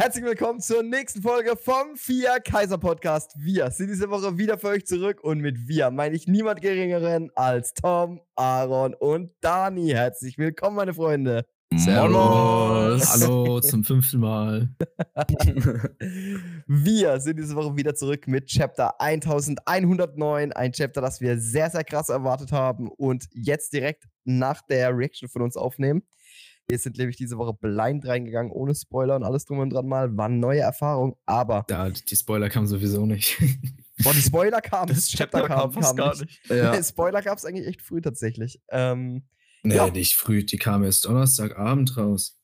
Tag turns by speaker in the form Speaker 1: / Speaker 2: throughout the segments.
Speaker 1: Herzlich willkommen zur nächsten Folge vom Vier Kaiser Podcast. Wir sind diese Woche wieder für euch zurück und mit wir meine ich niemand Geringeren als Tom, Aaron und Dani. Herzlich willkommen, meine Freunde.
Speaker 2: Servus.
Speaker 3: Servus. Hallo zum fünften Mal.
Speaker 1: Wir sind diese Woche wieder zurück mit Chapter 1109, ein Chapter, das wir sehr, sehr krass erwartet haben und jetzt direkt nach der Reaction von uns aufnehmen. Wir sind nämlich diese Woche blind reingegangen, ohne Spoiler und alles drum und dran mal. War eine neue Erfahrung, aber
Speaker 3: Ja, die Spoiler kamen sowieso nicht.
Speaker 1: boah, die Spoiler kamen,
Speaker 2: Das Chapter kam fast gar nicht.
Speaker 3: ja.
Speaker 1: Spoiler gab es eigentlich echt früh tatsächlich. Ähm,
Speaker 3: Nee,
Speaker 1: Ja.
Speaker 3: nicht früh. Die kamen erst Donnerstagabend raus.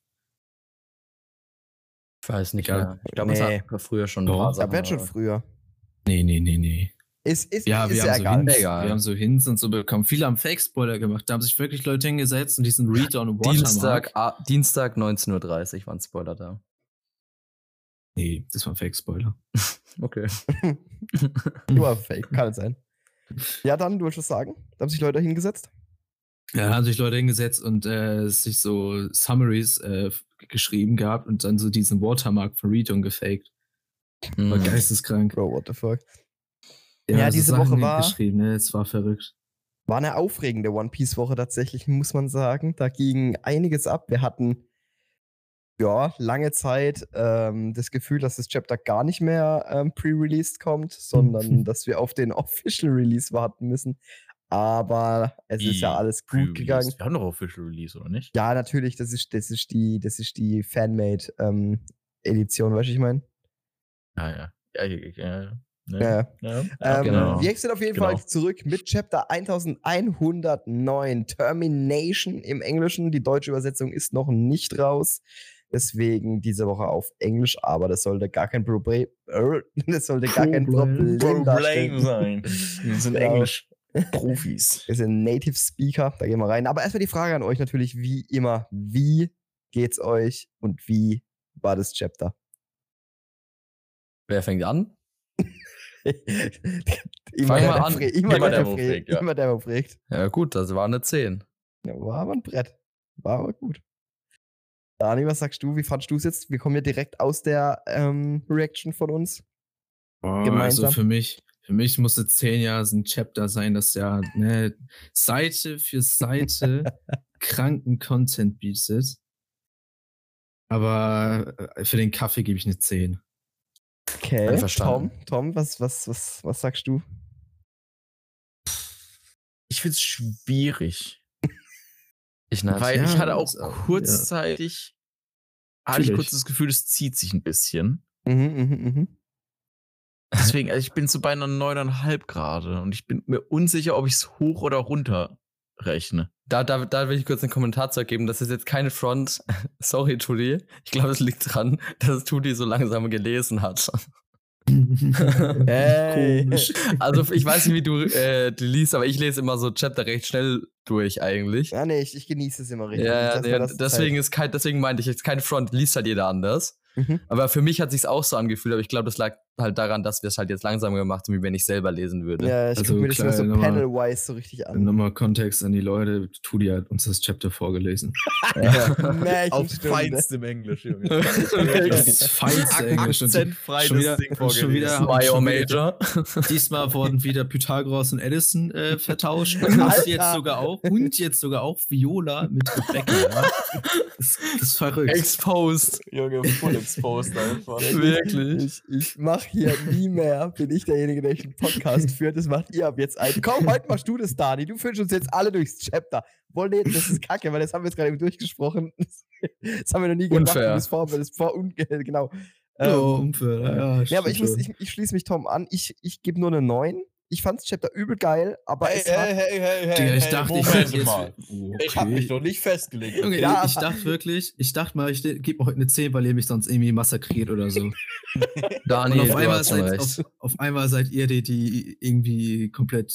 Speaker 2: Ich weiß nicht
Speaker 3: Ja.
Speaker 2: mehr. Ich glaube, man
Speaker 1: Nee.
Speaker 2: hat früher schon
Speaker 3: Doch.
Speaker 1: da wird schon früher.
Speaker 3: Nee, nee, nee, nee.
Speaker 1: Ist, ist,
Speaker 3: Ja,
Speaker 1: ist
Speaker 3: wir,
Speaker 1: ja egal.
Speaker 3: haben so Hints,
Speaker 2: Egal.
Speaker 3: wir haben so Hints und so bekommen. Viele haben Fake-Spoiler gemacht. Da haben sich wirklich Leute hingesetzt und diesen Reader und Watermark.
Speaker 2: Dienstag, ah, Dienstag 19.30 Uhr waren Spoiler da.
Speaker 3: Nee, das war Fake-Spoiler.
Speaker 2: Okay.
Speaker 1: Nur fake, kann es sein. Ja, dann, du willst was sagen? Da haben sich Leute hingesetzt.
Speaker 3: Ja, da haben sich Leute hingesetzt und äh, sich so Summaries äh, geschrieben gehabt und dann so diesen Watermark von Readon gefaked. War
Speaker 2: Mhm.
Speaker 3: geisteskrank.
Speaker 1: Bro, what the fuck. Ja, diese
Speaker 3: Sachen
Speaker 1: Woche war-
Speaker 3: geschrieben, ne? Es war verrückt.
Speaker 1: War eine aufregende One Piece-Woche tatsächlich, muss man sagen. Da ging einiges ab. Wir hatten ja lange Zeit ähm, das Gefühl, dass das Chapter gar nicht mehr ähm, pre-released kommt, sondern dass wir auf den Official Release warten müssen. Aber es ist ja
Speaker 4: Wie
Speaker 1: alles gut gegangen.
Speaker 4: Wir haben doch Official Release, oder nicht?
Speaker 1: Ja, natürlich, das ist, das ist die, das ist die Fanmade-Edition, weißt du, ich meine?
Speaker 4: Ja, ja. ja, ja, ja, ja. Ne?
Speaker 1: Ja. ja.
Speaker 4: ja.
Speaker 1: Ähm,
Speaker 2: genau.
Speaker 1: Wir sind auf jeden
Speaker 4: Genau.
Speaker 1: Fall zurück mit Chapter 1109, Termination im Englischen. Die deutsche Übersetzung ist noch nicht raus. Deswegen diese Woche auf Englisch, aber das sollte gar kein Problem, das sollte gar kein Problem,
Speaker 3: Problem.
Speaker 1: darstellen.
Speaker 4: Problem sein. Wir sind
Speaker 1: Genau.
Speaker 4: Englisch Profis.
Speaker 1: Wir sind Native Speaker, da gehen wir rein. Aber erstmal die Frage an euch natürlich, wie immer, wie geht's euch und wie war das Chapter?
Speaker 2: Wer fängt an?
Speaker 1: immer,
Speaker 2: Fang
Speaker 1: der,
Speaker 2: mal
Speaker 1: der
Speaker 2: an.
Speaker 1: Fre- immer, der, der
Speaker 4: Immer der, wo
Speaker 1: Fre-
Speaker 4: fragt, ja.
Speaker 1: immer der, der fragt.
Speaker 2: Ja, gut, das war eine 10.
Speaker 1: Ja, war aber ein Brett. War aber gut. Dani, was sagst du? Wie fandst du es jetzt? Wir kommen ja direkt aus der ähm, Reaction von uns.
Speaker 3: Boah,
Speaker 1: gemeinsam?
Speaker 3: Also für mich, für mich musste zehn Jahre ein Chapter sein, das ja ne, Seite für Seite kranken Content bietet. Aber äh, für den Kaffee gebe ich eine 10.
Speaker 1: Okay. Tom,
Speaker 2: Einverstanden.
Speaker 1: Tom, was, was, was, was sagst du?
Speaker 4: Ich find's schwierig.
Speaker 2: Ich nein.
Speaker 4: weil ich
Speaker 3: ja,
Speaker 4: hatte auch
Speaker 3: ist auch-
Speaker 4: kurzzeitig, hatte ich
Speaker 3: Natürlich.
Speaker 4: kurz das Gefühl, es zieht sich ein bisschen.
Speaker 1: Mhm, mhm, mhm.
Speaker 4: Deswegen, also ich bin so bei einer neuneinhalb gerade und ich bin mir unsicher, ob ich es hoch oder runter rechne.
Speaker 2: Da, da, da will ich kurz einen Kommentar zu geben. Das ist jetzt keine Front. Sorry, Tudi. Ich glaube, es liegt dran, dass Tudi so langsam gelesen hat.
Speaker 1: Hey.
Speaker 3: Komisch.
Speaker 2: Also ich weiß nicht, wie du äh, die liest, aber ich lese immer so Chapter recht schnell durch eigentlich.
Speaker 1: Ja, nee, ich, ich genieße es immer richtig.
Speaker 2: Ja,
Speaker 1: Ich
Speaker 2: ja,
Speaker 1: lass mir
Speaker 2: ja
Speaker 1: das
Speaker 2: deswegen ist kein, deswegen meinte ich jetzt keine Front, liest halt jeder anders.
Speaker 1: Zeit. Mhm.
Speaker 2: Aber für mich hat sich's auch so angefühlt, aber ich glaube, das lag halt daran, dass wir es halt jetzt langsamer gemacht haben, wie wenn ich selber lesen würde.
Speaker 1: Ja, ich
Speaker 3: Also,
Speaker 1: gucke mir das immer so
Speaker 3: kleine Nummer.
Speaker 1: panel-wise so richtig an.
Speaker 3: Nochmal Kontext an die Leute. Tudi hat uns das Chapter vorgelesen.
Speaker 1: Märchenstunde.
Speaker 4: Englisch, Junge.
Speaker 3: Das feinste Englisch. Und
Speaker 4: Akzentfrei
Speaker 3: schon wieder- schon wieder-
Speaker 4: Schon
Speaker 2: Major
Speaker 3: schon wieder-
Speaker 2: Major.
Speaker 3: diesmal wurden wieder Pythagoras und Edison äh, vertauscht.
Speaker 1: Alter.
Speaker 3: Und jetzt sogar auch, und jetzt sogar auch Viola mit Rebecca. Ja? Das, das ist verrückt.
Speaker 2: Exposed.
Speaker 4: Junge, full exposed einfach.
Speaker 2: Wirklich.
Speaker 1: Ich, ich mache hier nie mehr, bin ich derjenige, der den Podcast führt. Das macht ihr ab jetzt ein. Komm, heute machst du das, Dani. Du führst uns jetzt alle durchs Chapter. Wollen nee, das ist kacke, weil das haben wir jetzt gerade eben durchgesprochen. Das haben wir noch nie gemacht.
Speaker 2: Unfair.
Speaker 1: Das vor, das vor un, genau. Ähm,
Speaker 3: Oh, Umpfe, ja,
Speaker 1: ja, aber ich, muss,
Speaker 3: stimmt
Speaker 1: ich, ich schließe mich Tom an. Ich, ich gebe nur eine 9. Ich fand das Chapter übel geil, aber es hat
Speaker 4: hey, hey,
Speaker 3: schon. Digga, ich dachte, ich hätte jetzt. Oh, okay.
Speaker 4: doch nicht festgelegt.
Speaker 3: Junge,
Speaker 1: Ja,
Speaker 3: ich, ich dachte wirklich, ich dachte mal, ich gebe euch eine 10, weil ihr mich sonst irgendwie massakriert oder so.
Speaker 2: Daniel,
Speaker 3: Und auf
Speaker 2: du
Speaker 3: einmal,
Speaker 2: hast schon
Speaker 3: seid,
Speaker 2: recht.
Speaker 3: auf, auf einmal seid ihr die, die irgendwie komplett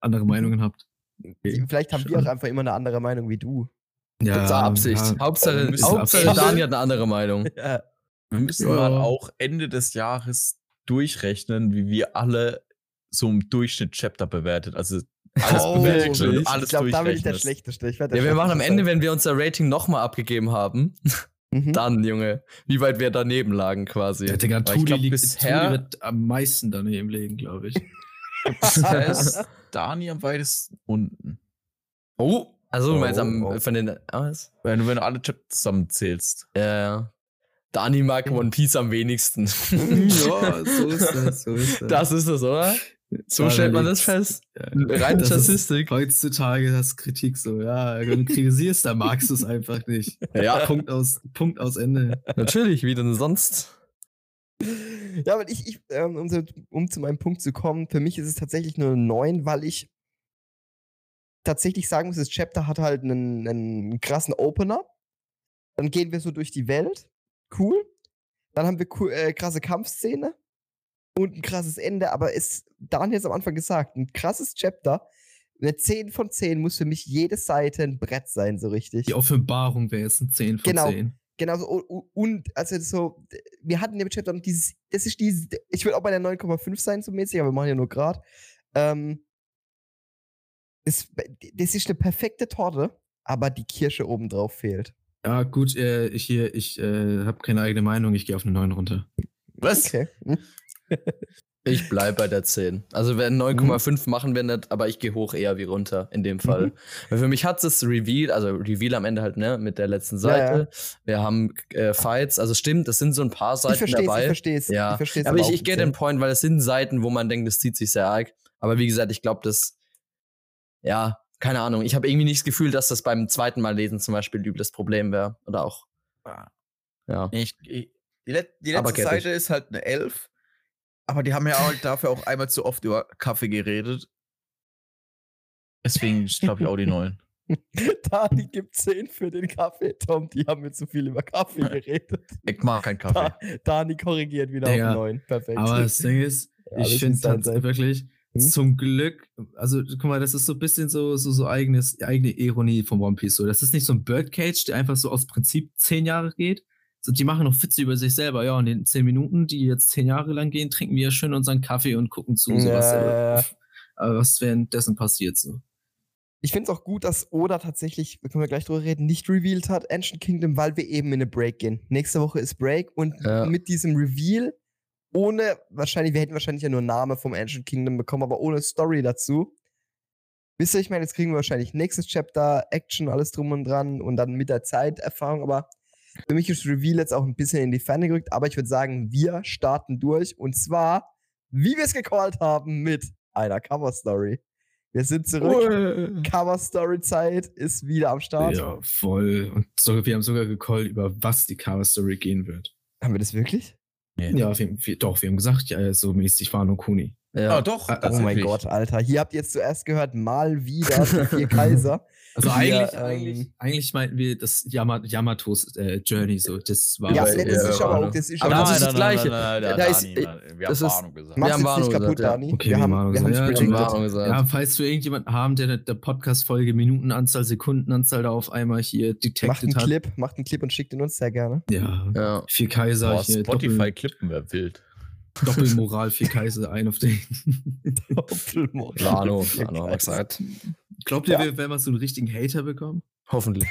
Speaker 3: andere Meinungen habt. Okay.
Speaker 1: vielleicht haben wir auch einfach immer eine andere Meinung wie du.
Speaker 2: Gibt's da Absicht. Hauptsache,
Speaker 4: Bisschen
Speaker 2: Hauptsache
Speaker 3: Absicht.
Speaker 2: Daniel hat eine andere Meinung.
Speaker 1: Ja.
Speaker 4: Wir müssen
Speaker 3: Ja.
Speaker 4: mal auch Ende des Jahres durchrechnen, wie wir alle so im Durchschnitt Chapter bewertet. Also alles
Speaker 2: Oh,
Speaker 4: bewertet
Speaker 2: wirklich?
Speaker 4: wird, alles
Speaker 1: ich glaube, da bin ich der
Speaker 4: durchrechnest.
Speaker 1: Schlechteste. Ich werd der
Speaker 2: Ja, wir machen am
Speaker 1: Schlechteste sein.
Speaker 2: Ende, wenn wir unser Rating nochmal abgegeben haben,
Speaker 1: Mhm.
Speaker 2: Dann, Junge, wie weit wir daneben lagen quasi.
Speaker 3: Ja, Digga,
Speaker 2: Weil ich
Speaker 3: Tuli,
Speaker 2: glaub,
Speaker 3: liegt,
Speaker 2: bisher-
Speaker 3: Tuli wird am meisten daneben liegen, glaube ich.
Speaker 4: Das heißt, Dani am weitesten unten.
Speaker 2: Oh, also du meinst
Speaker 1: Oh,
Speaker 2: am,
Speaker 1: oh.
Speaker 2: von den. Ah, was?
Speaker 4: Wenn du, wenn du alle Chips zusammenzählst.
Speaker 2: Ja, ja. Dani mag One Piece am wenigsten.
Speaker 3: so ist das, so ist
Speaker 2: Das ist es, oder? So
Speaker 3: Ja,
Speaker 2: stellt
Speaker 3: da
Speaker 2: man das
Speaker 3: liegt's.
Speaker 2: fest.
Speaker 3: Ja.
Speaker 2: Reine
Speaker 3: Das ist-
Speaker 2: Statistik.
Speaker 3: Heutzutage das Kritik so, ja, wenn du kritisierst, dann magst du es einfach nicht.
Speaker 2: Ja,
Speaker 3: Punkt aus, Punkt aus Ende.
Speaker 2: natürlich, wie denn sonst?
Speaker 1: Ja, aber ich, ich ähm, um, so- um zu meinem Punkt zu kommen, für mich ist es tatsächlich nur eine 9, weil ich tatsächlich sagen muss, das Chapter hat halt einen, einen krassen Opener. Dann gehen wir so durch die Welt. Cool. Dann haben wir cool, äh, krasse Kampfszene und ein krasses Ende. Aber es, Daniel hat am Anfang gesagt, ein krasses Chapter. Eine 10 von 10 muss für mich jede Seite ein Brett sein, so richtig.
Speaker 3: Die Offenbarung wäre jetzt ein 10 von
Speaker 1: Genau.
Speaker 3: 10.
Speaker 1: Genauso, u- u- und, also so, d- wir hatten im Chat dann dieses, das ist dieses, ich will auch bei der 9,5 sein, so mäßig, aber wir machen ja nur Grad. Ähm, das, das ist eine perfekte Torte, aber die Kirsche obendrauf fehlt.
Speaker 3: Ja, gut, äh, ich hier, ich äh, habe keine eigene Meinung, ich gehe auf eine 9 runter.
Speaker 4: Was?
Speaker 1: Okay. Hm.
Speaker 2: Ich bleib bei der 10. Also wenn 9,5 machen wir nicht, aber ich gehe hoch eher wie runter in dem Fall.
Speaker 1: Mhm.
Speaker 2: Weil für mich hat es Reveal, also Reveal am Ende halt, ne, mit der letzten Seite. Wir haben äh, Fights, also stimmt, es sind so ein paar
Speaker 1: Ich
Speaker 2: Seiten
Speaker 1: verstehe es, ich
Speaker 2: dabei.
Speaker 1: verstehe es.
Speaker 2: Ja,
Speaker 1: ich versteh's
Speaker 2: aber ich,
Speaker 1: auch
Speaker 2: ich gehe
Speaker 1: nicht.
Speaker 2: den Point, weil es sind Seiten, wo man denkt, das zieht sich sehr arg. Aber wie gesagt, ich glaube, das, ja, keine Ahnung. Ich habe irgendwie nicht das Gefühl, dass das beim zweiten Mal lesen zum Beispiel ein übles Problem wäre. Oder auch, ja.
Speaker 4: Ah, Ich, ich, die, let, die
Speaker 2: Aber
Speaker 4: letzte
Speaker 2: kenn ich.
Speaker 4: Seite ist halt eine Elf. Aber die haben ja auch dafür auch einmal zu oft über Kaffee geredet. Deswegen glaube ich auch die Neun.
Speaker 1: Dani gibt 10 für den Kaffee, Tom, die haben mir zu viel über Kaffee geredet.
Speaker 4: Ich mag keinen Kaffee.
Speaker 1: Dani korrigiert wieder
Speaker 3: Ja,
Speaker 1: auf 9. Perfekt.
Speaker 3: Aber das Ding ist,
Speaker 1: Ja, das
Speaker 3: ich finde
Speaker 1: muss sein
Speaker 3: das
Speaker 1: sein.
Speaker 3: wirklich
Speaker 1: Hm?
Speaker 3: zum Glück, also guck mal, das ist so ein bisschen so, so, so eigenes, eigene Ironie von One Piece. So. Das ist nicht so ein Birdcage, der einfach so aus Prinzip zehn Jahre geht. So, die machen noch Witze über sich selber. Ja, und in zehn Minuten, die jetzt zehn Jahre lang gehen, trinken wir schön unseren Kaffee und gucken zu, so was,
Speaker 1: Ja.
Speaker 3: äh, äh, was währenddessen passiert. So.
Speaker 1: Ich finde es auch gut, dass Oda tatsächlich, da können wir gleich drüber reden, nicht revealed hat, Ancient Kingdom, weil wir eben in eine Break gehen. Nächste Woche ist Break und
Speaker 2: Ja.
Speaker 1: mit diesem Reveal, ohne, wahrscheinlich, wir hätten wahrscheinlich ja nur Name vom Ancient Kingdom bekommen, aber ohne Story dazu. Wisst ihr, ich meine, jetzt kriegen wir wahrscheinlich nächstes Chapter, Action, alles drum und dran und dann mit der Zeit Erfahrung, aber für mich ist Reveal jetzt auch ein bisschen in die Ferne gerückt, aber ich würde sagen, wir starten durch und zwar, wie wir es gecallt haben, mit einer Cover-Story. Wir sind zurück. Cover Story Zeit ist wieder am Start.
Speaker 3: Ja, voll. Und so, wir haben sogar gecallt, über was die Cover Story gehen wird.
Speaker 1: Haben wir das wirklich?
Speaker 3: Ja, wir, wir, doch, wir haben gesagt, ja, so mäßig waren und Kuni.
Speaker 2: Ja.
Speaker 4: Ah, doch.
Speaker 3: Ah,
Speaker 1: Oh mein
Speaker 4: tatsächlich.
Speaker 1: Gott, Alter. Hier habt ihr jetzt zuerst gehört, mal wieder die vier Kaiser.
Speaker 3: Also
Speaker 1: Wir,
Speaker 3: eigentlich,
Speaker 1: ähm,
Speaker 3: eigentlich, eigentlich meinten wir das Yama Yamatos äh, Journey so. Das war
Speaker 1: Ja,
Speaker 3: aber-
Speaker 1: das ist
Speaker 3: ja,
Speaker 1: aber auch, das ist
Speaker 2: Aber
Speaker 1: aber
Speaker 2: das
Speaker 1: auch-
Speaker 2: ist das Gleiche.
Speaker 4: nein,
Speaker 2: Da ist-
Speaker 4: Dani, nein. Wir
Speaker 2: das
Speaker 4: haben
Speaker 2: ist-
Speaker 4: Ahnung gesagt.
Speaker 2: Wir
Speaker 1: Mach's jetzt
Speaker 2: haben
Speaker 1: nicht
Speaker 2: Warnung
Speaker 1: kaputt,
Speaker 2: gesagt, ja.
Speaker 1: Dani.
Speaker 3: Okay,
Speaker 1: wir
Speaker 3: wir
Speaker 1: haben,
Speaker 3: machen
Speaker 1: wir haben
Speaker 3: so. Ja,
Speaker 1: Splitting
Speaker 3: wir
Speaker 1: Dot.
Speaker 3: machen- ja, falls wir irgendjemanden haben, der der Podcast-Folge Minutenanzahl, Sekundenanzahl da auf einmal hier
Speaker 1: Macht einen
Speaker 3: detected hat.
Speaker 1: Clip, macht einen Clip und schickt ihn uns sehr gerne.
Speaker 3: Ja,
Speaker 2: Ja.
Speaker 3: vier Kaiser,
Speaker 4: Boah,
Speaker 3: hier
Speaker 4: Spotify klippen wir wild.
Speaker 3: Doppel, Doppelmoral, vier Kaiser, ein auf den.
Speaker 1: Doppelmord.
Speaker 2: Lano,
Speaker 1: Vier
Speaker 2: Lano haben wir
Speaker 1: Kaiser.
Speaker 2: gesagt.
Speaker 3: Glaubt ihr,
Speaker 1: Ja.
Speaker 3: wir werden mal so einen richtigen Hater bekommen?
Speaker 2: Hoffentlich.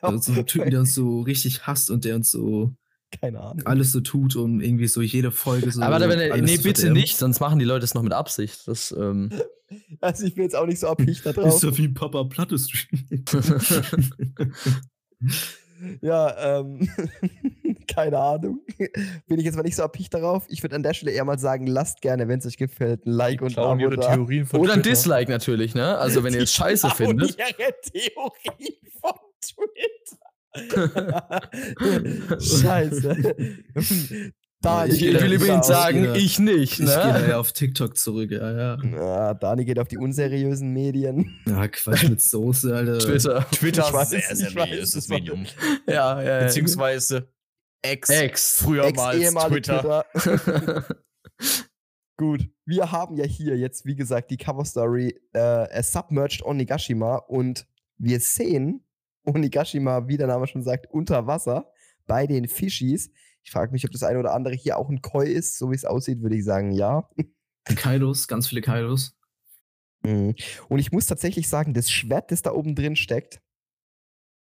Speaker 3: Also so einen Typen, der uns so richtig hasst und der uns so
Speaker 1: Keine Ahnung.
Speaker 3: alles so tut, um irgendwie so jede Folge so.
Speaker 2: Aber da, wenn,
Speaker 3: alles
Speaker 2: nee,
Speaker 3: zu
Speaker 2: bitte
Speaker 3: verderben.
Speaker 2: nicht, sonst machen die Leute es noch mit Absicht. Das, ähm,
Speaker 1: Also ich bin jetzt auch nicht so abhängig da drauf.
Speaker 3: Ist ja wie Papa Platte Stream.
Speaker 1: Ja, ähm, keine Ahnung. Bin ich jetzt mal nicht so abhängig darauf. Ich würde an der Stelle eher mal sagen, lasst gerne, wenn es euch gefällt, ein Like und ein
Speaker 4: Klauen
Speaker 1: Abo
Speaker 4: ihre
Speaker 1: da.
Speaker 4: Theorien von
Speaker 2: oder ein
Speaker 4: Twitter.
Speaker 2: Dislike natürlich, ne? Also wenn ihr es scheiße
Speaker 1: Genau
Speaker 2: findet.
Speaker 1: ihre Theorie von Twitter. Scheiße. Dani
Speaker 2: Ich,
Speaker 3: Ich
Speaker 2: will
Speaker 3: gehe
Speaker 2: übrigens
Speaker 3: davon
Speaker 2: sagen,
Speaker 3: aus,
Speaker 2: ich nicht,
Speaker 3: Ich gehe da
Speaker 2: ne?
Speaker 3: ja auf TikTok zurück, ja, ja.
Speaker 1: Ah, Dani geht auf die unseriösen Medien.
Speaker 3: Na, Quatsch mit Soße, Alter.
Speaker 2: Twitter.
Speaker 4: Twitter
Speaker 1: Ich weiß
Speaker 4: ist sehr,
Speaker 1: es,
Speaker 4: sehr
Speaker 1: ich weiß
Speaker 4: seriöses
Speaker 1: es, Mann.
Speaker 4: Medium.
Speaker 2: Ja, ja. ja.
Speaker 4: Beziehungsweise Ex.
Speaker 2: Ex.
Speaker 4: Früher mal als
Speaker 1: Ex-ehemalige
Speaker 4: Twitter.
Speaker 1: Twitter. Gut, wir haben ja hier jetzt, wie gesagt, die Cover-Story äh, äh, Submerged Onigashima und wir sehen Onigashima, wie der Name schon sagt, unter Wasser bei den Fischis. Ich frage mich, ob das eine oder andere hier auch ein Koi ist, so wie es aussieht, würde ich sagen, ja.
Speaker 3: Kaidos, ganz viele Kaidos.
Speaker 1: Mhm. Und ich muss tatsächlich sagen, das Schwert, das da oben drin steckt,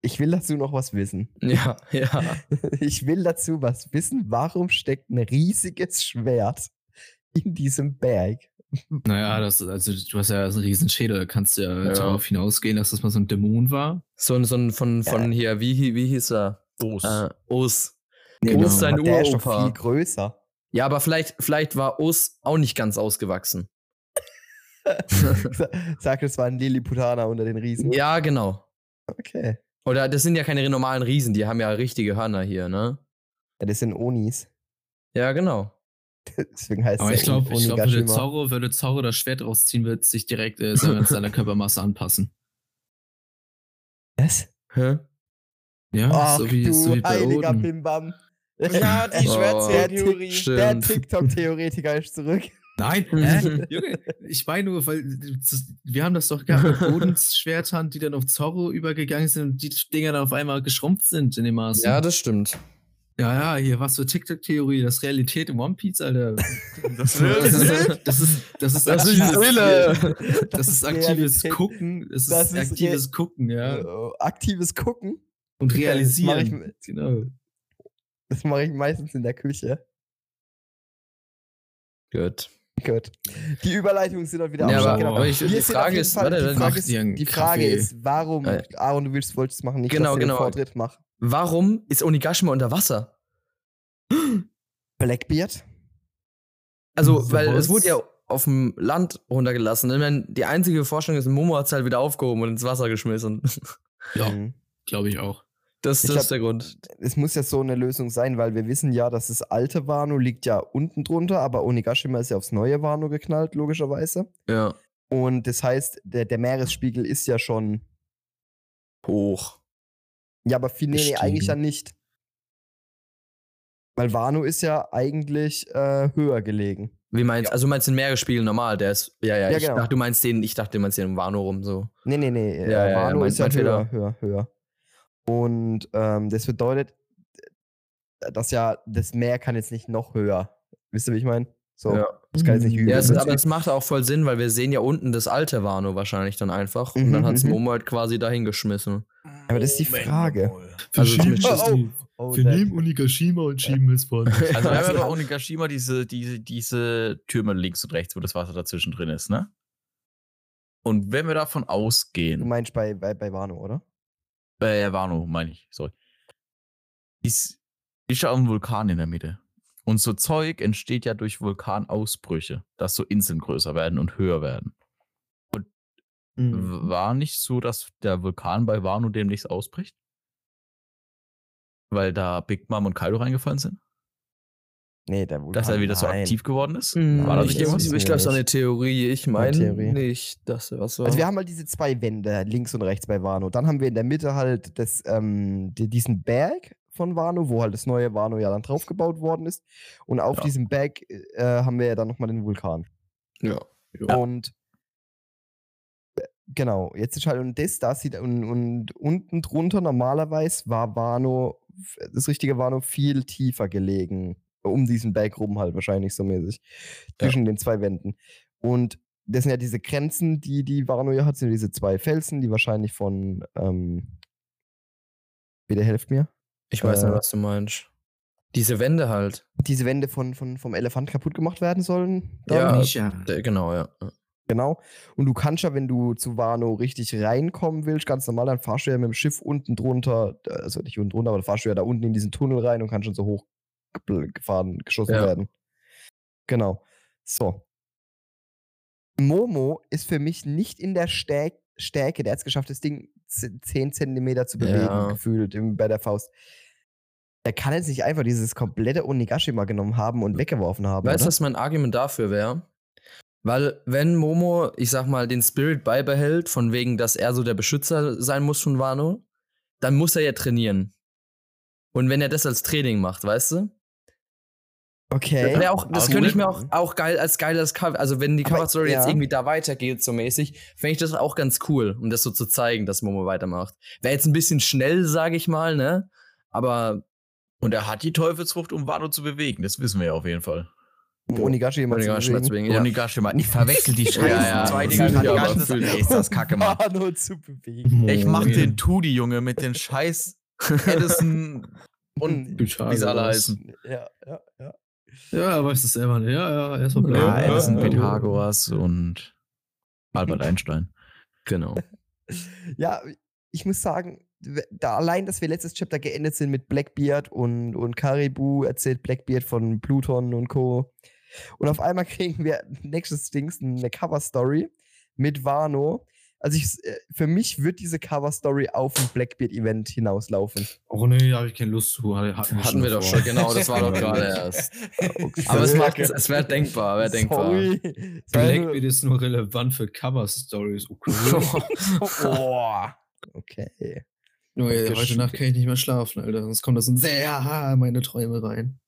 Speaker 1: Ich will dazu noch was wissen.
Speaker 2: Ja, ja.
Speaker 1: Ich will dazu was wissen. Warum steckt ein riesiges Schwert in diesem Berg?
Speaker 3: Naja, das, also du hast ja so einen riesen Schädel, da kannst du ja,
Speaker 2: Ja.
Speaker 3: darauf hinausgehen, dass das mal so ein Dämon war.
Speaker 2: So, ein- so ein von, von hier, wie, hi- wie hieß er?
Speaker 4: Groß.
Speaker 2: Äh, Os.
Speaker 3: Genau.
Speaker 2: Os sein
Speaker 1: Aber der ist doch viel
Speaker 2: Uropa.
Speaker 1: größer.
Speaker 2: Ja, aber vielleicht, vielleicht war Os auch nicht ganz ausgewachsen.
Speaker 1: Sa- Sag, es war ein Lilliputaner unter den Riesen.
Speaker 2: ja, genau.
Speaker 1: Okay.
Speaker 2: Oder das sind ja keine normalen Riesen, die haben ja richtige Hörner hier, ne?
Speaker 1: Ja, das sind Onis.
Speaker 2: Ja, genau.
Speaker 1: Deswegen heißt
Speaker 3: Aber
Speaker 1: der
Speaker 3: ich glaube,
Speaker 1: Un-
Speaker 3: ich glaub, würde,
Speaker 1: Onigashima.
Speaker 3: Zorro, würde Zorro das Schwert rausziehen, wird sich direkt äh, seiner, seiner Körpermaße anpassen.
Speaker 1: Was?
Speaker 2: Hä?
Speaker 3: Ja,
Speaker 1: Ach
Speaker 3: so wie,
Speaker 1: du
Speaker 3: so wie bei
Speaker 1: heiliger
Speaker 3: Oden.
Speaker 1: Bimbam.
Speaker 5: Ja, die
Speaker 2: Oh.
Speaker 5: Schwerttheorie.
Speaker 2: Shit.
Speaker 1: Der
Speaker 2: Stimmt.
Speaker 1: TikTok-Theoretiker ist zurück.
Speaker 3: Nein,
Speaker 2: Hä?
Speaker 3: Junge, ich meine nur, weil das, wir haben das doch gehabt mit Odens Schwertern, die dann auf Zorro übergegangen sind und die Dinger dann auf einmal geschrumpft sind in dem Maßen.
Speaker 2: Ja, das stimmt.
Speaker 3: ja, ja, hier, was für TikTok-Theorie, das Realität im One Piece, Alter.
Speaker 4: das
Speaker 3: Das ist, das ist, das ist,
Speaker 2: Das ist
Speaker 3: aktives-
Speaker 2: Brille.
Speaker 3: Das ist aktives
Speaker 1: Realität.
Speaker 3: Gucken. Das ist
Speaker 1: Das ist
Speaker 3: aktives Gucken,
Speaker 1: Äh,
Speaker 3: ja.
Speaker 1: Aktives Gucken.
Speaker 3: Und
Speaker 1: Okay, das mach ich
Speaker 3: realisieren.
Speaker 1: mit-
Speaker 3: genau.
Speaker 1: Das mache ich meistens in der Küche.
Speaker 2: Gut.
Speaker 1: Gut. Die Überleitungen sind dann wieder
Speaker 2: Ja,
Speaker 1: am
Speaker 2: aber,
Speaker 1: Start,
Speaker 3: genau.
Speaker 2: aber ich, die
Speaker 1: Wir sind auf
Speaker 2: Frage
Speaker 1: jeden
Speaker 2: ist,
Speaker 1: Fall-
Speaker 2: warte,
Speaker 1: die
Speaker 2: dann-
Speaker 1: Frage
Speaker 3: Macht
Speaker 1: ist,
Speaker 3: ihr einen
Speaker 1: die Frage
Speaker 3: Kaffee?
Speaker 1: ist, warum,
Speaker 2: Äh.
Speaker 1: Aaron, du willst, wolltest machen, nicht,
Speaker 2: Genau,
Speaker 1: dass
Speaker 2: genau.
Speaker 1: den Vortritt machen.
Speaker 2: warum ist Onigashima unter Wasser?
Speaker 1: Blackbeard?
Speaker 2: Also,
Speaker 3: Wieso
Speaker 2: weil
Speaker 3: was?
Speaker 2: es wurde ja auf dem Land runtergelassen. Ich meine, die einzige Forschung ist, Momo hat es halt wieder aufgehoben und ins Wasser geschmissen.
Speaker 3: Ja.
Speaker 1: Mhm.
Speaker 3: Glaube ich auch.
Speaker 2: Das,
Speaker 1: Ich
Speaker 2: das
Speaker 1: hab-
Speaker 2: ist der Grund.
Speaker 1: Es muss ja so eine Lösung sein, weil wir wissen ja, dass das alte Wano liegt ja unten drunter, aber Onigashima ist ja aufs neue Wano geknallt, logischerweise.
Speaker 2: Ja.
Speaker 1: Und das heißt, der, der Meeresspiegel ist ja schon.
Speaker 2: Hoch.
Speaker 1: Ja, aber viel, nee, nee,
Speaker 3: Gestiegen.
Speaker 1: eigentlich ja nicht. Weil Wano ist ja eigentlich äh, höher gelegen.
Speaker 2: Wie meinst Also, du meinst den Meeresspiegel normal? Der ist. Ja, ja,
Speaker 1: Ja,
Speaker 2: ich
Speaker 1: genau.
Speaker 2: dachte, du meinst den, ich dachte, du meinst den um Wano rum so.
Speaker 1: Nee, nee, nee. äh,
Speaker 2: Ja, ja, ja,
Speaker 1: Wano
Speaker 2: mein-
Speaker 1: ist ja
Speaker 2: mein
Speaker 1: höher,
Speaker 2: Fehler.
Speaker 1: höher, höher. Und ähm, das bedeutet, äh, dass ja das Meer kann jetzt nicht noch höher. Wisst ihr, wie ich meine? So,
Speaker 2: Ja. Mhm.
Speaker 1: das kann jetzt nicht höher.
Speaker 2: Ja, es,
Speaker 1: sein.
Speaker 2: aber es macht auch voll Sinn, weil wir sehen ja unten das alte Wano wahrscheinlich dann einfach. Und
Speaker 1: Mhm,
Speaker 2: dann hat es
Speaker 1: mhm.
Speaker 2: Momo halt quasi dahin geschmissen.
Speaker 1: aber das ist die Frage.
Speaker 3: Wir
Speaker 2: Also
Speaker 3: schieben,
Speaker 2: zumindest-
Speaker 3: oh,
Speaker 1: Oh,
Speaker 3: oh.
Speaker 1: da-
Speaker 3: Wir nehmen Onigashima und schieben es vor.
Speaker 4: Also, wir haben ja
Speaker 1: Also-
Speaker 4: bei Onigashima diese, diese, diese Türme links und rechts, wo das Wasser dazwischen drin ist, ne? Und wenn wir davon
Speaker 1: du
Speaker 4: ausgehen,
Speaker 1: meinst bei, bei, bei Wano, oder?
Speaker 4: äh, Wano, meine ich, sorry, ist, ist ja auch ein Vulkan in der Mitte. Und so Zeug entsteht ja durch Vulkanausbrüche, dass so Inseln größer werden und höher werden.
Speaker 1: Mhm.
Speaker 4: W- War nicht so, dass der Vulkan bei Wano demnächst ausbricht? Weil da Big Mom und Kaido reingefallen sind?
Speaker 1: Nee, der Vulkan.
Speaker 4: Dass er wieder so
Speaker 1: nein. Also,
Speaker 4: aktiv geworden ist?
Speaker 1: War
Speaker 4: da
Speaker 2: Hm, Ich-
Speaker 4: nicht
Speaker 1: irgendwas?
Speaker 2: Ich glaube, es war eine Theorie. Ich meine
Speaker 1: Theorie.
Speaker 2: nicht, dass was war.
Speaker 1: Also wir haben halt diese zwei Wände, links und rechts bei Wano. Dann haben wir in der Mitte halt das, ähm, di- diesen Berg von Wano, wo halt das neue Wano ja dann draufgebaut worden ist. Und auf
Speaker 4: Ja.
Speaker 1: diesem Berg äh, haben wir ja dann nochmal den Vulkan.
Speaker 2: ja.
Speaker 1: Und äh, genau, jetzt ist halt, und das, da sieht, und, und unten drunter normalerweise war Wano, f- das richtige Wano viel tiefer gelegen. Um diesen Berg rum halt wahrscheinlich so mäßig. Zwischen den zwei Wänden. Und das sind ja diese Grenzen, die, die Wano ja hat, sind diese zwei Felsen, die wahrscheinlich von, ähm, bitte helft mir.
Speaker 2: Ich weiß
Speaker 1: Äh,
Speaker 2: nicht, was du meinst. Diese Wände halt.
Speaker 1: Diese Wände von, von, vom Elefant kaputt gemacht werden sollen. dann.
Speaker 2: Ja.
Speaker 3: Nisha.
Speaker 2: Der- Genau, ja.
Speaker 1: Genau. Und du kannst ja, wenn du zu Wano richtig reinkommen willst, ganz normal, dann fahrst du ja mit dem Schiff unten drunter, äh, also nicht unten drunter, aber dann fahrst du ja da unten in diesen Tunnel rein und kannst schon so hoch gebl- gefahren, geschossen
Speaker 2: Ja.
Speaker 1: werden. Genau. So. Momo ist für mich nicht in der Stärk Stärke, der hat es geschafft, das Ding 10 Zentimeter zu bewegen,
Speaker 2: Ja.
Speaker 1: gefühlt im, bei der Faust. Der kann jetzt nicht einfach dieses komplette Onigashima genommen haben und weggeworfen haben.
Speaker 2: Weißt du,
Speaker 1: oder?
Speaker 2: was mein Argument dafür wäre? Weil, wenn Momo, ich sag mal, den Spirit beibehält, von wegen, dass er so der Beschützer sein muss von Wano, dann muss er ja trainieren. Und wenn er das als Training macht, weißt du?
Speaker 1: Äh? Okay.
Speaker 2: Wär auch, das
Speaker 4: Aber
Speaker 2: könnte ich mir auch,
Speaker 1: Moment.
Speaker 2: auch geil als geiles Cover. Also, wenn die
Speaker 1: Aber-
Speaker 2: Cover-Story jetzt
Speaker 1: ja.
Speaker 2: irgendwie da weitergeht, so mäßig, fände ich das auch ganz cool, um das so zu zeigen, dass Momo weitermacht. Wäre jetzt ein bisschen schnell, sage ich mal, ne? Aber
Speaker 4: Und er hat die Teufelsfrucht, um Wano zu bewegen. Das wissen wir ja auf jeden Fall.
Speaker 1: Um Onigashi jemand zu
Speaker 2: Onigashima zu
Speaker 1: bewegen.
Speaker 2: bewegen,
Speaker 4: Ja.
Speaker 2: ja.
Speaker 4: Onigashima, ich verwechsel die Scheiße.
Speaker 1: Ja, ja.
Speaker 4: Ey, ist das kacke, Mann.
Speaker 1: Mano zu bewegen.
Speaker 4: Ich
Speaker 2: Oh,
Speaker 4: mach den Tudi, Junge, mit den scheiß Edison und wie sie alle
Speaker 2: Also,
Speaker 4: heißen.
Speaker 1: Ja, ja, ja.
Speaker 3: Ja, weißt du selber nicht. Ja, ja, erstmal bleiben.
Speaker 4: Ja,
Speaker 1: Ja,
Speaker 4: Edison,
Speaker 1: ja.
Speaker 4: Pythagoras und Albert Einstein.
Speaker 2: Mhm. Genau.
Speaker 1: Ja, ich muss sagen, we- da allein, dass wir letztes Chapter geendet sind mit Blackbeard und, und Caribou, erzählt Blackbeard von Pluton und Co. Und auf einmal kriegen wir nächstes Dings eine Cover-Story mit Wano. Also ich, s- äh, für mich wird diese Cover-Story auf ein Blackbeard-Event hinauslaufen.
Speaker 3: Oh nee, da habe ich keine Lust zu. Hatten wir,
Speaker 2: Hatten wir doch schon, genau, das war doch gerade erst. Aber es, macht- es wäre denkbar, wäre denkbar.
Speaker 1: Sorry.
Speaker 3: Blackbeard ist nur relevant für Cover-Stories. Okay.
Speaker 1: Boah. Oh, Okay.
Speaker 3: Junge, Oh heute Nacht kann ich nicht mehr schlafen, Alter. Sonst kommt das in sehr meine Träume rein.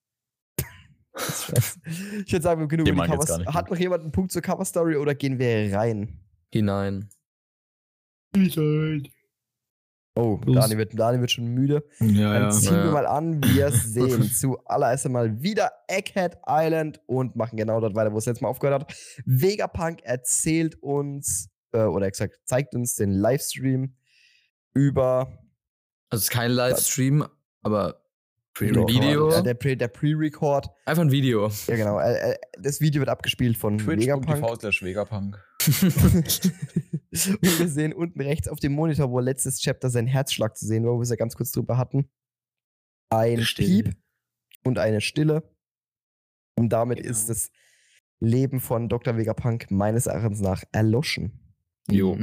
Speaker 1: Das ist scheiße. Ich würde sagen, wir haben genug
Speaker 4: Den
Speaker 1: über die
Speaker 4: mag ich jetzt
Speaker 1: Cover-
Speaker 4: gar nicht.
Speaker 1: Hat noch jemand einen Punkt zur Cover-Story oder gehen wir rein?
Speaker 2: Hinein.
Speaker 3: halt.
Speaker 1: Oh,
Speaker 3: Los.
Speaker 1: Dani wird, Dani wird schon müde. Dann
Speaker 3: Ja,
Speaker 1: ziehen
Speaker 2: Ja.
Speaker 1: wir mal an, wir sehen zuallererst einmal wieder Egghead Island und machen genau dort weiter, wo es letztes Mal aufgehört hat. Vegapunk erzählt uns, äh, oder exakt, zeigt uns den Livestream über
Speaker 2: Also es ist kein Livestream, aber
Speaker 1: Doch,
Speaker 2: ein Video.
Speaker 1: äh, der Pre- der Pre-Record.
Speaker 2: Einfach ein Video.
Speaker 1: ja, genau. Äh, äh, das Video wird abgespielt von Vegapunk.
Speaker 4: slash Vegapunk.
Speaker 2: Mhm.
Speaker 1: und wir sehen unten rechts auf dem Monitor, wo letztes Chapter sein Herzschlag zu sehen war, wo wir es ja ganz kurz drüber hatten, ein
Speaker 3: Stille.
Speaker 1: Piep und eine Stille. Und damit
Speaker 3: Genau.
Speaker 1: ist das Leben von Dr. Vegapunk meines Erachtens nach erloschen.
Speaker 3: Jo.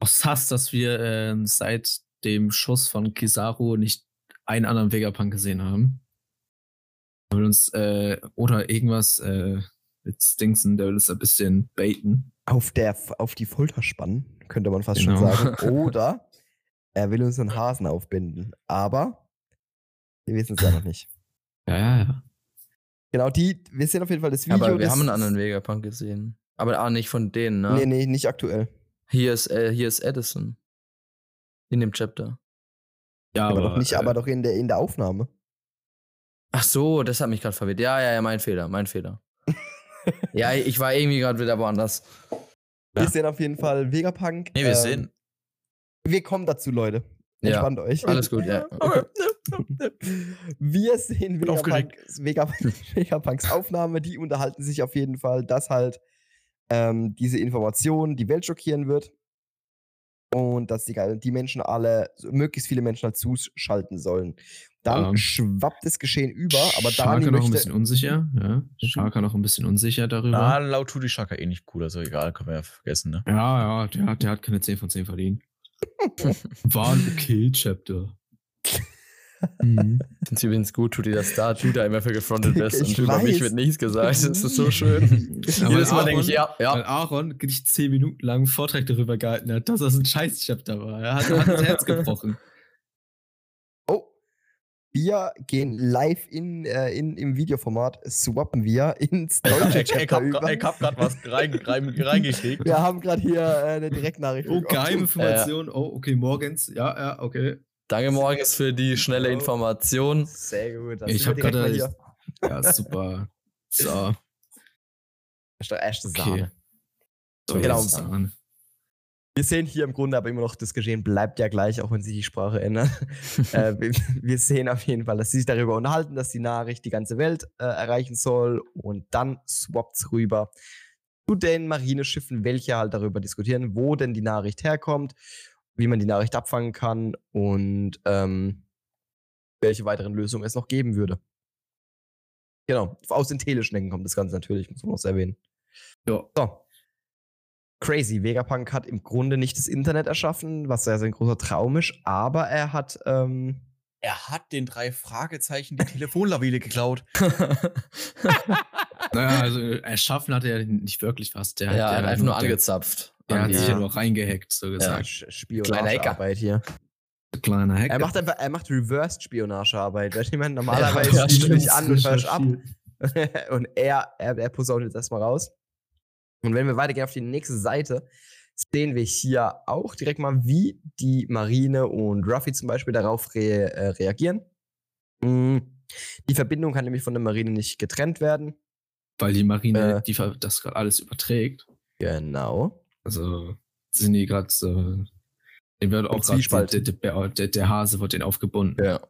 Speaker 3: Auch sass, dass wir ähm, seit dem Schuss von Kizaru nicht einen anderen Vegapunk gesehen haben. Er will uns, äh, oder irgendwas äh, mit Stingson, der will uns ein bisschen baiten.
Speaker 1: Auf, der, auf die Folter spannen, könnte man fast
Speaker 3: Genau.
Speaker 1: schon sagen. Oder er will uns einen Hasen aufbinden. Aber wir wissen es ja noch nicht.
Speaker 3: Ja, ja, ja.
Speaker 1: Genau, die, wir sehen auf jeden Fall das Video.
Speaker 2: aber wir
Speaker 1: das,
Speaker 2: haben einen anderen Vegapunk gesehen. Aber ah, nicht von denen, ne?
Speaker 1: Nee, nee, nicht aktuell.
Speaker 2: Hier, ist, äh, hier ist Edison. In dem Chapter.
Speaker 3: Ja, äh,
Speaker 1: Aber, doch nicht,
Speaker 2: äh,
Speaker 1: aber doch in der, in der Aufnahme.
Speaker 2: Ach so, das hat mich gerade verwirrt. Ja, ja, ja, mein Fehler, mein Fehler. ja, ich war irgendwie gerade wieder woanders.
Speaker 1: Wir sehen auf jeden Fall Vegapunk.
Speaker 4: Nee, wir
Speaker 1: ähm,
Speaker 4: sehen.
Speaker 1: Wir kommen dazu, Leute.
Speaker 2: Ja,
Speaker 1: Entspannt euch.
Speaker 2: alles gut, ja.
Speaker 1: Wir sehen
Speaker 4: Bin aufgeregt.
Speaker 1: Vegapunks, Vegap- Vegapunks Aufnahme. Die unterhalten sich auf jeden Fall, dass halt ähm, diese Information die Welt schockieren wird. Und dass die, die Menschen alle, so möglichst viele Menschen halt zuschalten sollen. Dann
Speaker 3: Ja.
Speaker 1: schwappt das Geschehen über, aber Dani
Speaker 3: Scharker noch ein bisschen
Speaker 1: möchte. Mhm.
Speaker 3: unsicher, ja. Scharker noch ein bisschen unsicher darüber.
Speaker 4: Ah, laut Tudi Shaka eh nicht cool, also egal, können wir ja vergessen, ne?
Speaker 3: Ja, ja, der, hat- der hat keine 10 von 10 verdient. War ein okay Chapter. mhm.
Speaker 2: Find's übrigens gut, tut dir das da, du da immer für gefrontet wirst.
Speaker 1: Ich
Speaker 2: Und über mich
Speaker 1: weiß.
Speaker 2: wird nichts gesagt. Das ist so schön.
Speaker 3: Aber
Speaker 2: Jedes Mal
Speaker 3: Aaron-
Speaker 2: denke ich, ja,
Speaker 3: Weil
Speaker 2: ja.
Speaker 3: Aaron nicht 10 Minuten lang einen Vortrag darüber gehalten hat, dass das ein scheiß Chapter war. Er hat, er hat das Herz gebrochen.
Speaker 1: Oh, wir gehen live in, äh, in, im Videoformat, swappen wir ins deutsche Chapter über.
Speaker 4: Äh, grad was rein, rein, reingekriegt.
Speaker 1: Wir haben gerade hier äh, eine Direktnachricht.
Speaker 3: Oh,
Speaker 1: bekommen.
Speaker 3: Geheiminformation. Oh, okay, morgens. Ja, ja, okay.
Speaker 2: Danke morgens für die schnelle Information.
Speaker 1: Sehr gut. dann
Speaker 3: ich
Speaker 1: sind
Speaker 3: habe
Speaker 1: wir direkt mal
Speaker 3: gerade. Ja, super. So.
Speaker 1: hier. Erste
Speaker 3: Okay.
Speaker 1: Sahne.
Speaker 3: so
Speaker 1: Genau.
Speaker 3: jetzt ist es an.
Speaker 1: Wir sehen hier im Grunde aber immer noch, das Geschehen bleibt ja gleich, auch wenn sich die Sprache ändert. äh, wir, wir sehen auf jeden Fall, dass sie sich darüber unterhalten, dass die Nachricht die ganze Welt äh, erreichen soll. Und dann swappt's rüber zu den Marineschiffen, welche halt darüber diskutieren, wo denn die Nachricht herkommt, wie man die Nachricht abfangen kann und ähm, welche weiteren Lösungen es noch geben würde. Genau, aus den Teleschnecken kommt das Ganze natürlich, muss man auch erwähnen.
Speaker 3: Ja.
Speaker 1: So. Crazy, Vegapunk hat im Grunde nicht das Internet erschaffen, was ja sein großer Traum ist, aber er hat ähm,
Speaker 4: Er hat den drei Fragezeichen die Telefonlawine geklaut.
Speaker 3: Naja, also erschaffen hat er nicht wirklich was. Der
Speaker 2: ja,
Speaker 3: der
Speaker 2: einfach nur
Speaker 3: der-
Speaker 2: angezapft.
Speaker 3: Der
Speaker 2: An
Speaker 3: hat
Speaker 2: die-
Speaker 3: sich ja nur reingehackt, so
Speaker 1: ja.
Speaker 3: gesagt.
Speaker 2: Kleiner Hacker.
Speaker 1: Spionagearbeit hier.
Speaker 3: Kleiner Hack.
Speaker 1: Er macht einfach, er macht Reverse-Spionagearbeit. Weißt du, ich meine,
Speaker 2: Ja,
Speaker 1: normalerweise
Speaker 2: ja,
Speaker 1: spielst du
Speaker 2: stimmt.
Speaker 1: dich an und hörst ab. und er, er, er posaunt jetzt erstmal raus. Und wenn wir weitergehen auf die nächste Seite, sehen wir hier auch direkt mal, wie die Marine und Ruffy zum Beispiel darauf re äh, reagieren. Mm. Die Verbindung kann nämlich von der Marine nicht getrennt werden.
Speaker 3: weil die Marine
Speaker 1: Äh.
Speaker 3: die, ver- das gerade alles überträgt.
Speaker 1: Genau.
Speaker 3: Also sind die gerade so. Den wird auch grad,
Speaker 1: Zwiespalt.
Speaker 3: der, der, der, der Hase wird den aufgebunden.
Speaker 2: Ja.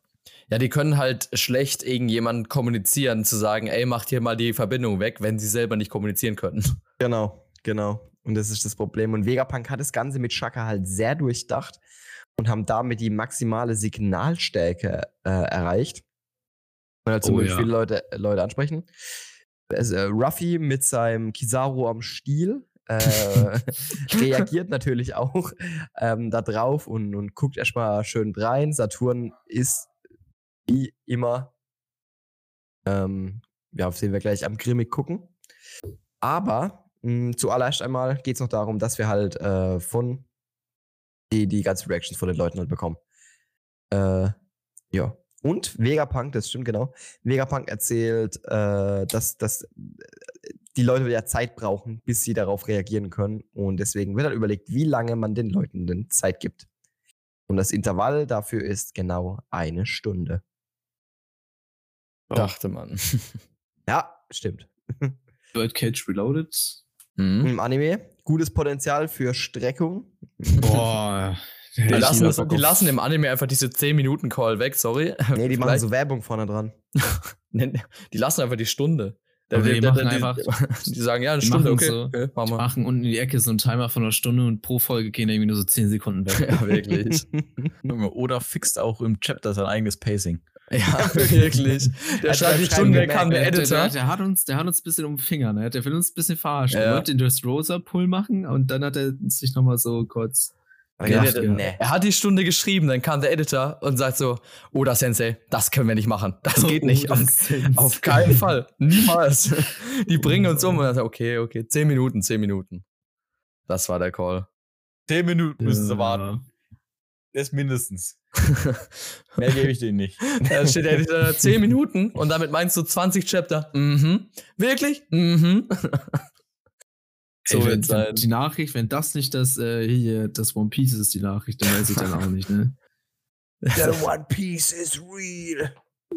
Speaker 2: Ja, die können halt schlecht irgendjemanden kommunizieren, zu sagen, ey, macht hier mal die Verbindung weg, wenn sie selber nicht kommunizieren können.
Speaker 1: Genau, genau. Und das ist das Problem. Und Vegapunk hat das Ganze mit Shaka halt sehr durchdacht und haben damit die maximale Signalstärke äh, erreicht. Und halt
Speaker 3: Oh
Speaker 1: zumindest
Speaker 3: ja.
Speaker 1: viele Leute, Leute ansprechen. Es, äh, Ruffy mit seinem Kizaru am Stiel äh, reagiert natürlich auch ähm, da drauf und, und guckt erstmal schön rein. Saturn ist wie immer, ähm, ja, auf den wir gleich am Grimmig gucken. Aber mh, zuallererst einmal geht es noch darum, dass wir halt äh, von die, die ganzen Reactions von den Leuten halt bekommen. Äh, ja. Und Vegapunk, das stimmt genau. Vegapunk erzählt, äh, dass, dass äh, die Leute ja Zeit brauchen, bis sie darauf reagieren können. Und deswegen wird halt überlegt, wie lange man den Leuten denn Zeit gibt. Und das Intervall dafür ist genau eine Stunde.
Speaker 3: Oh.
Speaker 2: Dachte man.
Speaker 1: Ja, stimmt.
Speaker 3: Birdcage Reloaded.
Speaker 2: Mhm.
Speaker 1: Im Anime, gutes Potenzial für Streckung.
Speaker 3: Boah. da hätte
Speaker 2: Die,
Speaker 3: ich
Speaker 2: lassen
Speaker 3: lieber
Speaker 2: das,
Speaker 3: Bock
Speaker 2: die
Speaker 3: auf-
Speaker 2: lassen im Anime einfach diese 10-Minuten-Call weg, sorry.
Speaker 1: Nee, die machen
Speaker 2: Vielleicht-
Speaker 1: so Werbung vorne dran.
Speaker 2: Nee, Die lassen einfach die Stunde.
Speaker 3: Aber die machen einfach-
Speaker 2: die, die sagen, ja, eine
Speaker 3: die
Speaker 2: Stunde,
Speaker 3: machen
Speaker 2: okay,
Speaker 3: so-
Speaker 2: okay, machen wir.
Speaker 3: machen unten in die Ecke so einen Timer von einer Stunde und pro Folge gehen da irgendwie nur so 10 Sekunden weg.
Speaker 2: Ja, wirklich.
Speaker 4: Junge, oder fixt auch im Chapter sein eigenes Pacing.
Speaker 2: Ja, wirklich. Der
Speaker 1: Hat
Speaker 2: schreibt die
Speaker 1: er
Speaker 2: Stunde, der
Speaker 1: gemerkt,
Speaker 2: kam der
Speaker 3: Der, der, der,
Speaker 2: Editor.
Speaker 3: der, hat uns, der hat uns ein bisschen um den Finger, ne? Der will uns ein bisschen verarschen.
Speaker 2: Ja.
Speaker 3: Er wollte den Dressrosa-Pull machen und dann hat er sich nochmal so kurz.
Speaker 1: Aber
Speaker 2: Ja,
Speaker 1: ich dachte,
Speaker 3: ja.
Speaker 1: nee.
Speaker 2: Er hat die Stunde geschrieben, dann kam der Editor und sagt so, Oda Sensei, das können wir nicht machen. Oh, Das geht nicht. Auf, auf keinen Fall. Niemals. Die bringen uns um und dann sagt, okay, okay, zehn Minuten, zehn Minuten. Das war der Call.
Speaker 4: Zehn Minuten müssen sie warten.
Speaker 3: äh,
Speaker 4: Das mindestens. Mehr gebe ich denen nicht.
Speaker 2: Dann steht der Editor da, zehn Minuten und damit meinst du 20 Chapter. Mhm. Wirklich? Mhm.
Speaker 3: So
Speaker 2: So
Speaker 3: Ey, wenn,
Speaker 2: wird's sein.
Speaker 3: Die Nachricht, wenn das nicht das äh, hier, das One Piece ist, die Nachricht, dann weiß ich dann auch nicht, ne?
Speaker 1: The One Piece is real.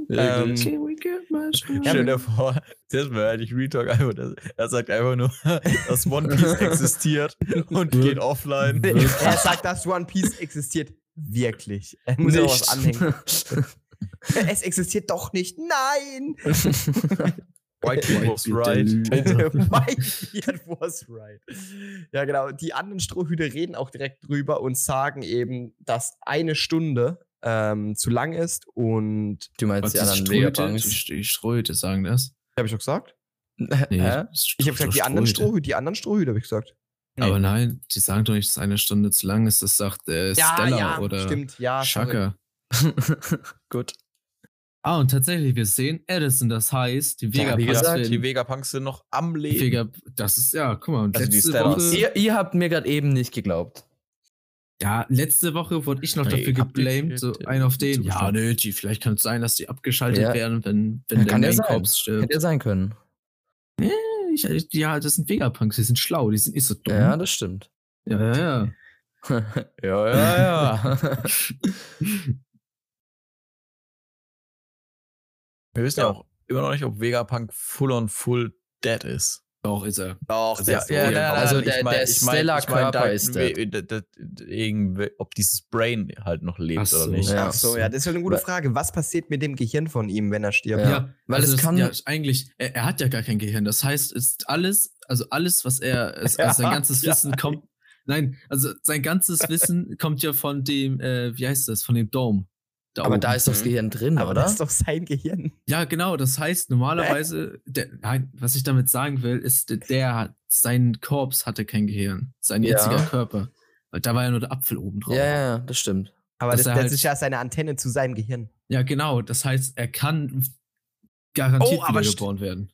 Speaker 2: Wirklich.
Speaker 1: Ähm,
Speaker 3: we get my
Speaker 4: Stell dir vor, das wäre eigentlich Retalk einfach. das- Er sagt einfach nur, dass One Piece existiert und geht offline.
Speaker 1: er sagt, dass One Piece existiert. Wirklich. Er muss ja auch was anhängen. Es existiert doch nicht. Nein!
Speaker 4: White Kid was right.
Speaker 1: Mike Beard was right. Ja, genau. Die anderen Strohhüte reden auch direkt drüber und sagen eben, dass eine Stunde ähm, zu lang ist und.
Speaker 2: Du meinst
Speaker 3: Was
Speaker 2: die
Speaker 3: die
Speaker 2: anderen
Speaker 3: Ströte, die,
Speaker 2: Vegapunks?
Speaker 3: St- die Ströte sagen das.
Speaker 1: Habe ich doch gesagt?
Speaker 3: Nee,
Speaker 2: Hä?
Speaker 1: Ich habe gesagt, die anderen
Speaker 3: Ströte.
Speaker 1: Strohhüte, die anderen Strohhüte, habe ich gesagt.
Speaker 2: Nee.
Speaker 3: Aber nein, die sagen doch nicht, dass eine Stunde zu lang ist. Das sagt äh, Stella oder
Speaker 1: stimmt, ja. sorry.
Speaker 3: Shaka.
Speaker 2: Gut.
Speaker 3: Ah, und tatsächlich, wir sehen Edison. Das heißt, die
Speaker 4: Ja, wie
Speaker 3: Vegapunks
Speaker 4: gesagt,
Speaker 3: werden-
Speaker 4: die Vegapunks sind noch am
Speaker 3: die
Speaker 4: Leben.
Speaker 3: Vega, das ist ja, guck mal, und
Speaker 4: Also die
Speaker 3: letzte
Speaker 4: Stellas.
Speaker 3: Woche,
Speaker 2: Ihr, ihr habt mir gerade eben nicht geglaubt.
Speaker 3: ja, letzte Woche wurde ich noch
Speaker 4: Nee,
Speaker 3: dafür
Speaker 4: habt ihr
Speaker 3: geblamed,
Speaker 4: die-
Speaker 3: so
Speaker 4: die-
Speaker 3: einen auf den.
Speaker 4: zugestimmt?
Speaker 3: Ja, nö, die, vielleicht kann es sein, dass die abgeschaltet
Speaker 2: Ja.
Speaker 3: werden, wenn, wenn der
Speaker 2: Kann ja
Speaker 3: Main
Speaker 2: sein.
Speaker 3: Corps stirbt.
Speaker 2: Hätte ja sein können.
Speaker 3: Ich, ich, ja, das sind Vegapunks, die sind schlau, die sind nicht so dumm.
Speaker 2: Ja, das stimmt.
Speaker 3: ja, ja. ja.
Speaker 2: ja, ja, ja.
Speaker 4: Wir wissen ja auch immer noch nicht, ob Vegapunk full on full dead ist.
Speaker 3: Doch, ist er.
Speaker 4: Doch,
Speaker 3: der ist tot.
Speaker 2: Also der- der Stellar-Körper ist
Speaker 4: irgendwie, ob dieses Brain halt noch lebt
Speaker 3: Ach so.
Speaker 4: oder nicht.
Speaker 2: Ja.
Speaker 1: Ach so, ja, das ist ja eine gute
Speaker 2: Weil-
Speaker 1: Frage. Was passiert mit dem Gehirn von ihm, wenn er stirbt?
Speaker 2: Ja.
Speaker 3: Ja, also
Speaker 2: weil es
Speaker 3: das-
Speaker 2: kann-
Speaker 3: Ja, eigentlich, er, er hat ja gar kein Gehirn. Das heißt, ist alles, also alles, was er, es- also sein
Speaker 1: Ja,
Speaker 3: ganzes
Speaker 1: ja.
Speaker 3: Wissen kommt. Nein, also sein ganzes Wissen kommt ja von dem, äh, wie heißt das, von dem Dome. Da
Speaker 2: Aber
Speaker 3: oben.
Speaker 2: da ist doch das Gehirn drin,
Speaker 1: Oh, mhm. Aber
Speaker 2: oder?
Speaker 1: das ist doch sein Gehirn.
Speaker 3: Ja, genau. Das heißt, normalerweise, der, nein, was ich damit sagen will, ist, der hat, sein Korps hatte kein Gehirn. Sein
Speaker 2: Ja.
Speaker 3: jetziger Körper. Weil da war ja nur der Apfel oben drauf.
Speaker 2: ja, ja, ja, das stimmt.
Speaker 1: Aber
Speaker 3: Dass
Speaker 1: das,
Speaker 3: er
Speaker 1: das
Speaker 3: halt-
Speaker 1: ist ja seine Antenne zu seinem Gehirn.
Speaker 3: ja, genau. Das heißt, er kann garantiert
Speaker 1: Oh, aber
Speaker 3: wieder geboren werden.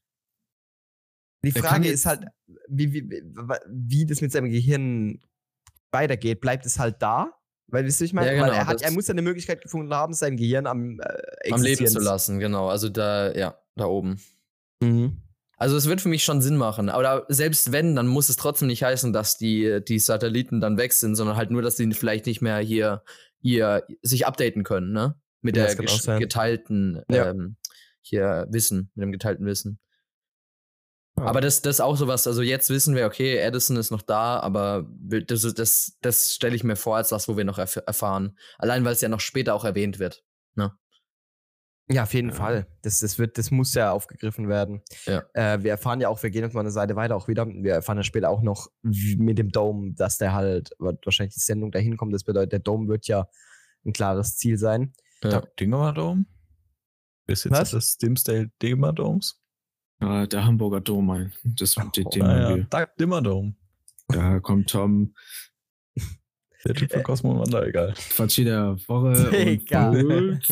Speaker 1: Die
Speaker 3: Der kann
Speaker 1: Frage
Speaker 3: jetzt-
Speaker 1: ist halt, wie, wie, wie- wa- wie das mit seinem Gehirn weitergeht. Bleibt es halt da? Weil, wisst ihr, wie ich meine,
Speaker 2: Ja, genau,
Speaker 1: Weil er, hat,
Speaker 2: das-
Speaker 1: er muss ja eine Möglichkeit gefunden haben, sein Gehirn am, äh,
Speaker 2: Am Leben
Speaker 1: Existieren
Speaker 2: zu lassen, genau. Also da, ja, da oben.
Speaker 1: Mhm.
Speaker 2: Also es wird für mich schon Sinn machen. Aber selbst wenn, dann muss es trotzdem nicht heißen, dass die, die Satelliten dann weg sind, sondern halt nur, dass sie vielleicht nicht mehr hier, hier sich updaten können, ne? Mit
Speaker 1: Ja,
Speaker 2: der
Speaker 1: das kann auch
Speaker 2: gesch-
Speaker 1: sein.
Speaker 2: geteilten
Speaker 1: Ja.
Speaker 2: ähm, hier Wissen, mit dem geteilten Wissen. Aber das, das ist auch sowas, also jetzt wissen wir, okay, Edison ist noch da, aber wir- das, ist- das, das stelle ich mir vor als das, wo wir noch erf erfahren. Allein, weil es ja noch später auch erwähnt wird.
Speaker 1: Ja, auf jeden
Speaker 4: Ja.
Speaker 1: Fall. Das, das, wird, das muss ja aufgegriffen werden.
Speaker 2: Ja.
Speaker 1: Äh, wir erfahren ja auch, wir gehen jetzt mal eine Seite weiter auch wieder. Wir erfahren ja später auch noch wie- mit dem Dome, dass der halt wa- wahrscheinlich die Sendung dahin kommt. Das bedeutet, der Dome wird ja ein klares Ziel sein.
Speaker 2: Ja.
Speaker 4: Dingemadome? Besitzer
Speaker 1: Was?
Speaker 4: des Dimsdale Dimmerdoms?
Speaker 3: Ah, der Hamburger Dom, mein. Das den,
Speaker 2: Oh,
Speaker 3: den
Speaker 4: Naja,
Speaker 3: wir.
Speaker 4: da- Ah Dimmerdome.
Speaker 3: Da kommt Tom.
Speaker 4: Der Typ von Cosmo und Wanda, egal.
Speaker 3: Quatsch jeder Woche.
Speaker 1: Digga.
Speaker 3: Und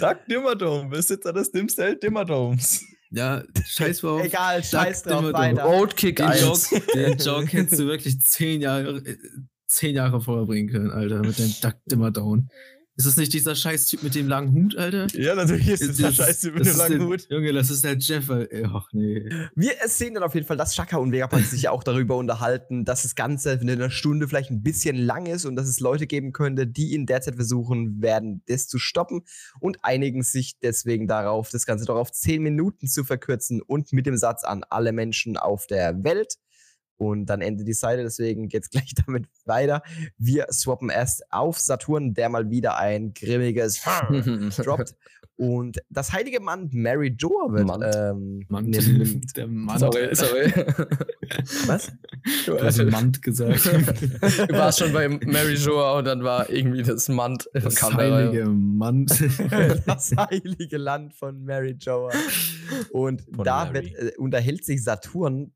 Speaker 4: Doug Dimmerdome, Besitzer des Dimsdale Dimmerdoms.
Speaker 3: ja, scheiß mal auf.
Speaker 1: Egal, scheiß
Speaker 3: Duck Dimmer
Speaker 1: drauf,
Speaker 3: Dome.
Speaker 1: weiter.
Speaker 2: Roadkick
Speaker 3: Den
Speaker 2: 1.
Speaker 3: Joke, den Joke hättest du wirklich zehn Jahre, äh, zehn Jahre vorher bringen können, Alter. Mit deinem Duck Dimmer Down. Ist das nicht dieser scheiß Typ mit dem langen Hut, Alter? Äh,
Speaker 4: Ja, natürlich ist das der
Speaker 3: Das-
Speaker 4: Scheiße mit
Speaker 3: das
Speaker 4: dem
Speaker 3: ist
Speaker 4: langen
Speaker 3: der-
Speaker 4: Hut.
Speaker 3: Junge, das ist der Jeff. äh, Ach nee.
Speaker 1: Wir sehen dann auf jeden Fall, dass Shaka und Vegapunk sich ja auch darüber unterhalten, dass das Ganze in einer Stunde vielleicht ein bisschen lang ist und dass es Leute geben könnte, die in der Zeit versuchen werden, das zu stoppen und einigen sich deswegen darauf, das Ganze doch auf 10 Minuten zu verkürzen und mit dem Satz an alle Menschen auf der Welt. Und dann endet die Seite, deswegen geht's gleich damit weiter. Wir swappen erst auf Saturn, der mal wieder ein grimmiges droppt. Und das heilige Mann Mary Joa wird
Speaker 2: Mann.
Speaker 1: ähm,
Speaker 3: Mann,
Speaker 1: nimmt-
Speaker 3: der Mann.
Speaker 2: sorry, sorry.
Speaker 1: Was?
Speaker 3: Du
Speaker 2: Du,
Speaker 3: hast
Speaker 2: also,
Speaker 3: Mann gesagt.
Speaker 2: du warst schon bei Mary Joa und dann war irgendwie das Mand.
Speaker 3: Das
Speaker 2: kam da rein.
Speaker 3: heilige Mann.
Speaker 1: das heilige Land von Mary Joa. Und
Speaker 4: Von
Speaker 1: da
Speaker 4: Mary.
Speaker 1: wird, äh, unterhält sich Saturn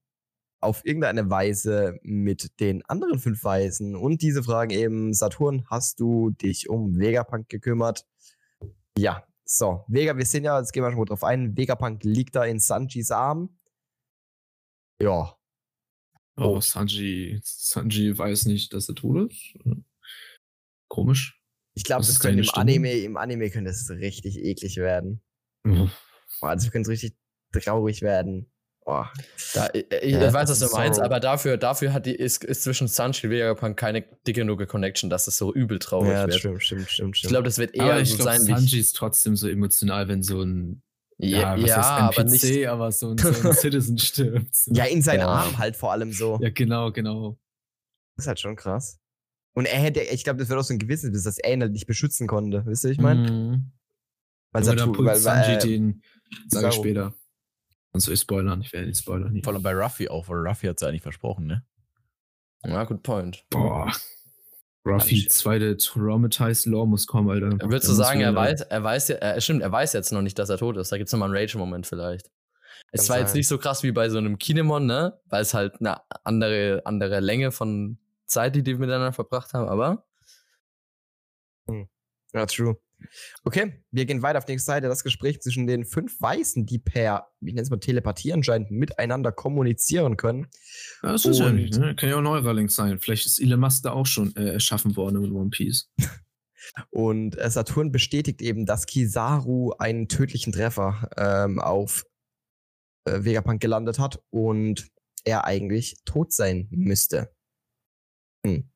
Speaker 1: auf irgendeine Weise mit den anderen fünf Weisen. Und diese fragen eben, Saturn, hast du dich um Vegapunk gekümmert? Ja, so. Vega, wir sehen ja, jetzt gehen wir schon mal drauf ein, Vegapunk liegt da in Sanjis Arm. Ja,
Speaker 3: Oh, Sanji. Sanji weiß nicht, dass er tot ist. Komisch.
Speaker 1: ich glaube,
Speaker 3: Das
Speaker 1: das,
Speaker 3: ist
Speaker 1: könnte
Speaker 3: keine
Speaker 1: im
Speaker 3: Stimmung.
Speaker 1: Anime, im Anime könnte es richtig eklig werden. Boah, also könnte es richtig traurig werden. Oh. Boah.
Speaker 2: Da, ich ich
Speaker 1: Ja,
Speaker 2: weiß,
Speaker 1: das
Speaker 2: was
Speaker 1: ist
Speaker 2: du meinst,
Speaker 1: Sorrow.
Speaker 2: aber dafür, dafür hat die, ist, ist zwischen Sanji und Vegapunk keine dicke genug Connection, dass es so übel traurig
Speaker 1: ja,
Speaker 2: wird.
Speaker 1: stimmt, stimmt, stimmt,
Speaker 2: Ich
Speaker 1: stimmt.
Speaker 2: glaube, das wird eher
Speaker 3: Aber ich
Speaker 2: so
Speaker 3: glaube,
Speaker 2: sein. wie-
Speaker 3: Sanji ist trotzdem so emotional, wenn so ein.
Speaker 2: ja,
Speaker 3: was
Speaker 2: ja
Speaker 3: heißt
Speaker 2: aber
Speaker 3: NPC,
Speaker 2: nicht.
Speaker 3: aber so ein, so ein Citizen stirbt.
Speaker 1: ja, in seinen
Speaker 2: Ja.
Speaker 1: Arm halt vor allem so.
Speaker 3: Ja, genau, genau.
Speaker 1: Das ist halt schon krass. Und er hätte, ich glaube, das wird auch so ein Gewissensbiss, dass er ihn halt nicht beschützen konnte. Wisst ihr, ich meine?
Speaker 3: Mhm.
Speaker 1: Weil
Speaker 3: Aber dann
Speaker 1: Satu-
Speaker 3: pullt
Speaker 1: weil- weil,
Speaker 3: Sanji
Speaker 1: äh,
Speaker 3: den. Sage ich
Speaker 1: Saru.
Speaker 3: später. Sonst soll ich spoilern. Ich werde nicht spoilern. Hier.
Speaker 4: Vor allem bei Ruffy auch, weil Ruffy hat es ja eigentlich versprochen, ne?
Speaker 2: Ja, good point.
Speaker 3: Boah. Ruffy, zweite Traumatized Law muss kommen, Alter.
Speaker 2: Würdest
Speaker 3: Da
Speaker 2: du
Speaker 3: muss
Speaker 2: sagen, er
Speaker 3: wieder-
Speaker 2: weiß, er weiß, ja- äh, stimmt, er weiß jetzt noch nicht, dass er tot ist. Da gibt es nochmal einen Rage-Moment vielleicht.
Speaker 1: Kann
Speaker 2: Es war jetzt
Speaker 1: sein.
Speaker 2: nicht so krass wie bei so einem Kinemon, ne? Weil es halt eine andere, andere Länge von Zeit, die die miteinander verbracht haben, aber
Speaker 1: Ja, true. Okay, wir gehen weiter auf die nächste Seite. Das Gespräch zwischen den fünf Weißen, die per, ich nenne es mal Telepathie anscheinend, miteinander kommunizieren können.
Speaker 3: Ja, das ist ja
Speaker 1: Und-
Speaker 3: nicht, ne? Kann ja auch Neuralink sein. Vielleicht ist Elon Musk da auch schon äh, erschaffen worden mit One Piece.
Speaker 1: Und äh, Saturn bestätigt eben, dass Kizaru einen tödlichen Treffer ähm, auf äh, Vegapunk gelandet hat und er eigentlich tot sein müsste. Hm.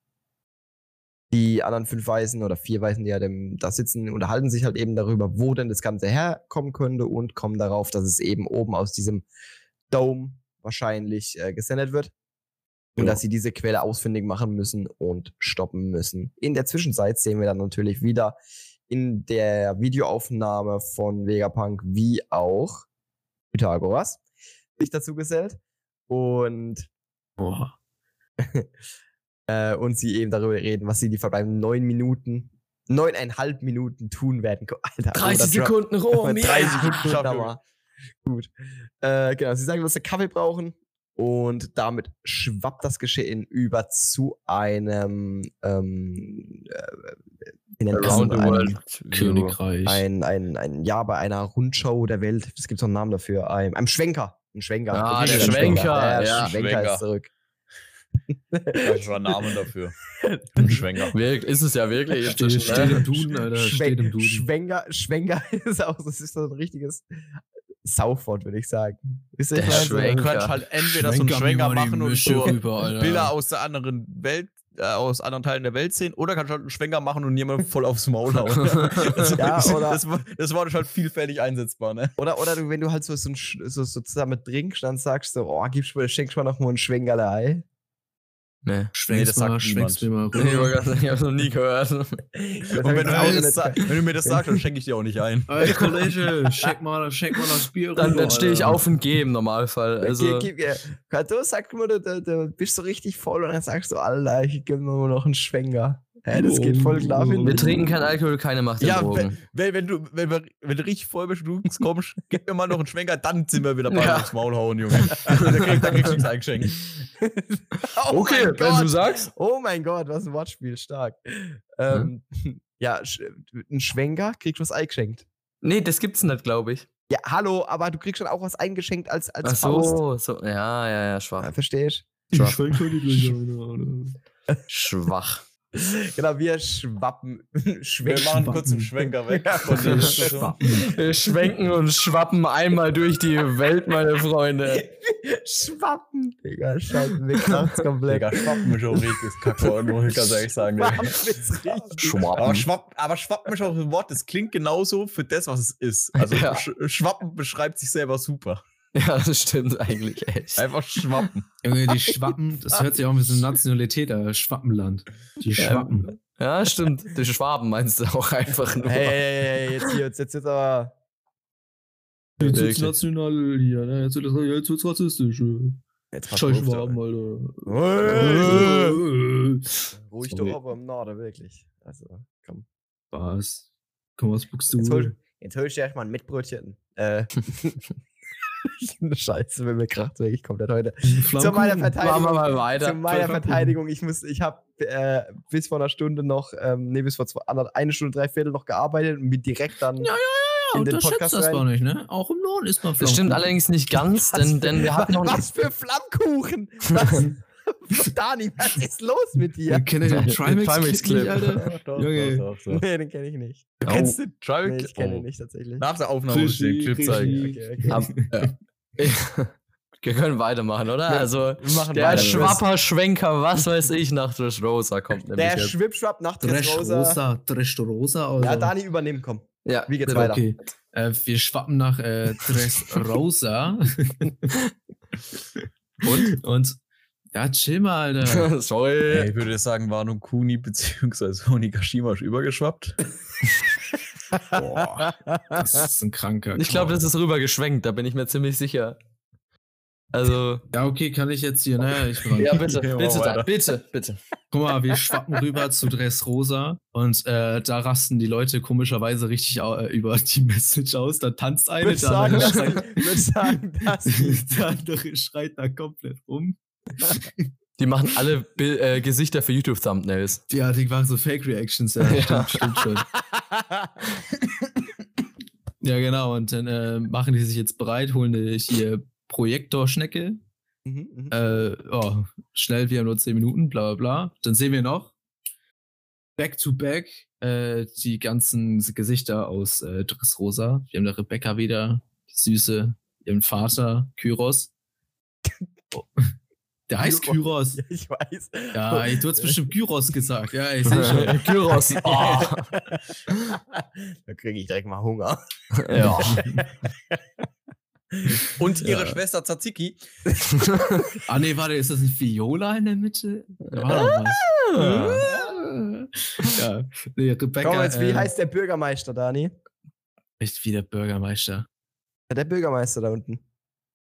Speaker 1: Die anderen fünf Weisen oder vier Weisen, die ja dem, da sitzen, unterhalten sich halt eben darüber, wo denn das Ganze herkommen könnte und kommen darauf, dass es eben oben aus diesem Dome wahrscheinlich äh, gesendet wird. Und
Speaker 3: Ja.
Speaker 1: dass sie diese Quelle ausfindig machen müssen und stoppen müssen. In der Zwischenzeit sehen wir dann natürlich wieder in der Videoaufnahme von Vegapunk wie auch Pythagoras sich dazu gesellt. Und,
Speaker 3: Boah.
Speaker 1: äh, und sie eben darüber reden, was sie die verbleibenden neun Minuten, neuneinhalb Minuten tun werden. ko- Alter, also oder Dra- 30
Speaker 2: rum.
Speaker 1: Sekunden Dauer. Gut. Äh, genau, sie sagen, dass sie Kaffee brauchen. Und damit schwappt das Geschehen über zu einem ähm, äh, wie nennt man das?
Speaker 2: Around the
Speaker 1: Ein-
Speaker 2: World.
Speaker 3: Königreich.
Speaker 1: ein, ein, ein ja bei einer Rundschau der Welt, es gibt so einen Namen dafür, ein, einem Schwenker. Ein Schwenker.
Speaker 2: Ah,
Speaker 1: Das
Speaker 2: der
Speaker 1: ist ein
Speaker 2: Schwenker,
Speaker 1: Der
Speaker 2: ja.
Speaker 1: Schwenker,
Speaker 4: Schwenker.
Speaker 1: ist zurück.
Speaker 4: Ich war Namen dafür. Ein Schwenker.
Speaker 2: Wirkt, ist es ja wirklich.
Speaker 3: Steht,
Speaker 2: inzwischen,
Speaker 3: steht
Speaker 2: ne?
Speaker 3: im Duden, Alter. Steht im
Speaker 1: Schwen
Speaker 3: Duden.
Speaker 1: Schwenker, Schwenker ist auch, das ist so ein richtiges Saufwort, würde ich sagen. Wisst ihr,
Speaker 2: Der
Speaker 1: ich meine, so-
Speaker 2: Schwenker.
Speaker 4: Man könnte halt entweder so einen Schwenker machen und so
Speaker 3: rüber, Alter.
Speaker 4: Bilder aus der anderen Welt äh, aus anderen Teilen der Welt sehen, oder kannst halt einen Schwenker machen und jemand voll aufs Maul hauen. Also das,
Speaker 1: Ja, oder-
Speaker 4: das, Wort- das Wort ist halt vielfältig einsetzbar, ne?
Speaker 1: Oder, oder du, wenn du halt so, so, ein Sch- so, so zusammen trinkst, dann sagst du, oh, gibst mir, schenkst mir noch mal einen Schwenkerlei.
Speaker 2: Nee.
Speaker 4: Nee,
Speaker 3: Schwenkst
Speaker 4: das
Speaker 3: nee, mal,
Speaker 4: sagt
Speaker 3: schwenkst mir mal
Speaker 2: Ich
Speaker 3: rüber.
Speaker 2: wollte gerade sagen, ich hab's noch nie gehört.
Speaker 1: Das
Speaker 4: Und
Speaker 1: hab
Speaker 4: wenn du,
Speaker 1: ich auch
Speaker 4: mir das,
Speaker 1: nicht-
Speaker 4: sa- wenn du mir das sagst, dann schenke ich dir auch nicht ein.
Speaker 3: Ey, Kollege, schenk mal, schenk mal das Bier
Speaker 2: Dann,
Speaker 3: rüber,
Speaker 2: dann stehe ich
Speaker 3: Alter.
Speaker 2: auf und gehe im Normalfall.
Speaker 1: Gib-
Speaker 2: Also,
Speaker 1: gib mir- Ja, du sagst mir, du, du, du bist so richtig voll und dann sagst du, Alter, ich gebe mir nur noch einen Schwenker. Hä, das geht voll klar. finde
Speaker 2: wir
Speaker 1: ich.
Speaker 2: trinken keinen Alkohol, keine Macht
Speaker 4: Ja,
Speaker 2: der Drogen.
Speaker 4: Wenn, wenn, du, wenn, wir- wenn du richtig voll bist und du kommst, gib mir mal noch einen Schwenker, dann sind wir wieder bei
Speaker 2: Ja.
Speaker 4: aufs Maul hauen, Junge. Also, dann kriegst dann kriegst du nichts eingeschenkt.
Speaker 1: Oh okay, mein Gott.
Speaker 2: sagst.
Speaker 1: Oh mein Gott, was ein Wortspiel, stark. Ähm, ja, sch- ein Schwenker kriegst du was eingeschenkt.
Speaker 2: Nee, das gibt's nicht, glaube ich.
Speaker 1: Ja, hallo, aber du kriegst schon auch was eingeschenkt als, als
Speaker 2: Ach so, so. Ja, ja, ja, schwach.
Speaker 1: Ja, verstehst
Speaker 3: Ich schwenk mal die Gläser,
Speaker 2: Schwach.
Speaker 1: Genau, wir schwappen. Schwenken.
Speaker 4: Wir machen kurz einen Schwenker weg.
Speaker 3: Alter.
Speaker 2: Wir schwenken und schwappen einmal durch die Welt, meine Freunde.
Speaker 1: Schwappen. Digga, scheiße, wir kracht's komplett.
Speaker 4: Digga, schwappen ist auch richtiges Kackwort, muss ich ganz ehrlich sagen. ey.
Speaker 1: Schwappen ist richtig.
Speaker 4: Aber, schwapp, aber schwappen ist auch ein Wort, das klingt genauso für das, was es ist. Also
Speaker 2: Ja.
Speaker 4: sch schwappen beschreibt sich selber super.
Speaker 2: Ja, das stimmt eigentlich echt.
Speaker 4: Einfach schwappen.
Speaker 3: Junge, die Schwappen, das hört sich auch ein bisschen Nationalität an, Schwappenland. Die
Speaker 2: Ja.
Speaker 3: Schwappen.
Speaker 2: Ja, stimmt. Die Schwaben meinst du auch einfach nur.
Speaker 1: Hey, hey,
Speaker 4: Äh,
Speaker 1: hey, jetzt hier, jetzt, jetzt, jetzt aber.
Speaker 3: Jetzt
Speaker 2: wird's
Speaker 3: wird's national hier, ne? Jetzt, wird's rassistisch.
Speaker 1: Jetzt pass
Speaker 3: Scheiß
Speaker 1: auf,
Speaker 3: Schwaben,
Speaker 1: Alter.
Speaker 3: Alter.
Speaker 1: Hey.
Speaker 3: Äh.
Speaker 1: Ruhig doch
Speaker 3: Sorry.
Speaker 1: aber im Norden, wirklich. Also, komm.
Speaker 3: Was? Komm, was buchst du?
Speaker 1: Jetzt hol, jetzt hol ich dir erstmal ein Mitbrötchen. Äh. Scheiße, wenn mir kracht wirklich komplett heute. Zu meiner
Speaker 2: Machen wir
Speaker 1: Verteidigung.
Speaker 2: mal
Speaker 1: Zu
Speaker 2: weiter.
Speaker 1: meiner
Speaker 3: Flammkuchen.
Speaker 1: Verteidigung, ich muss, ich habe äh, bis vor einer Stunde noch, ähm, nee, bis vor zwei, ander- eine Stunde, drei Viertel noch gearbeitet und bin direkt dann.
Speaker 3: Ja, ja,
Speaker 1: in
Speaker 3: ja,
Speaker 1: den
Speaker 3: unterschätzt
Speaker 1: Podcast
Speaker 3: das
Speaker 1: rein.
Speaker 3: gar nicht, ne? Auch im Lohn ist man
Speaker 2: Das stimmt allerdings nicht ganz, denn, denn wir hatten noch
Speaker 1: Was für Flammkuchen! Was, Dani, was ist los mit dir?
Speaker 3: Kennt ihr den
Speaker 2: Den Trimax
Speaker 3: Trimax-Clip,
Speaker 2: Clip.
Speaker 3: nicht, Alter? Junge.
Speaker 1: Nee, den kenne ich nicht.
Speaker 4: Du kennst den
Speaker 1: Nee, ich kenne ihn
Speaker 4: Trial
Speaker 1: nicht tatsächlich.
Speaker 4: Oh. Nach der Aufnahme muss ich dir den Clip
Speaker 3: Fischi,
Speaker 4: zeigen.
Speaker 1: Okay, okay.
Speaker 2: Ab- Wir können weitermachen, oder?
Speaker 1: Ja,
Speaker 2: Also,
Speaker 4: Wir machen
Speaker 2: der
Speaker 4: weiter.
Speaker 2: Schwapper, Schwenker, was weiß ich, nach Trish Rosa kommt nämlich
Speaker 1: Der
Speaker 2: jetzt.
Speaker 1: Schwipschwapp nach
Speaker 3: Dresch
Speaker 1: Rosa.
Speaker 3: Rosa, Dresch Rosa, Alter.
Speaker 1: Ja, Dani, übernehmen, komm.
Speaker 2: Ja,
Speaker 1: Wie geht's
Speaker 2: bitte.
Speaker 1: weiter?
Speaker 3: Okay. Äh, wir schwappen nach äh, Tres Rosa. Und? Und ja, chill mal, Alter.
Speaker 2: Sorry.
Speaker 4: Ey, ich würde sagen, Warnung Kuni bzw. Onigashima ist übergeschwappt.
Speaker 3: Boah, das ist ein kranker.
Speaker 2: Ich glaube,
Speaker 3: Kerl.
Speaker 2: das ist rübergeschwenkt, da bin ich mir ziemlich sicher. Also,
Speaker 3: Ja, okay, kann ich jetzt hier, ne? Ich bin
Speaker 2: ja, bitte,
Speaker 4: Gehen wir
Speaker 2: bitte,
Speaker 4: weiter.
Speaker 2: dann, bitte, bitte.
Speaker 3: Guck mal, wir schwappen rüber zu Dressrosa und äh, da rasten die Leute komischerweise richtig au- äh, über die Message aus. Da tanzt
Speaker 1: Ich
Speaker 3: eine,
Speaker 1: würde
Speaker 3: der
Speaker 1: sagen,
Speaker 3: andere
Speaker 1: dass-
Speaker 3: schreit,
Speaker 1: würd sagen, dass
Speaker 3: der andere schreit da komplett rum.
Speaker 2: Die machen alle Bil- äh, Gesichter für YouTube-Thumbnails.
Speaker 3: Ja, die waren so Fake-Reactions, ja,
Speaker 2: Ja.
Speaker 3: stimmt, stimmt schon. ja, genau, und dann äh, machen die sich jetzt bereit, holen die hier Projektorschnecke.
Speaker 1: Mhm, mhm.
Speaker 3: Äh, oh, schnell, wir haben nur 10 Minuten, bla bla bla. Dann sehen wir noch back to back äh, die ganzen Gesichter aus äh, Dressrosa. Wir haben da Rebecca wieder, die Süße, ihren Vater, Kyros. Oh, Der heißt Kyros.
Speaker 1: Ja, ich weiß.
Speaker 3: Ja, ey, du hast bestimmt Kyros gesagt. Ja, ich sehe schon.
Speaker 2: Gyros.
Speaker 3: Ah.
Speaker 2: Oh.
Speaker 1: Da kriege ich direkt mal Hunger.
Speaker 2: Ja.
Speaker 4: Und ihre
Speaker 3: Ja.
Speaker 4: Schwester Tzatziki.
Speaker 3: Ah, nee, warte, ist das nicht Viola in der Mitte? Da war doch
Speaker 2: Ah.
Speaker 3: was. ja, nee, Rebecca.
Speaker 1: Komm, jetzt, wie
Speaker 3: äh,
Speaker 1: heißt der Bürgermeister, Dani?
Speaker 3: Echt wie der Bürgermeister.
Speaker 1: Der Bürgermeister da unten.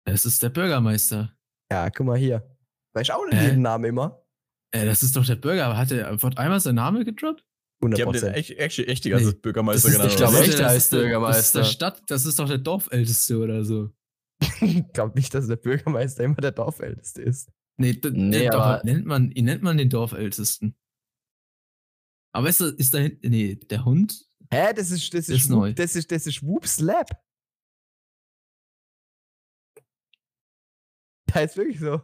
Speaker 3: Es ist der Bürgermeister.
Speaker 1: Ja, guck mal hier. Weiß ich auch nicht
Speaker 3: Hä?
Speaker 1: jeden Namen immer.
Speaker 3: Äh, das ist doch der Bürger. Hat er wird einmal sein Name gedroppt?
Speaker 4: Die haben
Speaker 1: 100%.
Speaker 4: den echt, echt, echt die
Speaker 3: Nee.
Speaker 4: ganze Bürgermeister
Speaker 2: Das ist-
Speaker 4: genannt.
Speaker 2: ich glaube,
Speaker 4: oder?
Speaker 2: genau.
Speaker 3: der-
Speaker 2: echt, der
Speaker 3: das
Speaker 2: heißt
Speaker 3: ist der- Das ist,
Speaker 2: Bürgermeister.
Speaker 3: der Stadt, das ist doch der Dorfälteste oder so.
Speaker 1: ich glaube nicht, dass der Bürgermeister immer der Dorfälteste ist.
Speaker 3: Nee, d-
Speaker 2: Nee,
Speaker 3: den,
Speaker 2: aber-
Speaker 3: aber nennt man, ihn nennt man den Dorfältesten. Aber ist, da- ist da hinten, nee, der Hund?
Speaker 1: Hä, das ist, das ist,
Speaker 3: Ist
Speaker 1: Whoop-
Speaker 3: neu.
Speaker 1: Das ist, das ist Whoops Lab. Der heißt wirklich so.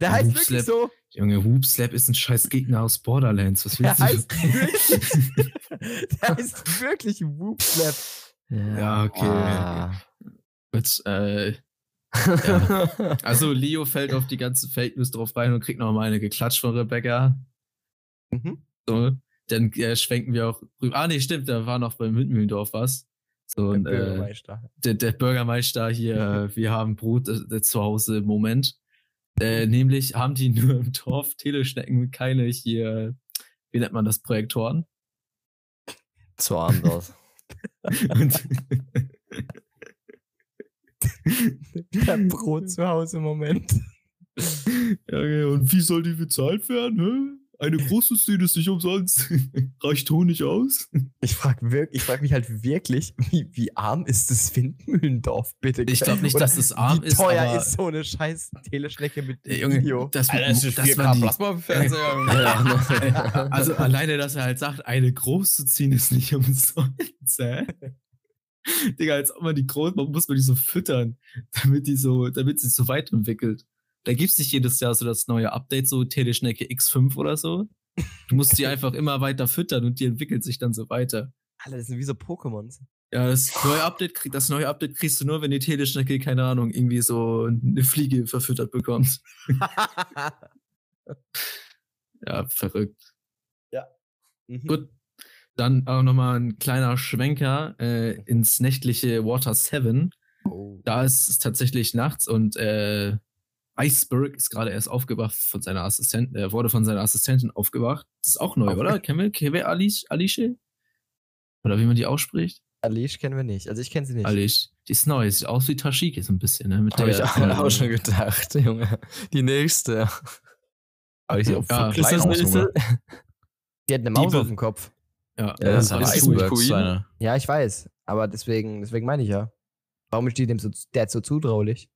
Speaker 1: Der heißt
Speaker 3: Whoops
Speaker 1: wirklich so.
Speaker 3: Lab. Junge, Hoopslap ist ein scheiß Gegner aus Borderlands. Was
Speaker 1: Der
Speaker 3: willst
Speaker 1: heißt
Speaker 3: du?
Speaker 1: wirklich, der heißt wirklich Whoops Lab.
Speaker 3: Ja, okay.
Speaker 2: Ah.
Speaker 3: Mit, äh, Also Leo fällt auf die ganzen Fake News drauf rein und kriegt nochmal eine geklatscht von Rebecca.
Speaker 1: Mhm.
Speaker 3: So, dann äh, schwenken wir auch rüber. Ah, nee, stimmt, da war noch bei Mündmühldorf was. So, und, äh, der, der Bürgermeister hier, äh, wir haben Brot äh, zu Hause im Moment. Äh, nämlich haben die nur im Dorf Teleschnecken und keine hier, wie nennt man das, Projektoren.
Speaker 2: Zu arm draus.
Speaker 3: Und,
Speaker 1: Ich hab Brot zu Hause im Moment.
Speaker 3: ja, und wie soll die bezahlt werden? Hä? Eine große Szene ist nicht umsonst. Reicht Honig aus?
Speaker 1: Ich frage wirklich, ich frag mich halt wirklich, wie, wie arm ist das Windmühlendorf, bitte?
Speaker 3: Ich glaube nicht,
Speaker 1: Oder
Speaker 3: dass es arm
Speaker 1: wie
Speaker 3: ist,
Speaker 1: teuer
Speaker 3: aber
Speaker 1: ist so eine scheiß Teleschnecke mit
Speaker 3: Ey, Junge,
Speaker 1: Video.
Speaker 3: das,
Speaker 4: Alter, das ist
Speaker 3: das
Speaker 4: 4K
Speaker 3: war die,
Speaker 4: Plasma-Fernseher.
Speaker 3: Also alleine, dass er halt sagt, eine groß zu ziehen ist nicht umsonst. Hä? Digga, als ob man die groß, man muss man die so füttern, damit die so, damit sie so weit entwickelt. Da gibt's nicht jedes Jahr so das neue Update, so Teleschnecke X5 oder so. Du musst die einfach immer weiter füttern und die entwickelt sich dann so weiter.
Speaker 1: Alter, das sind wie so Pokémons.
Speaker 3: Ja, das neue Update, krieg- das neue Update kriegst du nur, wenn die Teleschnecke, keine Ahnung, irgendwie so eine Fliege verfüttert bekommt. Ja, verrückt.
Speaker 1: Mhm.
Speaker 3: Gut. Dann auch nochmal ein kleiner Schwenker äh, ins nächtliche Water 7.
Speaker 1: Oh.
Speaker 3: Da ist es tatsächlich nachts und äh, Iceberg ist gerade erst aufgewacht von seiner Assistentin, äh, wurde von seiner Assistentin aufgewacht. Das ist auch neu,
Speaker 1: Aufge-
Speaker 3: oder? Kennen wir, kennen wir Alice, Alice? Oder wie man die ausspricht?
Speaker 1: Alish kennen wir nicht. Also ich kenne sie nicht.
Speaker 3: Alice. Die ist neu, sieht aus wie Tashiki so ein bisschen, ne? Mit
Speaker 2: Habe ich auch,
Speaker 3: äh,
Speaker 2: auch schon gedacht, Junge. Die nächste.
Speaker 4: Aber ich sehe auch voll
Speaker 3: Ja, ist
Speaker 4: klein aus,
Speaker 2: nicht
Speaker 4: Junge.
Speaker 1: Die hat eine
Speaker 3: Maus
Speaker 1: Maus
Speaker 3: Diebe.
Speaker 1: auf
Speaker 3: auf
Speaker 1: dem
Speaker 3: dem
Speaker 1: Kopf.
Speaker 3: Ja,
Speaker 2: Ja, das
Speaker 3: äh,
Speaker 2: ist
Speaker 3: Iceberg.
Speaker 2: Iceberg.
Speaker 4: Icebergs
Speaker 2: Queen.
Speaker 4: seine.
Speaker 1: Ja, ich weiß. Aber deswegen, deswegen meine ich ja. Warum ist die dem so, der so zutraulich?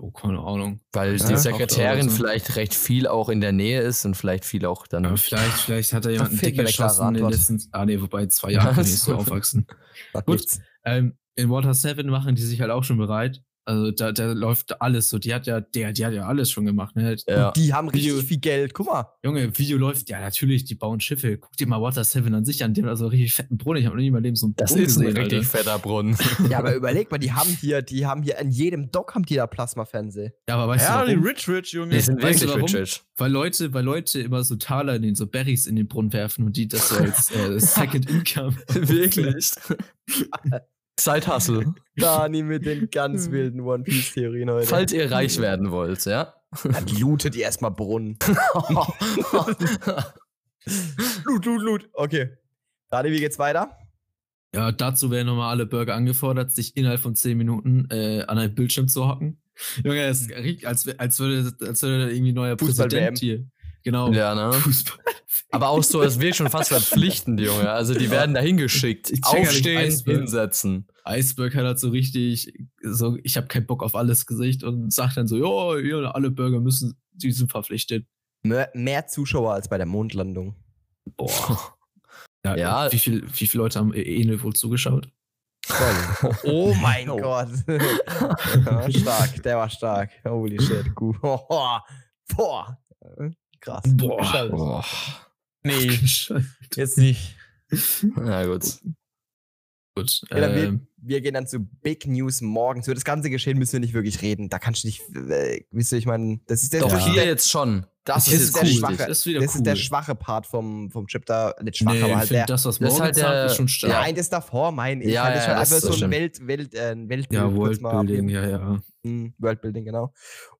Speaker 3: Oh, keine Ahnung.
Speaker 2: Weil
Speaker 3: Ja,
Speaker 2: die
Speaker 3: auch
Speaker 2: Sekretärin
Speaker 3: draußen.
Speaker 2: vielleicht recht viel auch in der Nähe ist und vielleicht viel auch dann.
Speaker 3: Aber vielleicht, vielleicht hat er
Speaker 1: Da
Speaker 3: jemanden
Speaker 1: fehlt
Speaker 3: dick
Speaker 1: mir der klare
Speaker 3: geschossen in den
Speaker 1: Antwort.
Speaker 3: letzten. Ah, nee, wobei zwei Jahre kann
Speaker 2: Was?
Speaker 3: ich so aufwachsen.
Speaker 1: Sagt
Speaker 3: Gut.
Speaker 1: nichts.
Speaker 3: Ähm, in Water 7 machen die sich halt auch schon bereit. Also da, da läuft alles so. Die hat ja, der, die hat ja alles schon gemacht. Ne?
Speaker 2: ja.
Speaker 1: Die haben richtig
Speaker 3: Video-
Speaker 1: viel Geld. Guck mal.
Speaker 3: Junge, Video läuft, ja natürlich, die bauen Schiffe. Guck dir mal Water 7 an sich an, die haben also richtig fetten Brunnen. Ich habe noch nie in meinem Leben so einen
Speaker 2: Das
Speaker 3: Brunnen
Speaker 2: ist ein
Speaker 3: gesehen,
Speaker 2: richtig
Speaker 3: Alter.
Speaker 2: fetter Brunnen.
Speaker 1: Ja, aber überleg mal, die haben hier, die haben hier, an jedem Dock haben die da Plasmafernseher.
Speaker 3: Ja, aber weißt
Speaker 4: Ja,
Speaker 3: du
Speaker 4: die
Speaker 3: warum?
Speaker 4: Rich Rich, Junge.
Speaker 2: Die sind
Speaker 3: Weißt du
Speaker 2: wirklich
Speaker 3: warum?
Speaker 2: rich, rich.
Speaker 3: Weil Leute, weil Leute immer so Taler in den, so Berries in den Brunnen werfen und die das so als äh, Second Income.
Speaker 2: Wirklich. Side-Hustle.
Speaker 1: Dani mit den ganz wilden One Piece Theorien heute.
Speaker 2: Falls ihr reich werden wollt, ja.
Speaker 1: Dann lootet ihr erstmal Brunnen. loot, loot, loot. Okay. Dani, wie geht's weiter?
Speaker 3: Ja, dazu werden nochmal alle Bürger angefordert, sich innerhalb von 10 Minuten äh, an einen Bildschirm zu hocken. Junge, das
Speaker 2: Mhm.
Speaker 3: ist richtig, als, wär- als, würde, als würde da irgendwie ein neuer
Speaker 1: Fußball-WM.
Speaker 3: Präsident hier. Genau.
Speaker 2: ja, ne?
Speaker 3: Fußball.
Speaker 2: Aber auch so, es wird schon fast verpflichtend, Junge. Also die werden da hingeschickt.
Speaker 3: Ich check ja nicht,
Speaker 2: Aufstehen,
Speaker 3: Eisbär.
Speaker 2: hinsetzen.
Speaker 3: Eisberg hat halt so richtig, so, ich habe keinen Bock auf alles Gesicht und sagt dann so, "Jo, ja, alle Bürger müssen, die sind verpflichtet.
Speaker 1: Mehr, mehr Zuschauer als bei der Mondlandung.
Speaker 2: Boah. Ja.
Speaker 3: Wie, viel, wie viele Leute haben äh, Enel wohl zugeschaut?
Speaker 1: Oh mein Gott. Ja, stark, der war stark. Holy shit. Gut. Boah. Boah. Krass.
Speaker 3: Boah.
Speaker 1: Geschaltet.
Speaker 2: Boah.
Speaker 1: Nee,
Speaker 3: Scheiße.
Speaker 1: jetzt nicht.
Speaker 2: Na gut.
Speaker 3: Gut.
Speaker 1: Ja, dann
Speaker 3: ähm,
Speaker 1: Wir gehen dann zu Big News morgens. Über das ganze Geschehen müssen wir nicht wirklich reden. Da kannst du nicht, äh, wisst ihr, ich meine, das ist der,
Speaker 2: Doch
Speaker 1: das
Speaker 3: Ja.
Speaker 1: ist
Speaker 2: hier jetzt schon. Das,
Speaker 1: Das
Speaker 2: ist
Speaker 1: ist
Speaker 2: jetzt
Speaker 1: der
Speaker 2: cool.
Speaker 1: Schwache.
Speaker 3: das ist wieder
Speaker 1: das
Speaker 3: cool.
Speaker 1: ist der schwache Part vom, vom Chip da. Nicht schwach,
Speaker 3: nee,
Speaker 1: aber
Speaker 3: ich
Speaker 1: halt
Speaker 3: find
Speaker 1: der.
Speaker 3: das, was
Speaker 2: das ist
Speaker 3: morgen
Speaker 2: halt
Speaker 3: sagt,
Speaker 2: der-
Speaker 3: ist schon
Speaker 1: Ja.
Speaker 3: stark.
Speaker 1: Nein, das davor, mein ich.
Speaker 2: Ja,
Speaker 1: halt, das
Speaker 2: ja,
Speaker 1: ist
Speaker 2: das
Speaker 1: halt
Speaker 2: ist
Speaker 1: einfach so ein
Speaker 2: schlimm.
Speaker 1: Welt, Welt, äh, ein Weltbild.
Speaker 3: Ja,
Speaker 1: kurz mal
Speaker 3: Worldbuilding,
Speaker 1: abgeben.
Speaker 3: ja, ja.
Speaker 1: Mm, Worldbuilding, genau.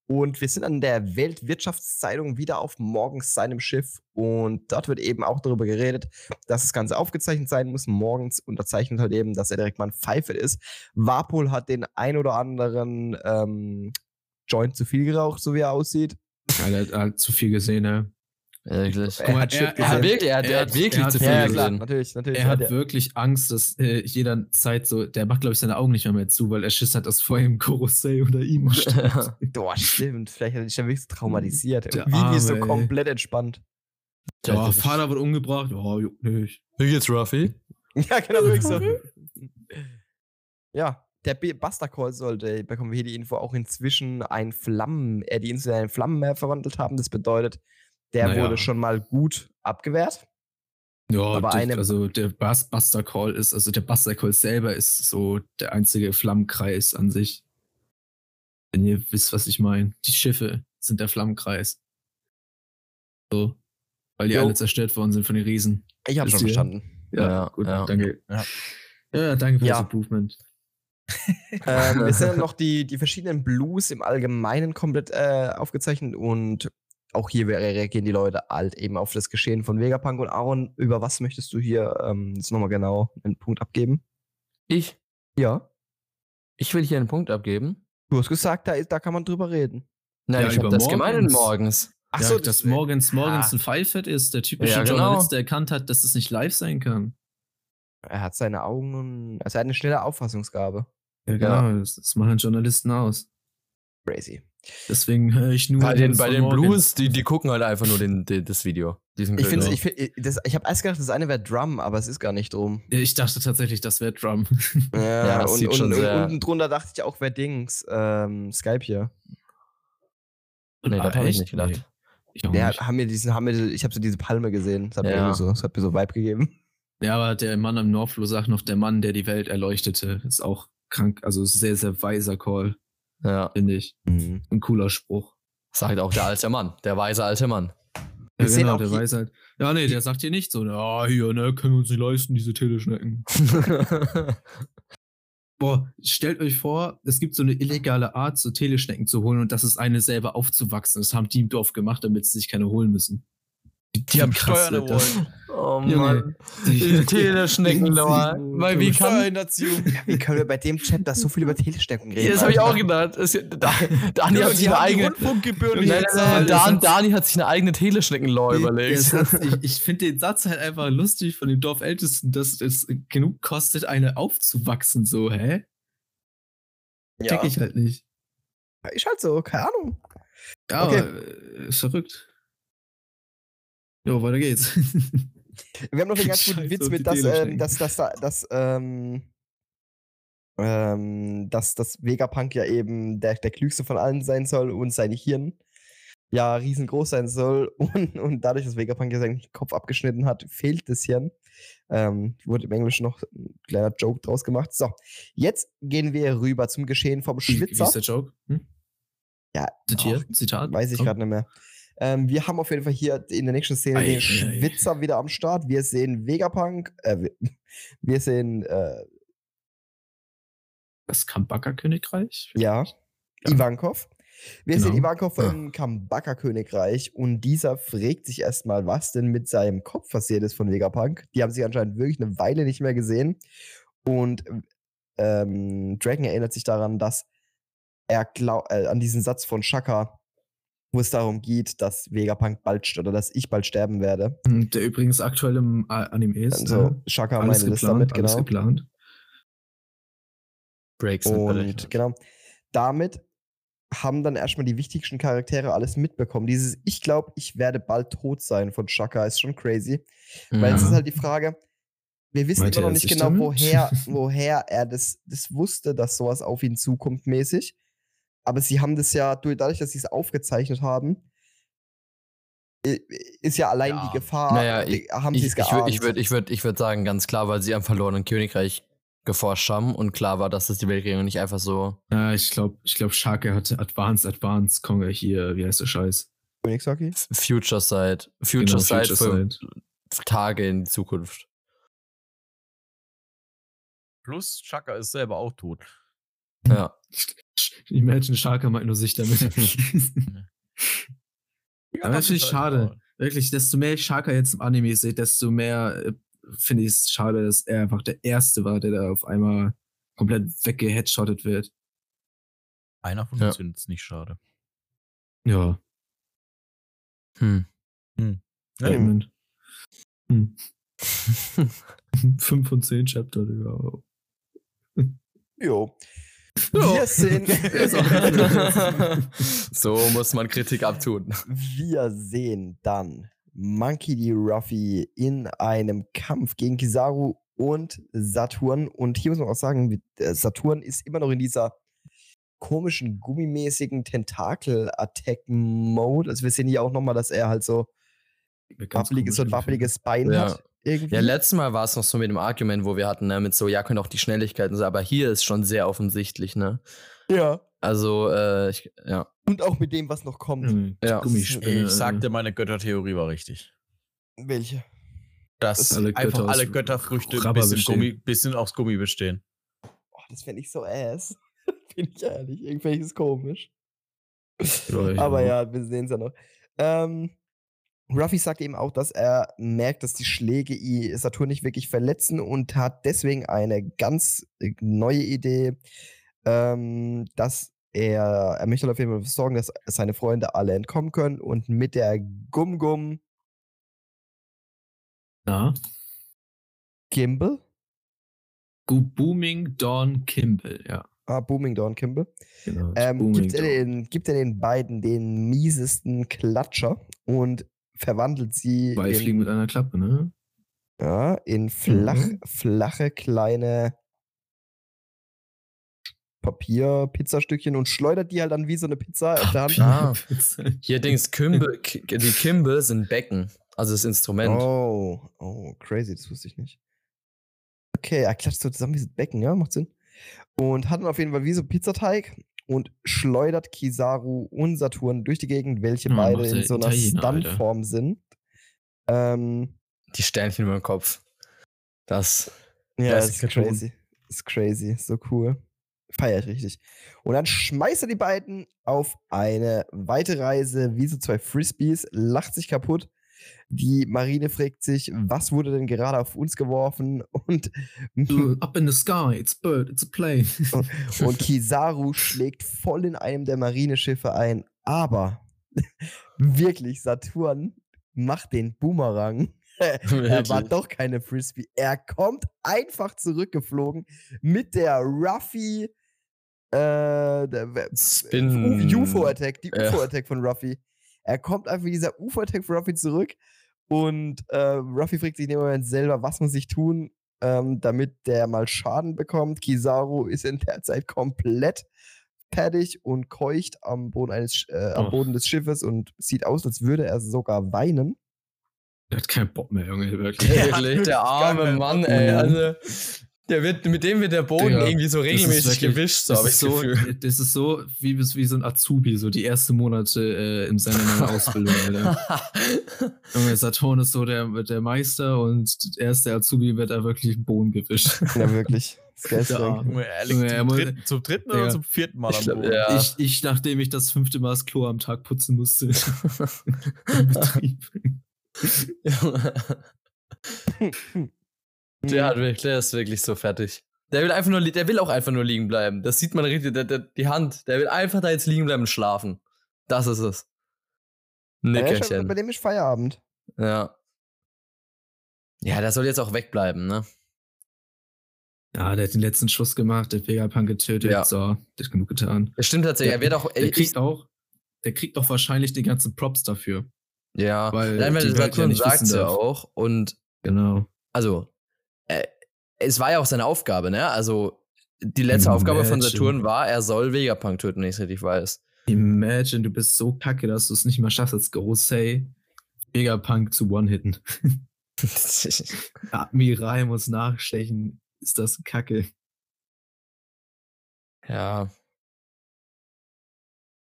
Speaker 1: Und wir sind an der Weltwirtschaftszeitung wieder auf morgens seinem Schiff. Und dort wird eben auch darüber geredet, dass das Ganze aufgezeichnet sein muss. Morgens unterzeichnet halt eben, dass er direkt mal ein Pfeife ist. Warpol hat den ein oder anderen ähm, Joint zu viel geraucht, so wie er aussieht.
Speaker 3: Ja, der hat halt zu viel gesehen, ne?
Speaker 2: Wirklich.
Speaker 1: Er
Speaker 3: mal,
Speaker 1: hat Chip
Speaker 3: er- er
Speaker 2: Ja,
Speaker 1: gesehen.
Speaker 2: wirklich, er, hat-
Speaker 3: Er
Speaker 2: er
Speaker 3: hat-
Speaker 2: hat wirklich
Speaker 3: er hat-
Speaker 2: zu viel
Speaker 1: ja, ja, klar,
Speaker 2: gesehen.
Speaker 1: natürlich, natürlich.
Speaker 3: Er hat
Speaker 1: ja.
Speaker 3: wirklich Angst, dass äh, jederzeit so, der macht, glaube ich, seine Augen nicht mehr, mehr zu, weil er Schiss hat, dass vor ihm Korosei oder ihm steht.
Speaker 1: Boah, stimmt. Vielleicht hat er dich ja wirklich so traumatisiert.
Speaker 3: Hm. Der
Speaker 1: Vivi ist so
Speaker 3: Arme, ey.
Speaker 1: komplett entspannt.
Speaker 3: Ja, Vater wird umgebracht. Ja, juckt nicht.
Speaker 2: Wie geht's, Ruffy?
Speaker 1: Ja, genau, wirklich so. Ja, der B- Buster Call sollte, bekommen wir hier die Info, auch inzwischen ein Flammen, äh, die Insel in einen Flammenmeer verwandelt haben. Das bedeutet, der
Speaker 3: Naja.
Speaker 1: wurde schon mal gut abgewehrt.
Speaker 3: Ja,
Speaker 1: Aber
Speaker 3: das,
Speaker 1: eine-
Speaker 3: also der Bas Buster Call ist, also der Buster Call selber ist so der einzige Flammenkreis an sich. Wenn ihr wisst, was ich meine. Die Schiffe sind der Flammenkreis. So. Weil die
Speaker 1: Jo.
Speaker 3: alle zerstört worden sind von den Riesen.
Speaker 1: Ich habe
Speaker 3: Wisst
Speaker 1: schon
Speaker 3: ihr?
Speaker 1: verstanden.
Speaker 2: Ja, ja.
Speaker 3: danke.
Speaker 4: Ja.
Speaker 3: Ja. danke für
Speaker 1: Ja.
Speaker 3: das Improvement.
Speaker 1: ähm, wir sind dann noch die, die verschiedenen Blues im Allgemeinen komplett äh, aufgezeichnet und auch hier wäre- reagieren die Leute halt eben auf das Geschehen von Vegapunk und Aaron. Über was möchtest du hier ähm, jetzt nochmal genau einen Punkt abgeben?
Speaker 2: Ich,
Speaker 1: Ja,
Speaker 2: ich will hier einen Punkt abgeben.
Speaker 1: du hast gesagt, da, ist- da kann man drüber reden.
Speaker 2: Nein,
Speaker 3: Ja,
Speaker 2: ich habe
Speaker 3: über
Speaker 2: das gemeint
Speaker 3: morgens.
Speaker 2: morgens.
Speaker 1: Ach äh,
Speaker 3: ja, dass morgens,
Speaker 1: ah.
Speaker 3: morgens ein Pfeilfett ist, der typische
Speaker 2: Ja, genau.
Speaker 3: Journalist, der erkannt hat, dass es nicht live sein kann.
Speaker 1: er hat seine Augen und also er hat eine schnelle Auffassungsgabe.
Speaker 3: Ja,
Speaker 2: Ja.
Speaker 3: genau, das, das machen Journalisten aus.
Speaker 1: Crazy.
Speaker 3: Deswegen höre ich nur.
Speaker 2: Bei den,
Speaker 3: das
Speaker 2: bei
Speaker 3: von
Speaker 2: den
Speaker 3: morgens.
Speaker 2: Blues, die, die gucken halt einfach nur den, den, das Video. Diesen
Speaker 1: Ich
Speaker 2: blöden-
Speaker 1: finde, ich, find, ich- das- ich habe erst gedacht, das eine wäre Drum, aber es ist gar nicht Drum.
Speaker 3: Ja, Ich dachte tatsächlich, das wäre Drum.
Speaker 1: Ja,
Speaker 2: das
Speaker 1: und,
Speaker 2: sieht
Speaker 1: und,
Speaker 2: schon
Speaker 1: und
Speaker 2: sehr-
Speaker 1: unten drunter dachte ich auch, wer Dings? Ähm, Skype hier.
Speaker 2: Nee,
Speaker 3: Ah,
Speaker 2: das habe ich
Speaker 3: echt?
Speaker 2: nicht gedacht.
Speaker 3: Nee, ich auch
Speaker 1: Ja,
Speaker 3: nicht.
Speaker 1: haben wir diesen, haben wir, ich habe so diese Palme gesehen. Das hat, mir
Speaker 2: Ja.
Speaker 1: irgendwie so, das hat mir so Vibe gegeben.
Speaker 3: Ja, aber der Mann am Northflow sagt noch, der Mann, der die Welt erleuchtete, ist auch krank. Also sehr, sehr weiser Call,
Speaker 2: Ja.
Speaker 3: finde ich.
Speaker 2: Mhm.
Speaker 3: Ein cooler Spruch.
Speaker 2: Sagt auch der alte Mann, der weise alte Mann.
Speaker 3: Ja,
Speaker 1: Wir sehen
Speaker 3: genau,
Speaker 1: auch
Speaker 3: der
Speaker 1: je-
Speaker 3: weiß halt. Ja, nee, der sagt hier nicht so, ja, hier, ne, können wir uns nicht leisten, diese Teleschnecken. Boah, stellt euch vor, es gibt so eine illegale Art, so Teleschnecken zu holen und das ist eine selber aufzuwachsen. Das haben die im Dorf gemacht, damit sie sich keine holen müssen. Die, die
Speaker 4: haben Steuern erhoben.
Speaker 2: oh
Speaker 3: Mann.
Speaker 2: Die Teleschnecken, Noah. Weil wie kann.
Speaker 4: Steuerhinterziehung.
Speaker 1: Wie können wir bei dem Chapter so viel über Telestecken reden?
Speaker 2: Das habe ich auch
Speaker 1: Alter?
Speaker 2: gedacht. Es, da, Dani,
Speaker 4: Ja,
Speaker 2: hat
Speaker 4: die
Speaker 2: sich eine
Speaker 4: haben die
Speaker 2: eigene,
Speaker 4: Rundfunkgebühren
Speaker 2: nein, nein,
Speaker 4: gezahlt.
Speaker 2: nein,
Speaker 3: Der
Speaker 2: Dan,
Speaker 3: Satz-
Speaker 2: Dani hat sich eine eigene Teleschneckenlaw
Speaker 3: Der
Speaker 1: halt-
Speaker 2: überlegt.
Speaker 3: Satz, ich ich finde den Satz halt einfach lustig von dem Dorfältesten, dass es genug kostet, eine aufzuwachsen, so, hä?
Speaker 1: Ja.
Speaker 3: Check ich halt nicht.
Speaker 1: Ist halt so, keine Ahnung.
Speaker 3: Ja,
Speaker 1: Okay.
Speaker 3: aber, äh, ist verrückt. Jo, weiter geht's.
Speaker 1: Wir haben noch einen ganz
Speaker 3: Scheiß
Speaker 1: guten Witz
Speaker 3: auf die
Speaker 1: mit, dass,
Speaker 3: Telestecken.
Speaker 1: ähm, dass, dass, da- dass, ähm, ähm, dass, dass Vegapunk ja eben der, der klügste von allen sein soll und sein Hirn ja riesengroß sein soll. Und, und dadurch, dass Vegapunk ja seinen Kopf abgeschnitten hat, fehlt das Hirn. Ähm, wurde im Englischen noch ein kleiner Joke draus gemacht. So, jetzt gehen wir rüber zum Geschehen vom
Speaker 3: Wie, wie
Speaker 1: Schwitzer.
Speaker 3: ist der Joke? Hm?
Speaker 1: Ja,
Speaker 3: Zitier,
Speaker 1: ach,
Speaker 3: Zitat?
Speaker 1: Weiß ich
Speaker 3: Komm.
Speaker 1: gerade nicht mehr. Ähm, wir haben auf jeden Fall hier in der nächsten Szene
Speaker 3: Ei,
Speaker 1: den
Speaker 3: ei, ei.
Speaker 1: Schwitzer wieder am Start. Wir sehen Vegapunk. Äh, wir- wir sehen, äh,
Speaker 3: Das Kambaka-Königreich?
Speaker 1: ja,
Speaker 3: Ja.
Speaker 1: Ivankov. Wir sehen
Speaker 3: Genau.
Speaker 1: Ivankov im Kambaka-Königreich und dieser fragt sich erstmal, was denn mit seinem Kopf passiert ist von Vegapunk. Die haben sich anscheinend wirklich eine Weile nicht mehr gesehen. Und ähm, Dragon erinnert sich daran, dass er glaub, äh, an diesen Satz von Shaka, wo es darum geht, dass Vegapunk bald st- oder dass ich bald sterben werde.
Speaker 3: Hm, Der übrigens aktuell im A- Anime ist.
Speaker 1: Also
Speaker 3: ne?
Speaker 1: Shaka
Speaker 3: alles
Speaker 1: meine das
Speaker 3: geplant,
Speaker 1: damit,
Speaker 3: alles
Speaker 1: genau.
Speaker 3: geplant.
Speaker 2: Breaks
Speaker 1: Und genau, damit haben dann erstmal die wichtigsten Charaktere alles mitbekommen. Dieses Ich glaube, ich werde bald tot sein von Shaka ist schon crazy. Weil es
Speaker 3: Ja.
Speaker 1: ist halt die Frage, wir wissen
Speaker 3: Meinte
Speaker 1: immer noch
Speaker 3: er
Speaker 1: nicht
Speaker 3: sich
Speaker 1: genau,
Speaker 3: damit?
Speaker 1: woher, woher er das, das wusste, dass sowas auf ihn zukommt mäßig. Aber sie haben das ja, durch- dadurch, dass sie es aufgezeichnet haben, i- ist ja allein
Speaker 4: Ja.
Speaker 1: die Gefahr,
Speaker 2: Naja,
Speaker 1: die- haben sie
Speaker 2: Ich,
Speaker 1: es
Speaker 2: ich, wür-
Speaker 1: geahnt.
Speaker 2: ich würde ich würd, ich würd sagen, ganz klar, weil sie am verlorenen Königreich geforscht haben und klar war, dass es die Weltregierung nicht einfach so.
Speaker 3: Ja, Äh, ich glaube, ich glaub, Sharke hatte Advanced, Advanced, Konger hier, wie heißt der Scheiß?
Speaker 1: Königshaki?
Speaker 2: Future Sight. Future
Speaker 3: Genau,
Speaker 2: Sight für
Speaker 3: Future Sight.
Speaker 2: Tage in die Zukunft.
Speaker 4: Plus, Chaka ist selber auch tot.
Speaker 2: Ja.
Speaker 3: Imagine Sharke meint nur sich damit. Aber
Speaker 4: das
Speaker 3: natürlich
Speaker 4: ist
Speaker 3: schade.
Speaker 4: halt-
Speaker 3: Wirklich, desto mehr ich Sharka jetzt im Anime sehe, desto mehr äh, finde ich es schade, dass er einfach der Erste war, der da auf einmal komplett weggeheadshottet wird.
Speaker 4: Einer von
Speaker 2: Ja.
Speaker 4: uns findet es nicht schade.
Speaker 3: Ja.
Speaker 2: Hm.
Speaker 3: Statement. Hm. Fünf von zehn Chapter, Digga.
Speaker 1: Jo. Wir sehen,
Speaker 2: so muss man Kritik abtun.
Speaker 1: wir sehen dann Monkey D. Ruffy in einem Kampf gegen Kizaru und Saturn. Und hier muss man auch sagen, wir- äh, Saturn ist immer noch in dieser komischen, gummimäßigen Tentakel-Attack-Mode. Also wir sehen hier auch nochmal, dass er halt so wabbeliges so ein wabbeliges Bein
Speaker 2: Ja.
Speaker 1: hat. Irgendwie.
Speaker 2: Ja, letztes Mal war es noch so mit dem Argument, wo wir hatten, ne, mit so, ja, können auch die Schnelligkeiten sein, aber hier ist schon sehr offensichtlich, ne?
Speaker 1: ja.
Speaker 2: Also, äh, ich, ja.
Speaker 1: Und auch mit dem, was noch kommt.
Speaker 2: Ja.
Speaker 3: Gummispinne. äh,
Speaker 4: Ich sagte, meine Göttertheorie war richtig.
Speaker 1: Welche?
Speaker 4: Dass
Speaker 3: alle
Speaker 4: einfach
Speaker 3: Götter
Speaker 4: alle
Speaker 3: aus
Speaker 4: Götterfrüchte ein
Speaker 3: Rubber
Speaker 4: bisschen,
Speaker 3: bestehen.
Speaker 4: Gummi, bisschen aus Gummi bestehen.
Speaker 1: Boah, das fände ich so ass. Bin ich ehrlich. Irgendwie ist komisch.
Speaker 3: Ja, ich
Speaker 1: Aber
Speaker 3: auch.
Speaker 1: ja, wir sehen es ja noch. Ähm, Ruffy sagt eben auch, dass er merkt, dass die Schläge i- Saturn nicht wirklich verletzen und hat deswegen eine ganz äh, neue Idee, ähm, dass er, er möchte halt auf jeden Fall dafür sorgen, dass seine Freunde alle entkommen können und mit der Gum-Gum
Speaker 3: Na?
Speaker 1: Kimball,
Speaker 3: Go Booming Dawn Kimball, ja.
Speaker 1: ah, Booming Dawn Kimball,
Speaker 3: Genau.
Speaker 1: Ähm,
Speaker 3: Booming
Speaker 1: gibt, er
Speaker 3: Dawn.
Speaker 1: den, gibt er den beiden den miesesten Klatscher und verwandelt sie
Speaker 3: Zwei Fliegen
Speaker 1: in,
Speaker 3: mit einer Klappe, ne?
Speaker 1: ja, in flach,
Speaker 3: Mhm.
Speaker 1: flache kleine Papier-Pizzastückchen und schleudert die halt dann wie so eine Pizza auf der Hand.
Speaker 2: Ah, hier Dings, Kimbel, Ki- die Kimbel sind Becken. Also das Instrument.
Speaker 1: Oh, oh, crazy, das wusste ich nicht. Okay, er klatscht so zusammen wie so ein Becken, ja, macht Sinn. Und hat dann auf jeden Fall wie so Pizzateig und schleudert Kizaru und Saturn durch die Gegend, welche
Speaker 3: Ja,
Speaker 1: beide
Speaker 3: Hm, macht
Speaker 1: in
Speaker 3: der
Speaker 1: so einer
Speaker 3: Italiener, Alter.
Speaker 1: Stuntform sind. Ähm,
Speaker 2: Die Sternchen über dem Kopf. Das.
Speaker 1: ja, das
Speaker 2: Das ist
Speaker 1: ist
Speaker 2: Cartoon.
Speaker 1: crazy. Ist crazy, so cool. Feier ich richtig. Und dann schmeißt er die beiden auf eine weite Reise, wie so zwei Frisbees, lacht sich kaputt. Die Marine fragt sich, was wurde denn gerade auf uns geworfen? Und,
Speaker 3: Du, up in the sky, it's a bird, it's a plane.
Speaker 1: und Kizaru schlägt voll in einem der Marineschiffe ein. Aber wirklich, Saturn macht den Boomerang. Er war
Speaker 2: Wirklich.
Speaker 1: doch keine Frisbee. Er kommt einfach zurückgeflogen mit der Ruffy äh, der, wer-
Speaker 2: Spin.
Speaker 1: U- UFO-Attack, die
Speaker 2: Ja.
Speaker 1: UFO-Attack von Ruffy. Er kommt einfach mit dieser UFO-Attack von Ruffy zurück und äh, Ruffy fragt sich in dem Moment selber, was muss ich tun, ähm, damit der mal Schaden bekommt. Kizaru ist in der Zeit komplett fertig und keucht am Boden, eines, Sch- äh, am
Speaker 3: Oh.
Speaker 1: Boden des Schiffes und sieht aus, als würde er sogar weinen.
Speaker 3: Der hat keinen Bock mehr, Junge, wirklich.
Speaker 2: Wirklich,
Speaker 4: Ja, wirklich
Speaker 2: der arme
Speaker 4: geil.
Speaker 2: Mann, ey.
Speaker 1: Ja.
Speaker 2: Also, der wird, mit dem wird der Boden
Speaker 3: Digga,
Speaker 2: irgendwie so
Speaker 3: wirklich-
Speaker 2: regelmäßig gewischt, so
Speaker 3: das,
Speaker 2: habe ich
Speaker 3: ist so,
Speaker 2: Gefühl.
Speaker 3: das ist so wie, wie so ein Azubi, so die ersten Monate äh, in seiner neuen Ausbildung, Alter. Junge, Saturn ist so der, der Meister und er ist der Azubi, wird er wirklich im Boden gewischt.
Speaker 1: Ja, wirklich. Ist geil
Speaker 3: Der
Speaker 1: krank.
Speaker 3: Arme.
Speaker 4: Junge, er liegt
Speaker 3: Junge, er
Speaker 4: zum,
Speaker 3: muss-
Speaker 4: dritten, zum dritten oder
Speaker 3: Digga.
Speaker 4: zum vierten Mal
Speaker 2: Ich
Speaker 4: am
Speaker 2: glaub,
Speaker 4: Boden.
Speaker 2: ja.
Speaker 3: Ich, ich, nachdem ich das fünfte Mal das Klo am Tag putzen musste. Im Betrieb.
Speaker 2: der, hat wirklich, der ist wirklich so fertig. Der will einfach nur, li- der will auch einfach nur liegen bleiben. Das sieht man richtig, der, der, die Hand. Der will einfach da jetzt liegen bleiben und schlafen. Das ist es.
Speaker 1: Ja, der ist schon- Bei
Speaker 2: Nickerchen.
Speaker 1: dem ist Feierabend.
Speaker 2: Ja. Ja, der soll jetzt auch wegbleiben, ne?
Speaker 3: Ja, der hat den letzten Schuss gemacht, der Vegapunk getötet.
Speaker 2: Ja.
Speaker 3: So, das ist genug getan.
Speaker 2: Das stimmt tatsächlich.
Speaker 3: Der-
Speaker 2: er wird auch.
Speaker 3: Der
Speaker 2: Äh, ich-
Speaker 3: kriegt auch, der kriegt auch wahrscheinlich die ganzen Props dafür.
Speaker 2: ja.
Speaker 3: weil
Speaker 2: Nein, weil
Speaker 3: die Welt ja
Speaker 2: Saturn
Speaker 3: nicht
Speaker 2: sagt
Speaker 3: wissen
Speaker 2: ja
Speaker 3: darf.
Speaker 2: auch. Und
Speaker 3: Genau.
Speaker 2: also, äh, es war ja auch seine Aufgabe, ne? Also, die letzte
Speaker 3: Hm,
Speaker 2: Aufgabe von
Speaker 3: Imagine.
Speaker 2: Saturn war, er soll Vegapunk töten, wenn ich es richtig weiß.
Speaker 3: Imagine, du bist so kacke, dass du es nicht mehr schaffst, als Gorosei Vegapunk zu one-hitten. Admiral muss nachstechen. Ist das kacke?
Speaker 2: ja.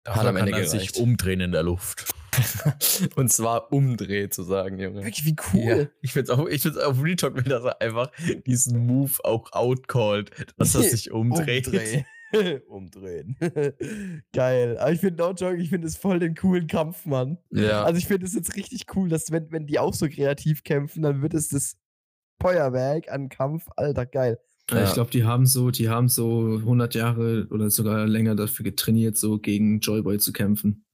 Speaker 4: Dafür
Speaker 2: Hat am Ende
Speaker 4: Also kann er sich
Speaker 2: gereicht.
Speaker 4: umdrehen in der Luft.
Speaker 3: um-
Speaker 2: Und zwar umdreht zu sagen, Junge.
Speaker 1: Wirklich, wie cool.
Speaker 4: Ja. Ich find's auch, ich find's auf Retalk, wenn er einfach diesen Move auch outcallt, dass er sich umdreht.
Speaker 1: Umdrehen. Umdrehen. Geil. Aber ich finde, no joke, ich finde es voll den coolen Kampf, Mann.
Speaker 2: Ja.
Speaker 1: Also ich finde es jetzt richtig cool, dass wenn, wenn die auch so kreativ kämpfen, dann wird es das Feuerwerk an Kampf. Alter, geil.
Speaker 3: Äh,
Speaker 2: Ja.
Speaker 3: Ich glaube, die haben so, die haben so 100 Jahre oder sogar länger dafür getrainiert, so gegen Joyboy zu kämpfen.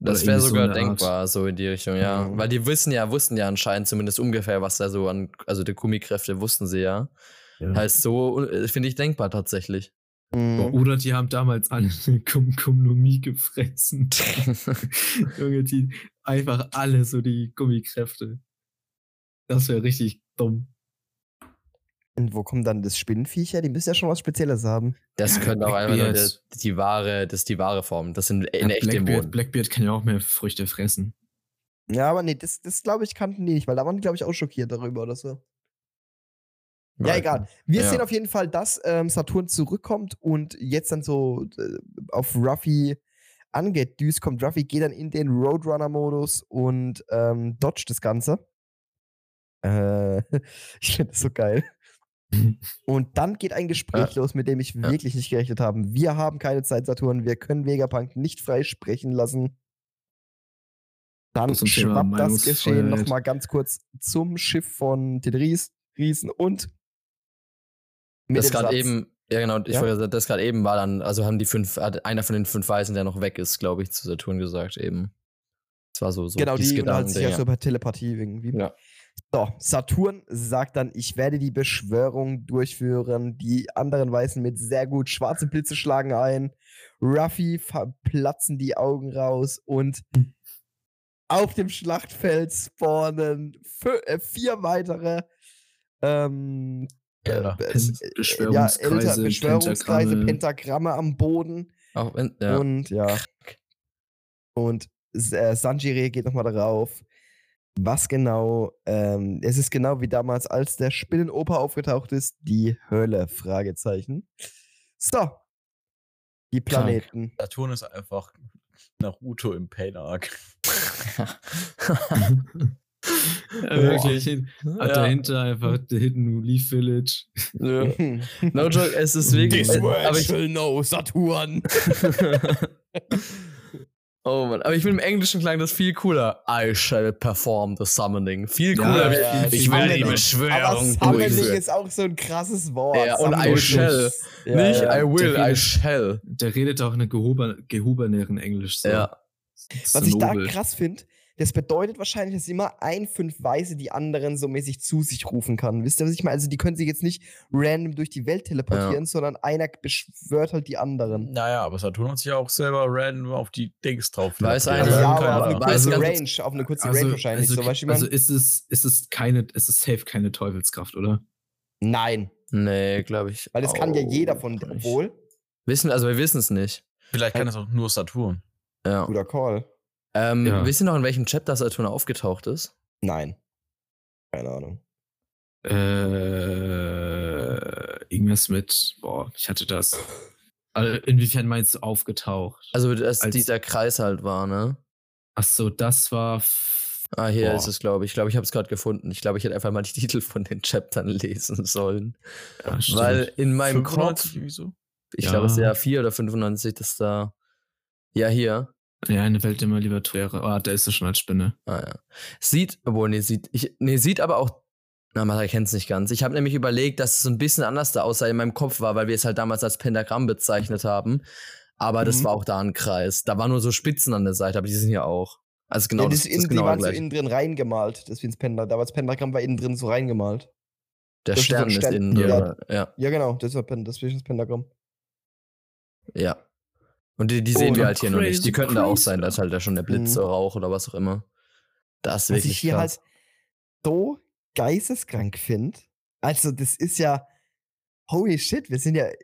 Speaker 2: Das
Speaker 3: Oder irgendwie
Speaker 2: wäre
Speaker 3: eh so
Speaker 2: sogar
Speaker 3: eine Art.
Speaker 2: denkbar, so in die Richtung, ja.
Speaker 1: Mhm.
Speaker 2: Weil die wissen ja, wussten ja anscheinend zumindest ungefähr, was da so an, also die Gummikräfte wussten sie ja.
Speaker 3: Ja.
Speaker 2: Heißt so, äh, finde ich denkbar tatsächlich.
Speaker 1: Mhm.
Speaker 3: Oder die haben damals alle eine Kum Kumnomie gefressen. Junge, die einfach alle so die Gummikräfte. Das wäre richtig dumm.
Speaker 1: Und wo kommen dann das Spinnenviecher? Die müssen ja schon was Spezielles haben.
Speaker 2: Das könnte auch einfach nur die,
Speaker 3: Blackbeard.
Speaker 2: die wahre, das ist die wahre Form. Das sind in
Speaker 3: Ja,
Speaker 2: echt
Speaker 3: Blackbeard,
Speaker 2: Dämonen.
Speaker 3: Blackbeard kann ja auch mehr Früchte fressen.
Speaker 1: Ja, aber nee, das, das glaube ich kannten die nicht, weil da waren die, glaube ich, auch schockiert darüber oder so. Ja, egal. Wir
Speaker 4: Ja.
Speaker 1: sehen auf jeden Fall, dass ähm, Saturn zurückkommt und jetzt dann so äh, auf Ruffy angedüst kommt. Ruffy geht dann in den Roadrunner-Modus und ähm, dodgt das Ganze. Äh, ich finde das so geil. und dann geht ein Gespräch los, mit dem ich wirklich nicht gerechnet habe. Wir haben keine Zeit, Saturn. Wir können Vegapunk nicht frei sprechen lassen. Dann
Speaker 3: Zum Thema
Speaker 1: schwappt das Geschehen
Speaker 3: Meinungsfreiheit.
Speaker 1: nochmal ganz kurz zum Schiff von den Ries, Riesen und mit
Speaker 2: das
Speaker 1: dem
Speaker 2: gerade
Speaker 1: Satz,
Speaker 2: eben, ja genau, ich
Speaker 1: Ja?
Speaker 2: wollte sagen, das gerade eben war dann, also haben die fünf, hat einer von den fünf Weißen, der noch weg ist, glaube ich, zu Saturn gesagt eben. Das war so, so
Speaker 1: Genau,
Speaker 2: dieses
Speaker 1: die unterhalten sich
Speaker 2: Gedankending,
Speaker 1: ja so über Telepathie irgendwie.
Speaker 2: Ja.
Speaker 1: So, Saturn sagt dann, ich werde die Beschwörung durchführen. Die anderen Weißen mit sehr gut schwarze Blitze schlagen ein. Ruffy platzen die Augen raus und auf dem Schlachtfeld spawnen fü- äh, vier weitere ähm,
Speaker 4: Bilder.
Speaker 1: äh,
Speaker 3: Pes-
Speaker 1: äh,
Speaker 3: Beschwörungskreise,
Speaker 1: ja, Elter- Beschwörungskreise,
Speaker 3: Pentagramme.
Speaker 1: Pentagramme am Boden.
Speaker 2: ja. Auch wenn, ja.
Speaker 1: Und ja. Und S- äh, Sanjire geht nochmal darauf. Was genau, ähm, es ist genau wie damals, als der Spinnenoper aufgetaucht ist, die Hölle, Fragezeichen. So. Die
Speaker 2: Krank.
Speaker 1: Planeten.
Speaker 4: Saturn ist einfach Naruto im Pain Arc.
Speaker 3: Ja, wirklich. Hin,
Speaker 2: Ja.
Speaker 3: Dahinter einfach The Hidden Leaf Village.
Speaker 2: Ja. No joke, es ist wirklich.
Speaker 3: This
Speaker 2: Äh, aber ich,
Speaker 1: know, Saturn.
Speaker 2: oh Mann, aber ich finde im englischen klang das viel cooler. I shall perform the summoning. Viel
Speaker 3: Ja,
Speaker 2: cooler.
Speaker 3: ja,
Speaker 2: wie-
Speaker 3: ja,
Speaker 2: ich
Speaker 3: viel
Speaker 2: werde
Speaker 3: cooler.
Speaker 2: die
Speaker 1: Aber
Speaker 2: Beschwörung
Speaker 1: Summoning
Speaker 2: durchführen.
Speaker 1: ist auch so ein krasses Wort.
Speaker 2: Ja, und I
Speaker 1: Summoning
Speaker 2: shall.
Speaker 1: ist- Ja,
Speaker 2: Nicht
Speaker 1: ja.
Speaker 2: I will, I
Speaker 3: definitiv.
Speaker 2: shall.
Speaker 3: Der redet auch eine gehober, gehobeneren Englisch. So.
Speaker 2: Ja.
Speaker 1: Was ich da krass finde, das bedeutet wahrscheinlich, dass immer ein fünf Weiße die anderen so mäßig zu sich rufen kann. Wisst ihr, was ich meine? Also die können sich jetzt nicht random durch die Welt teleportieren, sondern einer beschwört halt die anderen.
Speaker 4: Naja, aber Saturn hat sich ja auch selber random auf die Dings drauf.
Speaker 2: Weiß
Speaker 4: platziert.
Speaker 2: einer-
Speaker 1: Also,
Speaker 2: Ja,
Speaker 1: ja,
Speaker 2: keine
Speaker 1: aber auf eine
Speaker 2: Ahnung.
Speaker 1: kurze
Speaker 2: Also-
Speaker 1: Range, auf eine kurze Range wahrscheinlich.
Speaker 3: Also,
Speaker 1: so, weißt du, wie
Speaker 3: also
Speaker 1: man-
Speaker 3: ist es, ist es keine, ist es safe keine Teufelskraft, oder?
Speaker 1: Nein,
Speaker 2: Nee, glaube ich.
Speaker 1: weil das kann ja
Speaker 3: Oh,
Speaker 2: auch
Speaker 1: jeder von,
Speaker 2: nicht.
Speaker 1: obwohl,
Speaker 2: Wissen, also wir wissen es nicht.
Speaker 4: Vielleicht kann das auch nur Saturn.
Speaker 2: Ja.
Speaker 1: guter Call.
Speaker 2: Ähm,
Speaker 3: Ja.
Speaker 2: Wisst ihr noch, in welchem Chapter Saturn aufgetaucht ist?
Speaker 1: Nein. Keine Ahnung.
Speaker 3: Äh, irgendwas mit, boah, ich hatte das. Also inwiefern meinst du aufgetaucht?
Speaker 2: Also, dass
Speaker 3: Als-
Speaker 2: dieser Kreis halt war, ne?
Speaker 3: Ach so, das war. f-
Speaker 2: Ah, hier
Speaker 3: Boah.
Speaker 2: ist es, glaube ich. Ich glaube, ich habe es gerade gefunden. Ich glaube, ich hätte einfach mal die Titel von den Chaptern lesen sollen.
Speaker 3: Ja, stimmt.
Speaker 2: Weil in meinem
Speaker 4: 95
Speaker 2: Kopf,
Speaker 4: irgendwie so?
Speaker 2: ich
Speaker 3: Ja.
Speaker 2: glaube, es ist ja 4 oder 95, das da. Ja, hier.
Speaker 3: ja, eine Welt immer lieber teurer. Ah, da ist er schon als Spinne.
Speaker 2: Ah, ja. Sieht, obwohl, nee, sieht, ich, nee, sieht aber auch. Na, man erkennt es nicht ganz. Ich habe nämlich überlegt, dass es so ein bisschen anders da aussah in meinem Kopf war, weil wir es halt damals als Pentagramm bezeichnet haben. Aber das
Speaker 1: Mhm.
Speaker 2: war auch da ein Kreis. Da waren nur so Spitzen an der Seite, aber die sind hier auch. Also genau,
Speaker 1: ja,
Speaker 2: das,
Speaker 1: das
Speaker 2: das
Speaker 1: innen,
Speaker 2: ist
Speaker 1: die
Speaker 2: genau
Speaker 1: waren so
Speaker 2: gleich.
Speaker 1: innen drin reingemalt, das wie ins Pentagramm. Damals Pentagramm war innen drin so reingemalt.
Speaker 2: der
Speaker 1: das ist so ein
Speaker 2: Stern ist
Speaker 1: Stern-
Speaker 2: innen
Speaker 1: Ja.
Speaker 2: drin. oder? Ja,
Speaker 1: Ja, genau, das war Pen- das ist das Pentagramm.
Speaker 2: ja. Und die, die sehen
Speaker 1: Oh,
Speaker 2: wir halt hier noch nicht.
Speaker 3: crazy,
Speaker 2: Die könnten da auch
Speaker 3: crazy.
Speaker 2: sein, da ist halt da schon der Blitz,
Speaker 1: Mhm.
Speaker 2: der Rauch oder was auch immer. Das ist
Speaker 1: was ich
Speaker 2: wirklich
Speaker 1: hier
Speaker 2: krass.
Speaker 1: halt so geisteskrank finde. Also, das ist ja. Holy shit, wir sind ja. äh,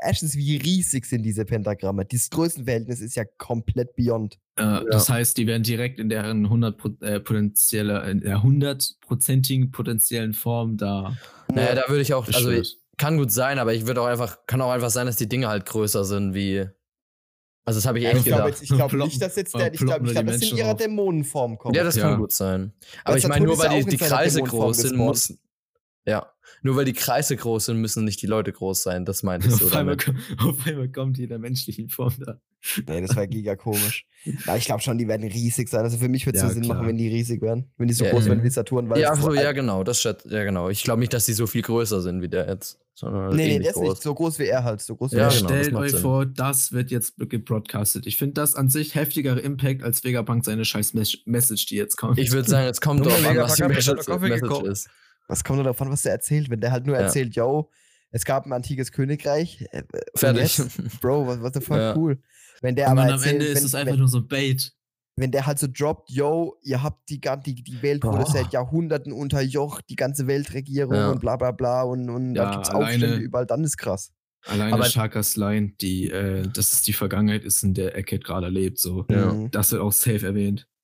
Speaker 1: Erstens, wie riesig sind diese Pentagramme? Dieses Größenverhältnis ist ja komplett beyond.
Speaker 3: Äh, Das heißt, die werden direkt in deren 100 äh, potenzielle, in der hundertprozentigen potenziellen Form da.
Speaker 2: Naja,
Speaker 1: ne,
Speaker 2: da würde ich auch, also
Speaker 3: beschwört.
Speaker 2: Kann gut sein, aber ich würde auch einfach, kann auch einfach sein, dass die Dinge halt größer sind wie. Also das habe ich echt
Speaker 1: ich glaube
Speaker 2: gedacht.
Speaker 1: jetzt- ich glaube
Speaker 3: Ploppen-
Speaker 1: nicht, dass jetzt der. Ich
Speaker 3: ploppen
Speaker 1: glaube,
Speaker 3: nur
Speaker 1: ich glaub,
Speaker 3: die
Speaker 1: dass sie in
Speaker 3: Menschen
Speaker 1: ihrer
Speaker 3: auf.
Speaker 1: Dämonenform kommt.
Speaker 2: ja, das
Speaker 3: Ja.
Speaker 2: kann gut sein. Aber
Speaker 1: Weil
Speaker 2: ich meine,
Speaker 1: Saturn
Speaker 2: nur
Speaker 1: ist ja
Speaker 2: weil
Speaker 1: auch
Speaker 2: die, die
Speaker 1: in seiner
Speaker 2: Kreise
Speaker 1: Dämonenform
Speaker 2: groß sind,
Speaker 1: gespawnt.
Speaker 2: muss. Ja. Nur weil die Kreise groß sind, müssen nicht die Leute groß sein. Das meinte ich so
Speaker 3: Auf einmal,
Speaker 2: damit.
Speaker 3: ko- auf einmal kommt die in der menschlichen Form da.
Speaker 1: nee, das war giga komisch. Na, ich glaube schon, die werden riesig sein. Also, für mich würde es
Speaker 3: Ja,
Speaker 1: nur Sinn machen,
Speaker 3: klar.
Speaker 1: wenn die riesig wären. Wenn die so
Speaker 2: Ja,
Speaker 1: groß
Speaker 3: ja.
Speaker 1: wären wie Saturn. Weil
Speaker 2: Ja,
Speaker 1: es
Speaker 2: ach
Speaker 1: so
Speaker 2: so,
Speaker 1: ein-
Speaker 2: ja, genau. Das schätzt, ja, genau. Ich glaube nicht, dass die so viel größer sind wie der jetzt. Sondern halt
Speaker 1: Nee, nee,
Speaker 2: ähnlich
Speaker 1: der ist
Speaker 2: groß.
Speaker 1: nicht so groß wie er halt. So groß wie
Speaker 2: Ja,
Speaker 1: er.
Speaker 2: genau, das
Speaker 3: Stellt
Speaker 2: macht
Speaker 3: euch
Speaker 2: Sinn.
Speaker 3: vor, das wird jetzt gebroadcastet. Ich finde das an sich heftigerer Impact als Vegapunk seine scheiß Mes- Message, die jetzt kommt.
Speaker 2: Ich würde sagen, es kommt
Speaker 4: Nur
Speaker 2: drauf an,
Speaker 4: mega
Speaker 2: was die
Speaker 4: verkackt,
Speaker 2: Message,
Speaker 4: hat doch Kaffee
Speaker 2: Message
Speaker 4: gekocht.
Speaker 2: ist.
Speaker 1: Was kommt denn davon, was der erzählt? Wenn der halt nur
Speaker 2: Ja.
Speaker 1: erzählt, yo, es gab ein antikes Königreich. äh, und
Speaker 2: Fertig.
Speaker 1: jetzt? Bro, was what the fuck,
Speaker 2: Ja.
Speaker 1: cool. Wenn der
Speaker 3: Und
Speaker 1: aber
Speaker 3: dann am
Speaker 1: erzählt,
Speaker 3: Ende
Speaker 1: wenn,
Speaker 3: ist es einfach
Speaker 1: wenn,
Speaker 3: nur so ein Bait.
Speaker 1: wenn der halt so droppt, yo, ihr habt die, gan- die, die Welt wurde
Speaker 2: Boah.
Speaker 1: seit Jahrhunderten unterjocht, die ganze Weltregierung
Speaker 2: Ja.
Speaker 1: und bla bla bla und, und
Speaker 3: Ja,
Speaker 1: dann gibt's
Speaker 3: alleine-
Speaker 1: Aufstände überall, dann ist krass.
Speaker 3: Alleine
Speaker 2: Aber-
Speaker 3: Shakas Line, die, äh, dass es die Vergangenheit ist, in der Eckett gerade lebt, so.
Speaker 2: Ja.
Speaker 1: Mhm.
Speaker 3: Das wird auch safe erwähnt.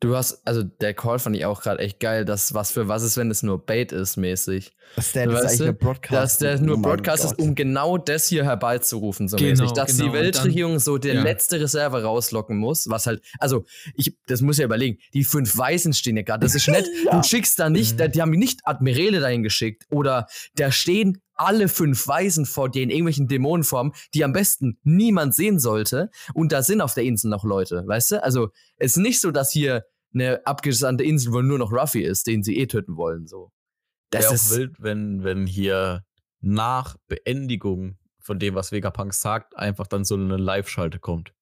Speaker 2: Du hast, also der Call fand ich auch gerade echt geil, dass was für was ist, wenn es nur Bait ist, mäßig.
Speaker 1: Dass der
Speaker 2: Weißt
Speaker 1: das eigentlich
Speaker 2: du,
Speaker 1: nur Broadcast
Speaker 2: Dass der nur
Speaker 1: Oh mein
Speaker 2: Broadcast ist,
Speaker 1: Gott.
Speaker 2: um genau das hier herbeizurufen, so
Speaker 3: Genau,
Speaker 2: mäßig. Dass
Speaker 3: genau.
Speaker 2: die
Speaker 3: Und
Speaker 2: Weltregierung so der
Speaker 3: ja.
Speaker 2: letzte Reserve rauslocken muss, was halt, also ich, das muss ja überlegen, die fünf Weißen stehen ja gerade, das ist nett.
Speaker 1: Ja.
Speaker 2: Du schickst da nicht,
Speaker 3: Mhm.
Speaker 2: da- die haben nicht Admirale dahin geschickt oder da stehen alle fünf Weisen vor dir in irgendwelchen Dämonenformen, die am besten niemand sehen sollte und da sind auf der Insel noch Leute, weißt du? Also es ist nicht so, dass hier eine abgesandte Insel, wo nur noch Ruffy ist, den sie eh töten wollen, so. Das
Speaker 4: Wäre auch
Speaker 2: ist
Speaker 4: wild, wenn, wenn hier nach Beendigung von dem, was Vegapunk sagt, einfach dann so eine Live-Schalte kommt.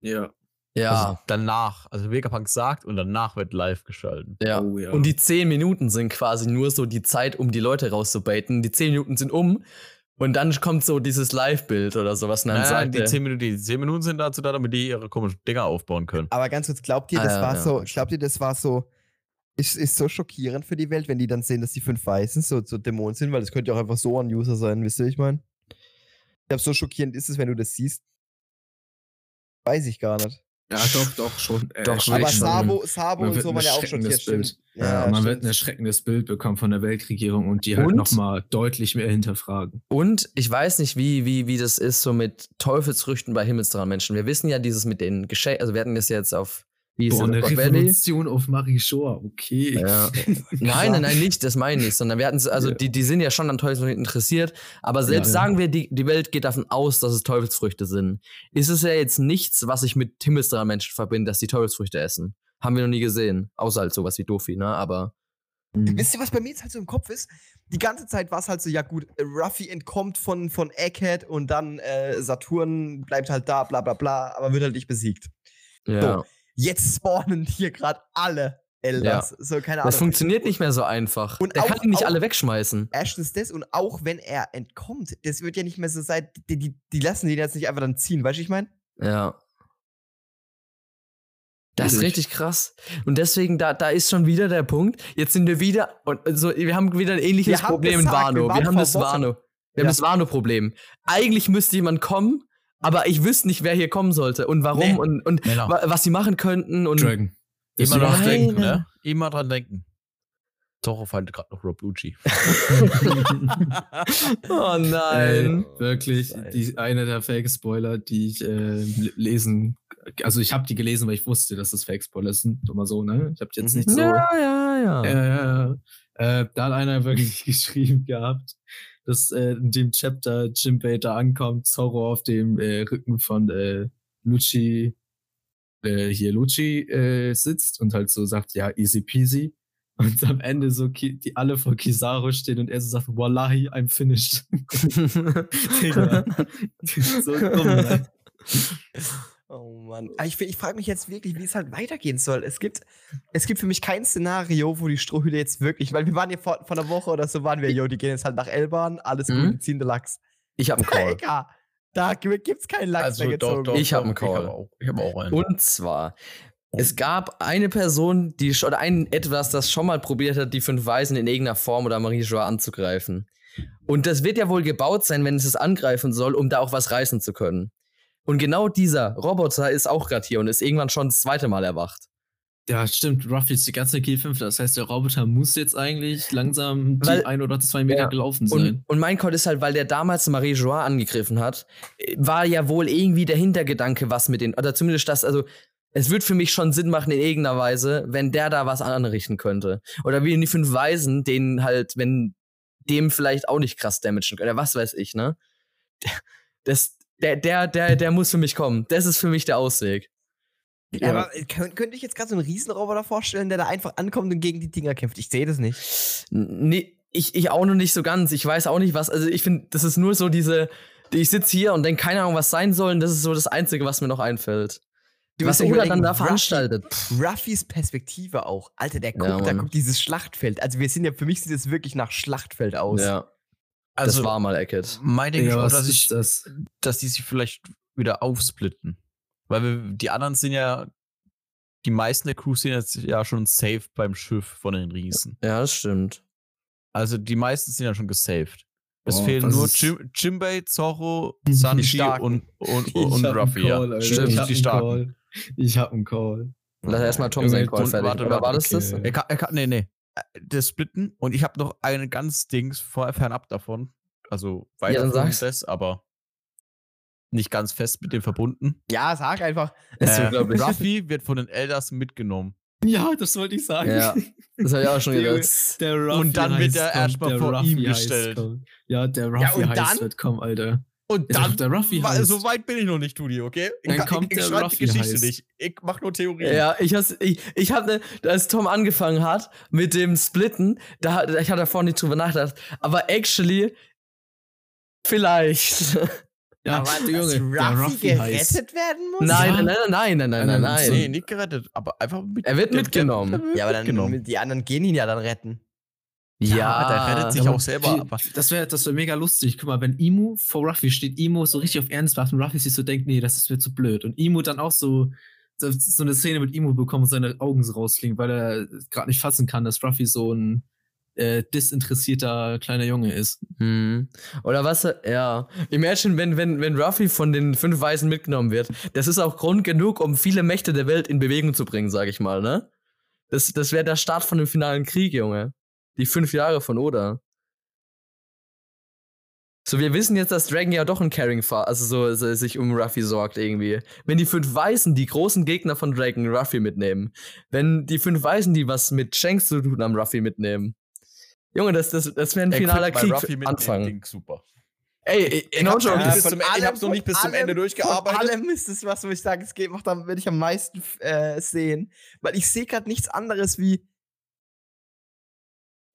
Speaker 3: Ja.
Speaker 2: ja,
Speaker 4: Also danach, also Vegapunk sagt und danach wird live geschalten.
Speaker 2: ja.
Speaker 3: Oh, ja.
Speaker 2: Und die zehn Minuten sind quasi nur so die Zeit, um die Leute rauszubaiten. Die zehn Minuten sind um und dann kommt so dieses Live-Bild oder sowas. Und dann
Speaker 4: Nein, nein,
Speaker 2: sagt
Speaker 4: die
Speaker 2: er,
Speaker 4: 10 Minuten, die 10 Minuten sind dazu da, damit die ihre komischen Dinger aufbauen können.
Speaker 1: Aber ganz kurz, glaubt ihr,
Speaker 2: Ah,
Speaker 1: das
Speaker 2: ja,
Speaker 1: war
Speaker 2: ja,
Speaker 1: so, glaubt ihr, das war so, ist, ist so schockierend für die Welt, wenn die dann sehen, dass die fünf Weißen so, so Dämonen sind, weil das könnte ja auch einfach so ein User sein, wisst ihr, wie ich meine? Ich glaube, so schockierend ist es, wenn du das siehst. Weiß ich gar nicht.
Speaker 3: ja, doch, doch, schon. äh,
Speaker 2: Doch, schon.
Speaker 1: Aber
Speaker 2: weiß schon.
Speaker 1: Sabo, Sabo
Speaker 3: Man
Speaker 1: und
Speaker 3: wird
Speaker 1: so
Speaker 3: ein
Speaker 1: waren ja auch schockiert,
Speaker 3: erschreckendes
Speaker 1: stimmt.
Speaker 3: Ja, man wird ein erschreckendes Bild bekommen von der Weltregierung und die halt
Speaker 2: Und?
Speaker 3: nochmal deutlich mehr hinterfragen.
Speaker 2: Und ich weiß nicht, wie, wie, wie das ist, so mit Teufelsfrüchten bei himmelsdrahen Menschen. Wir wissen ja dieses mit den Geschenken, also wir hatten das ja jetzt auf, wie hieß
Speaker 3: Boah,
Speaker 2: das,
Speaker 3: eine
Speaker 2: Rock Valley.
Speaker 3: Revolution auf Marichoa, okay.
Speaker 2: Ja. Nein, nein, nein, nicht, das meine ich, nicht, sondern wir hatten, also
Speaker 3: Ja.
Speaker 2: die, die sind ja schon an Teufelsfrüchten interessiert, aber selbst
Speaker 3: Ja.
Speaker 2: sagen wir, die, die Welt geht davon aus, dass es Teufelsfrüchte sind, ist es ja jetzt nichts, was ich mit himmelsdrahen Menschen verbinde, dass die Teufelsfrüchte essen. Haben wir noch nie gesehen, außer halt sowas wie Dofi, ne, aber
Speaker 1: Wisst ihr, was bei mir jetzt halt so im Kopf ist? Die ganze Zeit war es halt so, ja gut, äh, Ruffy entkommt von, von Egghead und dann äh, Saturn bleibt halt da, bla bla bla, aber wird halt nicht besiegt.
Speaker 2: ja.
Speaker 1: Jetzt spawnen hier gerade alle Elders. So, keine Ahnung.
Speaker 2: Das funktioniert nicht mehr so einfach.
Speaker 1: Und
Speaker 2: Der
Speaker 1: auch-
Speaker 2: kann die nicht
Speaker 1: auch-
Speaker 2: alle wegschmeißen.
Speaker 1: Ash ist das und auch wenn er entkommt, das wird ja nicht mehr so sein, die, die, die lassen den jetzt nicht einfach dann ziehen, weißt du, ich meine?
Speaker 2: Ja. Das ist
Speaker 3: Schwierig.
Speaker 2: richtig krass. Und deswegen, da, da ist schon wieder der Punkt. Jetzt sind wir wieder, und und so, wir haben wieder ein ähnliches
Speaker 1: Wir haben
Speaker 2: Problem in
Speaker 1: gesagt,
Speaker 2: Wano.
Speaker 1: wir
Speaker 2: Wir
Speaker 1: waren
Speaker 2: haben das
Speaker 1: vor Wochen-
Speaker 2: Wano. Wir
Speaker 1: Ja.
Speaker 2: haben das Wano-Problem. Eigentlich müsste jemand kommen, aber ich wüsste nicht, wer hier kommen sollte und warum
Speaker 4: Nee.
Speaker 2: und, und
Speaker 4: Genau.
Speaker 2: wa was sie machen könnten. Und
Speaker 3: Dragon.
Speaker 4: Immer
Speaker 2: Nein.
Speaker 4: dran denken, ne? Immer dran denken. Toro feiert gerade noch Robucci.
Speaker 2: oh
Speaker 3: Ey,
Speaker 2: nein.
Speaker 3: wirklich, die, einer der Fake-Spoiler, die ich äh, l- lesen, also ich habe die gelesen, weil ich wusste, dass das Fake-Spoiler sind, immer so, ne? Ich habe jetzt
Speaker 1: Mhm.
Speaker 3: nicht so.
Speaker 2: Ja, ja, ja.
Speaker 3: Ja, ja, ja. Äh, da hat einer wirklich geschrieben gehabt, dass äh, in dem Chapter Jim Bater ankommt, Zorro auf dem äh, Rücken von äh, Lucci, äh, hier Lucci äh, sitzt und halt so sagt, ja, easy peasy. Und am Ende so Ki die alle vor Kizaru stehen und er so sagt, Wallahi, I'm finished. Digga. so dumm, ne?
Speaker 1: Oh Mann. Aber ich, ich frage mich jetzt wirklich, wie es halt weitergehen soll. Es gibt, es gibt für mich kein Szenario, wo die Strohhüte jetzt wirklich, weil wir waren ja vor, vor einer Woche oder so, waren wir, jo, die gehen jetzt halt nach Elban, alles
Speaker 2: Mhm.
Speaker 1: gut, die ziehen den Lachs.
Speaker 2: Ich habe einen Call.
Speaker 1: Egal. Da gibt's keinen Lachs
Speaker 4: Also,
Speaker 2: Also
Speaker 1: mehr gezogen.
Speaker 2: Ich hab einen
Speaker 4: Ich
Speaker 2: Call.
Speaker 4: habe auch, ich hab auch einen.
Speaker 2: Und zwar, es gab eine Person, die schon, oder ein etwas, das schon mal probiert hat, die fünf Weisen in irgendeiner Form oder Marie Joa anzugreifen. Und das wird ja wohl gebaut sein, wenn es es angreifen soll, um da auch was reißen zu können. Und genau dieser Roboter ist auch gerade hier und ist irgendwann schon das zweite Mal erwacht.
Speaker 3: Ja, stimmt. Ruffy ist die ganze G5. Das heißt, der Roboter muss jetzt eigentlich langsam die
Speaker 2: Weil-
Speaker 3: ein oder zwei Meter
Speaker 2: Ja.
Speaker 3: gelaufen sein.
Speaker 2: Und, und mein Call ist halt, weil der damals Marie Joa angegriffen hat, äh, war ja wohl irgendwie der Hintergedanke, was mit den, oder zumindest das, also es wird für mich schon Sinn machen in irgendeiner Weise, wenn der da was anrichten könnte. Oder wie in die fünf Weisen, denen halt, wenn dem vielleicht auch nicht krass damagen können, oder was weiß ich, ne? Das, der, der, der, der muss für mich kommen. Das ist für mich der Ausweg.
Speaker 1: Ja, aber äh, könnt, könnte ich jetzt gerade so einen Riesenroboter vorstellen, der da einfach ankommt und gegen die Dinger kämpft? Ich sehe das nicht.
Speaker 2: N- Nee, ich, ich auch noch nicht so ganz. Ich weiß auch nicht, was. Also, ich finde, das ist nur so diese. Ich sitze hier und denke, keine Ahnung, was sein soll. Und das ist so das Einzige, was mir noch einfällt.
Speaker 1: Du musst
Speaker 2: was
Speaker 1: dir
Speaker 2: Oda dann
Speaker 1: überlegen,
Speaker 2: da
Speaker 1: Ruffy-
Speaker 2: veranstaltet.
Speaker 1: Ruffys Perspektive auch. Alter, der guckt, da
Speaker 2: Mann.
Speaker 1: guckt dieses Schlachtfeld. Also wir sind ja, für mich sieht es wirklich nach Schlachtfeld aus.
Speaker 2: Ja, das
Speaker 4: also,
Speaker 2: war mal Eckert.
Speaker 4: mein Ding ist auch, dass ich,
Speaker 3: das?
Speaker 4: dass die sich vielleicht wieder aufsplitten. Weil wir, die anderen sind ja, die meisten der Crew sind jetzt ja schon safe beim Schiff von den Riesen.
Speaker 2: Ja, das stimmt.
Speaker 4: Also die meisten sind ja schon gesaved. Es
Speaker 3: Boah,
Speaker 4: fehlen
Speaker 3: das
Speaker 4: nur
Speaker 3: ist-
Speaker 4: Jim, Jimbei, Zorro, Sanji
Speaker 1: Starken.
Speaker 4: und, und, und Ruffy. ja.
Speaker 3: Alter.
Speaker 4: Stimmt,
Speaker 3: ich hab
Speaker 4: die
Speaker 3: einen
Speaker 4: Starken.
Speaker 3: Call. Ich hab einen Call.
Speaker 2: Lass erstmal Tom seinen Call
Speaker 4: Und
Speaker 2: fertig.
Speaker 4: warte,
Speaker 2: Oder war
Speaker 4: warte,
Speaker 2: das das?
Speaker 4: Er kann, er kann, nee, nee. Äh, Das Splitten und ich habe noch eine ganz Dings vorher fernab davon. Also weiter
Speaker 2: dann
Speaker 4: von
Speaker 2: sag's.
Speaker 4: das, aber nicht ganz fest mit dem verbunden.
Speaker 1: Ja, sag einfach.
Speaker 2: Das ist
Speaker 4: Äh,
Speaker 2: unglaublich.
Speaker 4: Ruffy wird von den Elders mitgenommen.
Speaker 3: Ja, das wollte ich sagen.
Speaker 2: Ja, das habe ich auch schon
Speaker 3: Junge.
Speaker 2: gedacht.
Speaker 3: Der
Speaker 4: Und dann wird er
Speaker 3: Heiß
Speaker 4: erstmal
Speaker 3: der
Speaker 4: vor
Speaker 3: Ruffy
Speaker 4: ihm
Speaker 3: Heiß
Speaker 4: gestellt.
Speaker 3: kommt. Ja, der Ruffy
Speaker 4: und
Speaker 3: heißt
Speaker 4: dann?
Speaker 3: wird kommen, Alter.
Speaker 4: Und
Speaker 3: Ja,
Speaker 4: dann,
Speaker 3: der Ruffy
Speaker 4: wa-
Speaker 3: heißt.
Speaker 4: so weit bin ich noch nicht, Tudi, okay? Ich,
Speaker 3: Dann
Speaker 4: kann-
Speaker 3: kommt
Speaker 4: ich,
Speaker 3: der
Speaker 4: ich schreibe die
Speaker 3: Ruffy
Speaker 4: Geschichte
Speaker 3: heißt.
Speaker 4: nicht. Ich mache nur Theorien.
Speaker 2: Ja, ich hab's, ich, ich hatte, als Tom angefangen hat mit dem Splitten, da, hat- ich hatte vorhin nicht drüber nachgedacht, aber actually, vielleicht.
Speaker 3: Ja,
Speaker 1: aber
Speaker 3: der
Speaker 1: dass
Speaker 3: Junge, der
Speaker 1: Ruffy
Speaker 3: Ruffy heißt.
Speaker 1: gerettet werden muss?
Speaker 2: Nein,
Speaker 3: Ja.
Speaker 2: nein, nein, nein, nein, nein, nein.
Speaker 3: so-
Speaker 4: Nee, nicht gerettet, aber einfach mit.
Speaker 2: Er wird
Speaker 4: der-
Speaker 2: mitgenommen.
Speaker 4: der wird
Speaker 1: Ja, aber dann
Speaker 4: mitgenommen.
Speaker 1: die anderen gehen ihn ja dann retten.
Speaker 2: ja,
Speaker 4: der rettet sich
Speaker 3: aber
Speaker 4: auch selber.
Speaker 3: die-
Speaker 4: Aber
Speaker 3: Das wäre das wär mega lustig. Guck mal, wenn Imu vor Ruffy steht, Imu so richtig auf Ernst macht und Ruffy sich so denkt, nee, das ist mir zu blöd. Und Imu dann auch so, so, so eine Szene mit Imu bekommt und seine Augen so rausfliegen, weil er gerade nicht fassen kann, dass Ruffy so ein äh, disinteressierter kleiner Junge ist.
Speaker 2: Hm. Oder was? Ja. Imagine, wenn, wenn, wenn Ruffy von den fünf Weisen mitgenommen wird. Das ist auch Grund genug, um viele Mächte der Welt in Bewegung zu bringen, sage ich mal, ne? Das, das wäre der Start von dem finalen Krieg, Junge. Die fünf Jahre von Oda. So, wir wissen jetzt, dass Dragon ja doch ein Caring Fa also so, so sich um Ruffy sorgt irgendwie. Wenn die fünf Weißen, die großen Gegner von Dragon, Ruffy mitnehmen. Wenn die fünf Weißen, die was mit Shanks zu tun haben, Ruffy mitnehmen. Junge, das, das, das wäre ein
Speaker 4: er
Speaker 2: finaler
Speaker 4: könnte bei
Speaker 2: Krieg.
Speaker 4: Ruffy mitnehmen,
Speaker 2: anfangen.
Speaker 4: klingt super.
Speaker 2: Ey, ey, no joke.
Speaker 1: Ja,
Speaker 2: das
Speaker 4: bis
Speaker 2: ist-
Speaker 1: von
Speaker 4: zum Ende- ich hab's noch
Speaker 1: von
Speaker 4: nicht bis zum Ende durchgearbeitet.
Speaker 1: Von allem ist es was, wo ich sage, es geht, macht dann werde ich am meisten äh, sehen. Weil ich sehe gerade nichts anderes wie.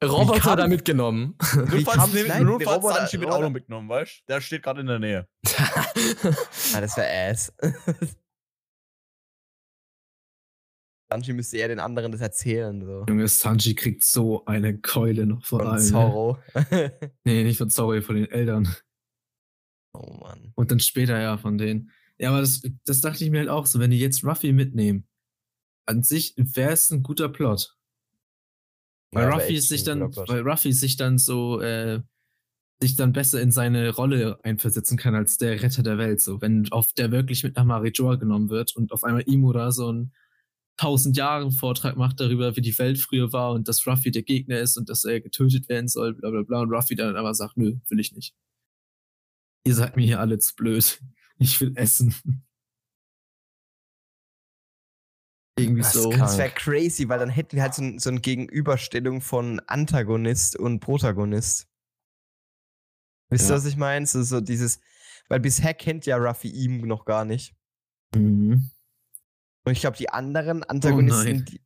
Speaker 1: Wie
Speaker 2: Roboter
Speaker 1: kann-
Speaker 2: da mitgenommen.
Speaker 1: kam
Speaker 4: Notfalls
Speaker 1: Klein-
Speaker 4: nimmt- notfalls
Speaker 1: Roboter-
Speaker 4: Sanchi mit
Speaker 1: Roboter-
Speaker 4: Auto mitgenommen, weißt du? Der steht gerade in der Nähe.
Speaker 1: Ah, das wäre ass. Sanji müsste eher den anderen das erzählen. So.
Speaker 3: Junge, Sanji kriegt so eine Keule noch von,
Speaker 1: Von
Speaker 3: allen. ne?
Speaker 1: Zorro.
Speaker 3: Nee, nicht von Sorry, von den Eltern.
Speaker 1: oh Mann.
Speaker 3: Und dann später ja von denen. Ja, aber das, das dachte ich mir halt auch so, wenn die jetzt Ruffy mitnehmen, an sich wäre es ein guter Plot. Weil
Speaker 1: Ja, aber
Speaker 3: Ruffy
Speaker 1: echt
Speaker 3: sich
Speaker 1: ein
Speaker 3: dann,
Speaker 1: guter Plot.
Speaker 3: weil Ruffy sich dann so, äh, sich dann besser in seine Rolle einversetzen kann als der Retter der Welt. So, wenn auf der wirklich mit nach Marijoa genommen wird und auf einmal Imura so einen 1000 Jahren Vortrag macht darüber, wie die Welt früher war und dass Ruffy der Gegner ist und dass er getötet werden soll, bla bla bla. Und Ruffy dann aber sagt, nö, will ich nicht. Ihr seid mir hier alle zu blöd. Ich will essen. Irgendwie
Speaker 2: Das
Speaker 3: so.
Speaker 2: kann-
Speaker 1: Das wäre crazy, weil dann hätten wir halt so, ein, so eine Gegenüberstellung von Antagonist und Protagonist. Wisst ihr,
Speaker 3: Ja.
Speaker 1: was ich meine? So, so dieses, weil bisher kennt ja Ruffy ihm noch gar nicht.
Speaker 3: Mhm.
Speaker 1: Und ich glaube, die anderen Antagonisten,
Speaker 3: Oh, nein.
Speaker 1: die,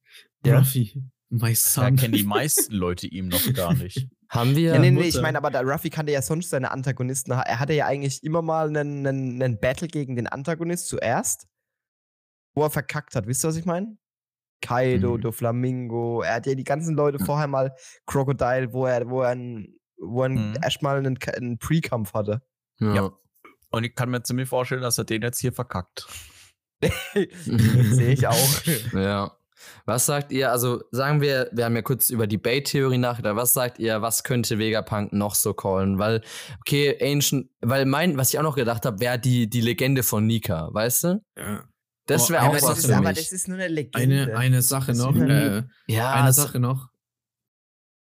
Speaker 1: Ja.
Speaker 3: Ruffy, my
Speaker 4: Da
Speaker 3: son.
Speaker 4: kennen die meisten Leute ihm noch gar nicht.
Speaker 2: Haben wir.
Speaker 1: Ja, nee, nee, ich
Speaker 3: Mutter.
Speaker 1: meine, aber der Ruffy kannte ja sonst seine Antagonisten. Er hatte ja eigentlich immer mal einen, einen, einen Battle gegen den Antagonist zuerst, wo er verkackt hat. Wisst ihr, was ich meine? Kaido,
Speaker 3: Mhm.
Speaker 1: Doflamingo, er hat ja die ganzen Leute
Speaker 3: Mhm.
Speaker 1: vorher mal Crocodile, wo er, wo er, einen, wo er einen-
Speaker 4: Mhm.
Speaker 1: erstmal einen, Ka- einen Pre-Kampf hatte.
Speaker 4: Ja. Und ich kann mir ziemlich vorstellen, dass er den jetzt hier verkackt.
Speaker 1: Sehe ich auch.
Speaker 2: Ja. Was sagt ihr, also sagen wir, wir haben ja kurz über die Bait-Theorie nachgedacht, was sagt ihr, was könnte Vegapunk noch so callen? Weil, okay, Ancient, weil mein, was ich auch noch gedacht habe, wäre die, die Legende von Nika, weißt du?
Speaker 3: Ja.
Speaker 2: Das
Speaker 3: Oh, ja,
Speaker 2: wäre auch
Speaker 3: aber das
Speaker 2: was
Speaker 3: ist-
Speaker 2: für
Speaker 3: aber
Speaker 2: mich.
Speaker 1: ist nur eine
Speaker 3: Eine, eine Sache
Speaker 1: Das
Speaker 3: noch.
Speaker 1: ist
Speaker 3: Äh,
Speaker 2: ja,
Speaker 3: eine
Speaker 2: das-
Speaker 3: Sache noch.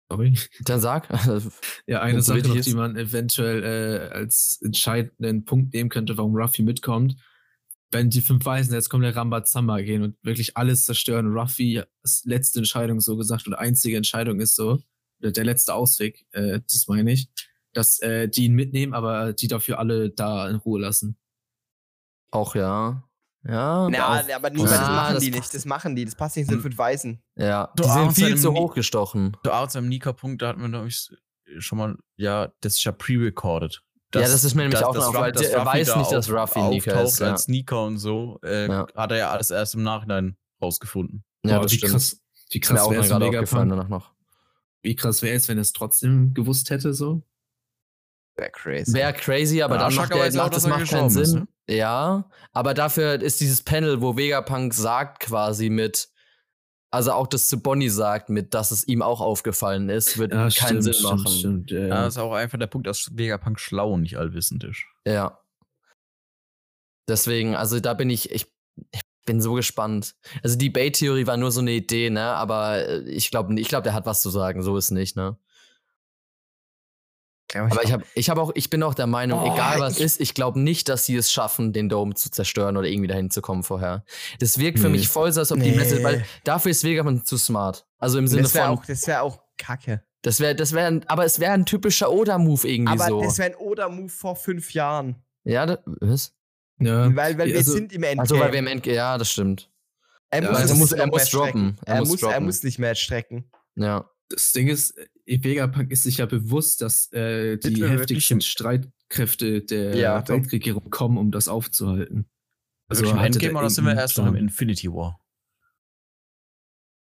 Speaker 3: Sorry.
Speaker 2: dann sag.
Speaker 3: Ja, eine
Speaker 2: Wenn's
Speaker 3: Sache
Speaker 2: wichtig
Speaker 3: noch,
Speaker 2: ist.
Speaker 3: die man eventuell äh, als entscheidenden Punkt nehmen könnte, warum Ruffy mitkommt. Wenn die fünf Weißen jetzt kommen, der Rambazamba gehen und wirklich alles zerstören. und Ruffys letzte Entscheidung so gesagt oder einzige Entscheidung ist so, oder der letzte Ausweg, äh, das meine ich, dass äh, die ihn mitnehmen, aber die dafür alle da in Ruhe lassen.
Speaker 2: auch ja. Ja.
Speaker 1: Ja,
Speaker 2: auch,
Speaker 1: aber niemand, das
Speaker 2: Ja,
Speaker 1: machen
Speaker 2: das
Speaker 1: die nicht.
Speaker 2: passt.
Speaker 1: Das machen die. Das passt nicht zu den
Speaker 4: Mhm.
Speaker 1: fünf Weißen.
Speaker 2: ja. Die
Speaker 4: So,
Speaker 2: sind
Speaker 4: auch
Speaker 2: viel
Speaker 4: seinem
Speaker 2: zu
Speaker 4: Ni-
Speaker 2: hochgestochen.
Speaker 4: Du auch seinem Nika-Punkt, da hatten wir nämlich schon mal, ja, das ist ja pre-recorded.
Speaker 2: ja, das ist mir nämlich
Speaker 4: dass-
Speaker 2: auch
Speaker 4: dass
Speaker 2: noch,
Speaker 4: Ruff-
Speaker 2: weil
Speaker 4: dass
Speaker 2: der, er
Speaker 4: Ruffy
Speaker 2: weiß
Speaker 4: da
Speaker 2: nicht, dass
Speaker 4: auf-
Speaker 2: Ruffy Nika
Speaker 4: auftaucht
Speaker 2: ist. Ja,
Speaker 4: als Nika und so, äh,
Speaker 2: Ja.
Speaker 4: hat er ja alles erst im Nachhinein rausgefunden.
Speaker 2: ja
Speaker 3: Boah,
Speaker 2: das
Speaker 3: wie
Speaker 2: stimmt.
Speaker 3: krass, wie
Speaker 2: ist mir
Speaker 3: krass
Speaker 2: auch
Speaker 3: wäre es,
Speaker 2: gerade aufgefallen
Speaker 3: Megapunk-
Speaker 2: danach noch.
Speaker 3: wie krass wäre es, wenn er es trotzdem gewusst hätte, so?
Speaker 1: Wäre crazy.
Speaker 2: Wäre crazy, aber
Speaker 4: Ja,
Speaker 2: dann macht,
Speaker 4: Shaka
Speaker 2: der,
Speaker 4: weiß auch,
Speaker 2: macht, das
Speaker 4: dass er
Speaker 2: macht keinen
Speaker 4: gestorben
Speaker 2: Sinn.
Speaker 4: ist, ne?
Speaker 2: Ja, aber dafür ist dieses Panel, wo Vegapunk sagt quasi mit, also auch das zu Bonnie sagt mit, dass es ihm auch aufgefallen ist, wird keinen Sinn machen.
Speaker 3: Stimmt, ja,
Speaker 4: Ja,
Speaker 3: ja.
Speaker 4: das ist auch einfach der Punkt, dass Vegapunk schlau und nicht allwissend ist.
Speaker 2: Ja. Deswegen, also da bin ich, ich, ich Bin so gespannt. Also die Bay-Theorie war nur so eine Idee, ne? Aber äh, ich glaube, ich glaub, der hat was zu sagen. So ist nicht, ne? Aber ich, hab, ich, hab auch, ich bin auch der Meinung,
Speaker 1: Oh,
Speaker 2: egal was
Speaker 1: ich-
Speaker 2: ist, ich glaube nicht, dass sie es schaffen, den Dome zu zerstören oder irgendwie dahin zu kommen vorher. Das wirkt für
Speaker 4: Nee.
Speaker 2: mich voll so, als ob die
Speaker 1: Nee.
Speaker 2: Messe, weil dafür ist Vegapunk zu smart. Also im Sinne
Speaker 1: das wäre
Speaker 2: von,
Speaker 1: auch, das wär auch kacke.
Speaker 2: das wäre, das wäre, aber es wäre ein typischer Oda-Move irgendwie
Speaker 1: Aber
Speaker 2: so.
Speaker 1: das wäre ein Oder-Move vor fünf Jahren.
Speaker 2: Ja, da- was?
Speaker 3: Ja.
Speaker 1: Weil, weil wir
Speaker 3: Also-
Speaker 1: sind im Endgame.
Speaker 2: Also weil wir im Endgame, ja, das stimmt.
Speaker 1: er
Speaker 3: Ja,
Speaker 1: muss,
Speaker 3: also
Speaker 1: es
Speaker 2: muss-
Speaker 1: nicht
Speaker 2: er
Speaker 1: noch
Speaker 2: muss
Speaker 1: mehr strecken.
Speaker 2: droppen. Er
Speaker 1: Er,
Speaker 2: muss
Speaker 1: muss, er
Speaker 2: droppen.
Speaker 1: muss nicht mehr strecken.
Speaker 2: Ja.
Speaker 3: Das Ding ist, äh, Vegapunk ist sich ja bewusst, dass äh,
Speaker 4: Sind
Speaker 3: die
Speaker 4: wir wirklich im-
Speaker 3: heftigsten Streitkräfte der
Speaker 1: Ja, doch.
Speaker 3: Weltregierung kommen, um das aufzuhalten.
Speaker 4: Also im
Speaker 3: hatte
Speaker 4: Endgame
Speaker 3: der
Speaker 4: oder sind wir
Speaker 3: irgendeinen
Speaker 4: erst noch im
Speaker 3: Plan.
Speaker 4: Infinity War?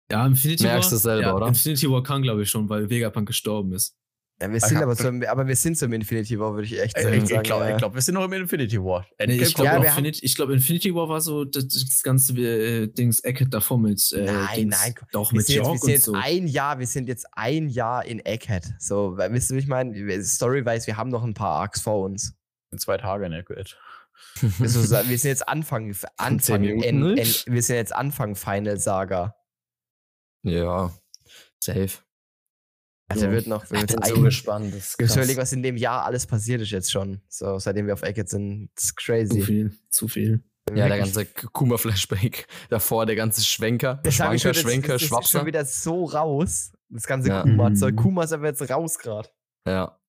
Speaker 3: Ja, Infinity
Speaker 2: Merkst
Speaker 3: War.
Speaker 2: du selber,
Speaker 3: ja,
Speaker 2: oder?
Speaker 3: Infinity War kann, glaube ich, schon, weil Vegapunk gestorben ist.
Speaker 1: Ja, wir
Speaker 4: Ich
Speaker 1: sind
Speaker 4: hab-
Speaker 1: aber, so, im- aber wir sind so im Infinity War, würde ich echt
Speaker 4: Ich,
Speaker 1: sagen.
Speaker 4: ich, ich glaube,
Speaker 1: ja.
Speaker 4: glaub, wir sind noch im Infinity War.
Speaker 3: Nee, ich
Speaker 4: kommt
Speaker 1: ja,
Speaker 3: glaube,
Speaker 1: wir haben-
Speaker 3: Infinity, ich glaub, Infinity War war so das, das ganze äh, Dings Eckert davor mit. Äh,
Speaker 1: Nein,
Speaker 3: Dings,
Speaker 1: nein,
Speaker 3: Doch,
Speaker 1: wir
Speaker 3: mit
Speaker 1: sind, jetzt, wir
Speaker 3: York
Speaker 1: sind
Speaker 3: und
Speaker 1: jetzt
Speaker 3: so.
Speaker 1: ein Jahr, wir sind jetzt ein Jahr in Egghead. So, weil- wisst ihr, wie ich meine? Story-wise, wir haben noch ein paar Arcs vor uns.
Speaker 4: in zwei ne, Tagen in Egghead.
Speaker 1: Also, sa- wir sind jetzt Anfang, Anfang,
Speaker 2: Minuten,
Speaker 1: en,
Speaker 2: ne?
Speaker 1: en, wir sind jetzt Anfang Final Saga.
Speaker 2: Ja. Safe.
Speaker 1: Also,
Speaker 2: Ja.
Speaker 1: wird noch, wir
Speaker 2: Ich
Speaker 1: jetzt
Speaker 2: bin so
Speaker 1: ein,
Speaker 2: gespannt. Das ist
Speaker 1: Krass.
Speaker 2: krass.
Speaker 1: Überleg, was in dem Jahr alles passiert ist jetzt schon. So, seitdem wir auf Egghead sind, das ist
Speaker 3: zu
Speaker 1: crazy.
Speaker 3: viel, zu viel.
Speaker 2: Ja, der
Speaker 1: Wirklich.
Speaker 2: ganze Kuma-Flashback davor, der ganze Schwenker,
Speaker 1: Das sag
Speaker 2: Schwanker,
Speaker 1: ich schon, das,
Speaker 2: Schwenker,
Speaker 1: das, das ist
Speaker 2: Schwapser.
Speaker 1: schon wieder so raus. Das ganze
Speaker 2: Ja.
Speaker 1: Kuma-Zeug.
Speaker 3: Mhm.
Speaker 1: Kuma ist aber jetzt raus gerade.
Speaker 2: Ja.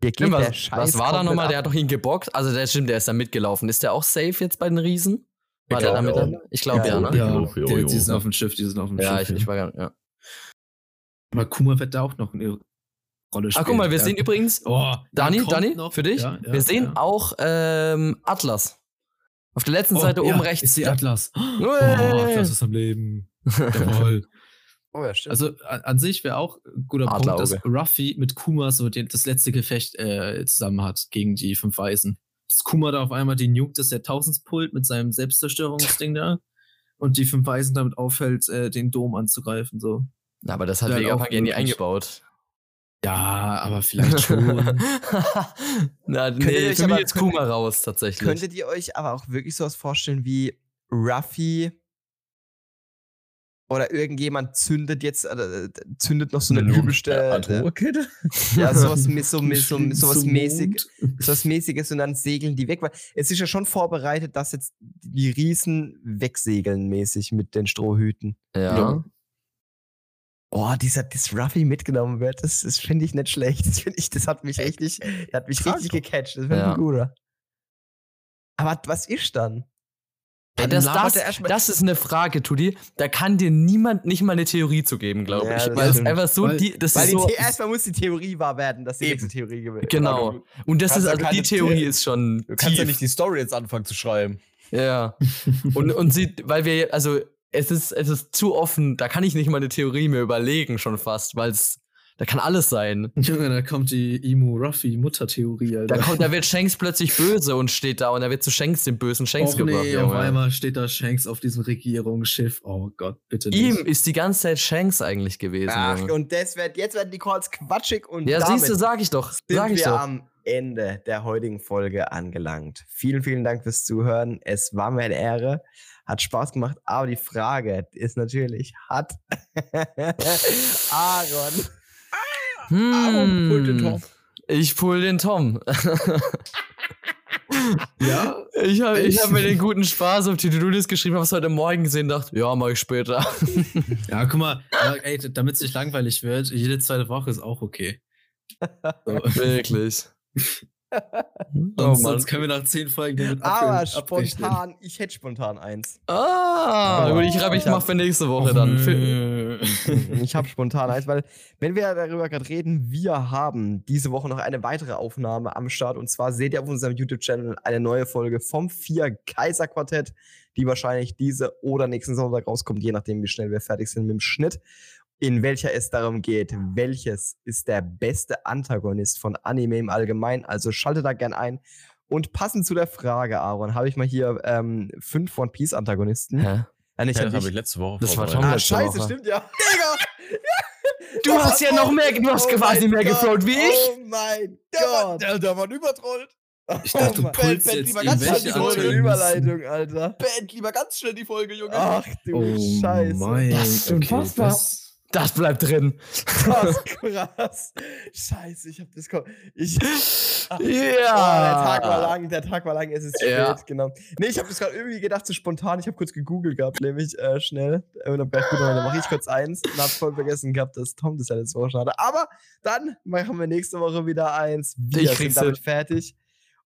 Speaker 1: Hier
Speaker 2: Stimmt,
Speaker 1: der
Speaker 2: was,
Speaker 1: Scheiß
Speaker 2: was war da
Speaker 1: komplett
Speaker 2: nochmal?
Speaker 1: ab.
Speaker 2: Der hat doch ihn gebockt. Also der stimmt, der ist da mitgelaufen. Ist der auch safe jetzt bei den Riesen? War der
Speaker 4: glaub,
Speaker 2: damit
Speaker 4: ja.
Speaker 2: dann? Ich glaube ja,
Speaker 1: Ja,
Speaker 2: ne?
Speaker 3: Ja,
Speaker 4: jo, jo,
Speaker 3: die,
Speaker 4: jo.
Speaker 3: die sind auf dem Schiff, die sind auf dem
Speaker 2: Ja, ich,
Speaker 3: Schiff.
Speaker 2: ich war gar ja.
Speaker 3: Aber Kuma wird da auch noch eine Rolle spielen.
Speaker 2: Ah, guck mal, wir
Speaker 3: ja.
Speaker 2: sehen übrigens,
Speaker 3: Oh,
Speaker 2: Dani,
Speaker 3: ja, kommt
Speaker 2: Dani,
Speaker 3: noch.
Speaker 2: für dich,
Speaker 3: Ja, ja,
Speaker 2: wir sehen
Speaker 3: ja.
Speaker 2: auch ähm, Atlas. Auf der letzten
Speaker 3: Oh,
Speaker 2: Seite
Speaker 3: ja,
Speaker 2: oben
Speaker 3: Ich
Speaker 2: rechts.
Speaker 3: sehe
Speaker 2: Da-
Speaker 3: Atlas. Oh,
Speaker 2: Uäh.
Speaker 3: Atlas ist am Leben. Jawohl.
Speaker 1: Oh, ja, stimmt.
Speaker 3: Also an, an sich wäre auch ein guter Punkt, dass
Speaker 2: Adlerauge.
Speaker 3: Ruffy mit Kuma so den, das letzte Gefecht äh, zusammen hat gegen die fünf Weißen. Dass Kuma da auf einmal den Nuke des Jahrtausendspult mit seinem Selbstzerstörungsding da und die fünf Weißen damit aufhält, äh, den Dom anzugreifen. So.
Speaker 2: Na, aber das hat
Speaker 3: Ja,
Speaker 2: Vegapunk
Speaker 3: auch
Speaker 2: ja nie
Speaker 3: möglich.
Speaker 2: eingebaut.
Speaker 3: Ja, aber vielleicht schon.
Speaker 2: Na,
Speaker 1: ihr
Speaker 2: nee,
Speaker 1: euch
Speaker 2: für mich
Speaker 1: aber-
Speaker 2: jetzt Kuma raus tatsächlich.
Speaker 1: Könntet ihr euch aber auch wirklich sowas vorstellen wie Ruffy oder irgendjemand zündet jetzt, äh, zündet noch so eine übelste, äh,
Speaker 4: Atomrakete?
Speaker 1: ja, sowas, mä- so, mä- so, sowas
Speaker 3: Zum
Speaker 1: mäßig,
Speaker 3: Mond.
Speaker 1: sowas mäßiges und dann segeln die weg. Weil es ist ja schon vorbereitet, dass jetzt die Riesen wegsegeln mäßig mit den Strohhüten.
Speaker 2: ja.
Speaker 1: Oh, dieser, dass Ruffy mitgenommen wird, das, das finde ich nicht schlecht. Das, finde ich, das hat mich richtig, hat mich
Speaker 4: Frag
Speaker 1: richtig
Speaker 4: doch.
Speaker 1: gecatcht. Das wäre
Speaker 2: Ja.
Speaker 1: ein guter. Aber was ist dann?
Speaker 2: Ja,
Speaker 1: Dann
Speaker 2: das,
Speaker 1: labert
Speaker 2: das,
Speaker 1: er erstmal-
Speaker 2: das ist eine Frage, Tudi. Da kann dir niemand nicht mal eine Theorie zu geben, glaube
Speaker 1: Ja,
Speaker 2: ich.
Speaker 1: das
Speaker 2: Weil es
Speaker 1: stimmt.
Speaker 2: einfach so,
Speaker 3: Weil-
Speaker 2: die, das
Speaker 1: Weil
Speaker 2: ist
Speaker 1: die
Speaker 2: so,
Speaker 1: The erstmal muss die Theorie wahr werden, dass die
Speaker 4: Eben.
Speaker 1: nächste Theorie gewinnt.
Speaker 2: Genau. und das
Speaker 4: kannst
Speaker 2: ist
Speaker 4: ja
Speaker 2: also die
Speaker 4: keine
Speaker 2: Theorie
Speaker 4: The-
Speaker 2: ist schon
Speaker 4: Du kannst
Speaker 2: tief.
Speaker 4: ja nicht die Story jetzt anfangen zu schreiben.
Speaker 2: Ja. Und, und sie, weil wir, also es ist, es ist zu offen, da kann ich nicht mal eine Theorie mehr überlegen, schon fast, weil es, da kann alles sein.
Speaker 3: Junge, da kommt die Imu-Ruffy-Mutter-Theorie,
Speaker 2: Da,
Speaker 3: Alter.
Speaker 2: kommt, da wird Shanks plötzlich böse und steht da und da wird zu Shanks dem bösen Shanks
Speaker 3: Och
Speaker 2: gebracht.
Speaker 3: nee, auf
Speaker 2: Junge.
Speaker 3: einmal steht da Shanks auf diesem Regierungsschiff. Oh Gott, bitte nicht.
Speaker 2: Ihm ist die ganze Zeit Shanks eigentlich gewesen.
Speaker 1: Ach,
Speaker 2: Junge.
Speaker 1: und das wird, jetzt werden die Calls quatschig und
Speaker 2: ja,
Speaker 1: damit
Speaker 2: siehst du, sag ich doch.
Speaker 1: sind
Speaker 2: Sag ich
Speaker 1: wir
Speaker 2: doch.
Speaker 1: am Ende der heutigen Folge angelangt. Vielen, vielen Dank fürs Zuhören. Es war mir eine Ehre. Hat Spaß gemacht, aber die Frage ist natürlich, hat Aaron
Speaker 2: Hm.
Speaker 4: pullt den Tom.
Speaker 2: Ich pull den Tom.
Speaker 3: Ja,
Speaker 2: Ich habe ich hab mir den guten Spaß auf die To-Do-List geschrieben, hab's heute Morgen gesehen und dachte, ja, mach ich später.
Speaker 3: ja, guck mal, aber, ey, damit es nicht langweilig wird, jede zweite Woche ist auch okay. So.
Speaker 2: Wirklich. Oh
Speaker 3: sonst,
Speaker 2: Mann.
Speaker 3: sonst können wir nach zehn Folgen damit
Speaker 1: Aber
Speaker 3: abge- abrechnen.
Speaker 1: spontan, ich hätte spontan eins.
Speaker 2: Ah,
Speaker 1: Oh.
Speaker 2: gut, ich, hab, ich mach für nächste Woche
Speaker 3: Och,
Speaker 2: dann. Für,
Speaker 3: nö.
Speaker 1: Ich habe spontan eins, weil, wenn wir darüber gerade reden, wir haben diese Woche noch eine weitere Aufnahme am Start. Und zwar seht ihr auf unserem YouTube-Channel eine neue Folge vom Vier-Kaiser-Quartett, die wahrscheinlich diese oder nächsten Sonntag rauskommt, je nachdem, wie schnell wir fertig sind mit dem Schnitt. In welcher es darum geht, welches ist der beste Antagonist von Anime im Allgemeinen. Also schaltet da gern ein. Und passend zu der Frage, Aaron, habe ich mal hier ähm, fünf One Piece-Antagonisten.
Speaker 2: Hä?
Speaker 1: Äh, nicht,
Speaker 4: Ja,
Speaker 1: hab
Speaker 4: das habe
Speaker 1: ich-
Speaker 4: ich letzte Woche
Speaker 2: Das war
Speaker 4: vorbereitet.
Speaker 2: Tom.
Speaker 1: Ah,
Speaker 2: letzte
Speaker 1: scheiße,
Speaker 2: Woche.
Speaker 1: stimmt ja. Digga!
Speaker 2: Du hast ja noch mehr, du hast
Speaker 1: Oh
Speaker 2: quasi
Speaker 1: mein
Speaker 2: mehr
Speaker 1: Gott,
Speaker 2: gefroht wie ich.
Speaker 1: Oh mein
Speaker 4: Der war-
Speaker 1: Gott!
Speaker 4: Der, der war übertrollt.
Speaker 3: Ich dachte,
Speaker 1: Oh
Speaker 3: du
Speaker 1: Mann.
Speaker 3: pulst
Speaker 5: Ben,
Speaker 3: jetzt
Speaker 5: lieber ganz
Speaker 3: irgendwelche
Speaker 5: schnell die
Speaker 1: tolle
Speaker 5: Folge
Speaker 3: Antennen.
Speaker 1: Überleitung, Alter.
Speaker 5: Beend lieber ganz schnell die Folge, Junge.
Speaker 1: Ach du
Speaker 3: Oh
Speaker 1: Scheiße.
Speaker 3: mein,
Speaker 2: Das ist unfassbar.
Speaker 3: das-
Speaker 2: Das bleibt drin.
Speaker 1: Krass, krass. Scheiße, ich hab das. Ko ich,
Speaker 2: ja.
Speaker 1: oh, der Tag war lang, der Tag war lang, es ist spät,
Speaker 2: Ah. Ja.
Speaker 1: genau. Nee, ich habe das gerade irgendwie gedacht, so spontan. Ich habe kurz gegoogelt gehabt, nämlich äh, schnell. Äh, Und dann dachte ich, gut, dann mache ich kurz eins und habe voll vergessen gehabt, dass Tom das ja letzte Woche schon hatte. Aber dann machen wir nächste Woche wieder eins. Wir
Speaker 2: Ich
Speaker 1: sind
Speaker 2: krieg's
Speaker 1: damit fertig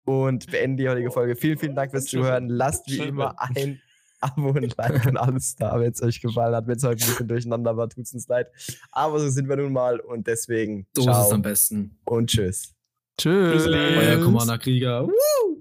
Speaker 1: und beenden die heutige Folge. Vielen, vielen Dank fürs
Speaker 5: Schön.
Speaker 1: Zuhören. Lasst wie
Speaker 5: Schön.
Speaker 1: immer ein Abo und Like und alles da, wenn es euch gefallen hat. Wenn es heute ein bisschen durcheinander war, tut es uns leid. Aber so sind wir nun mal und deswegen
Speaker 3: So ist es
Speaker 1: ciao
Speaker 3: am besten.
Speaker 1: und tschüss.
Speaker 2: Tschüss.
Speaker 3: Euer Commander Krieger.
Speaker 1: Woo!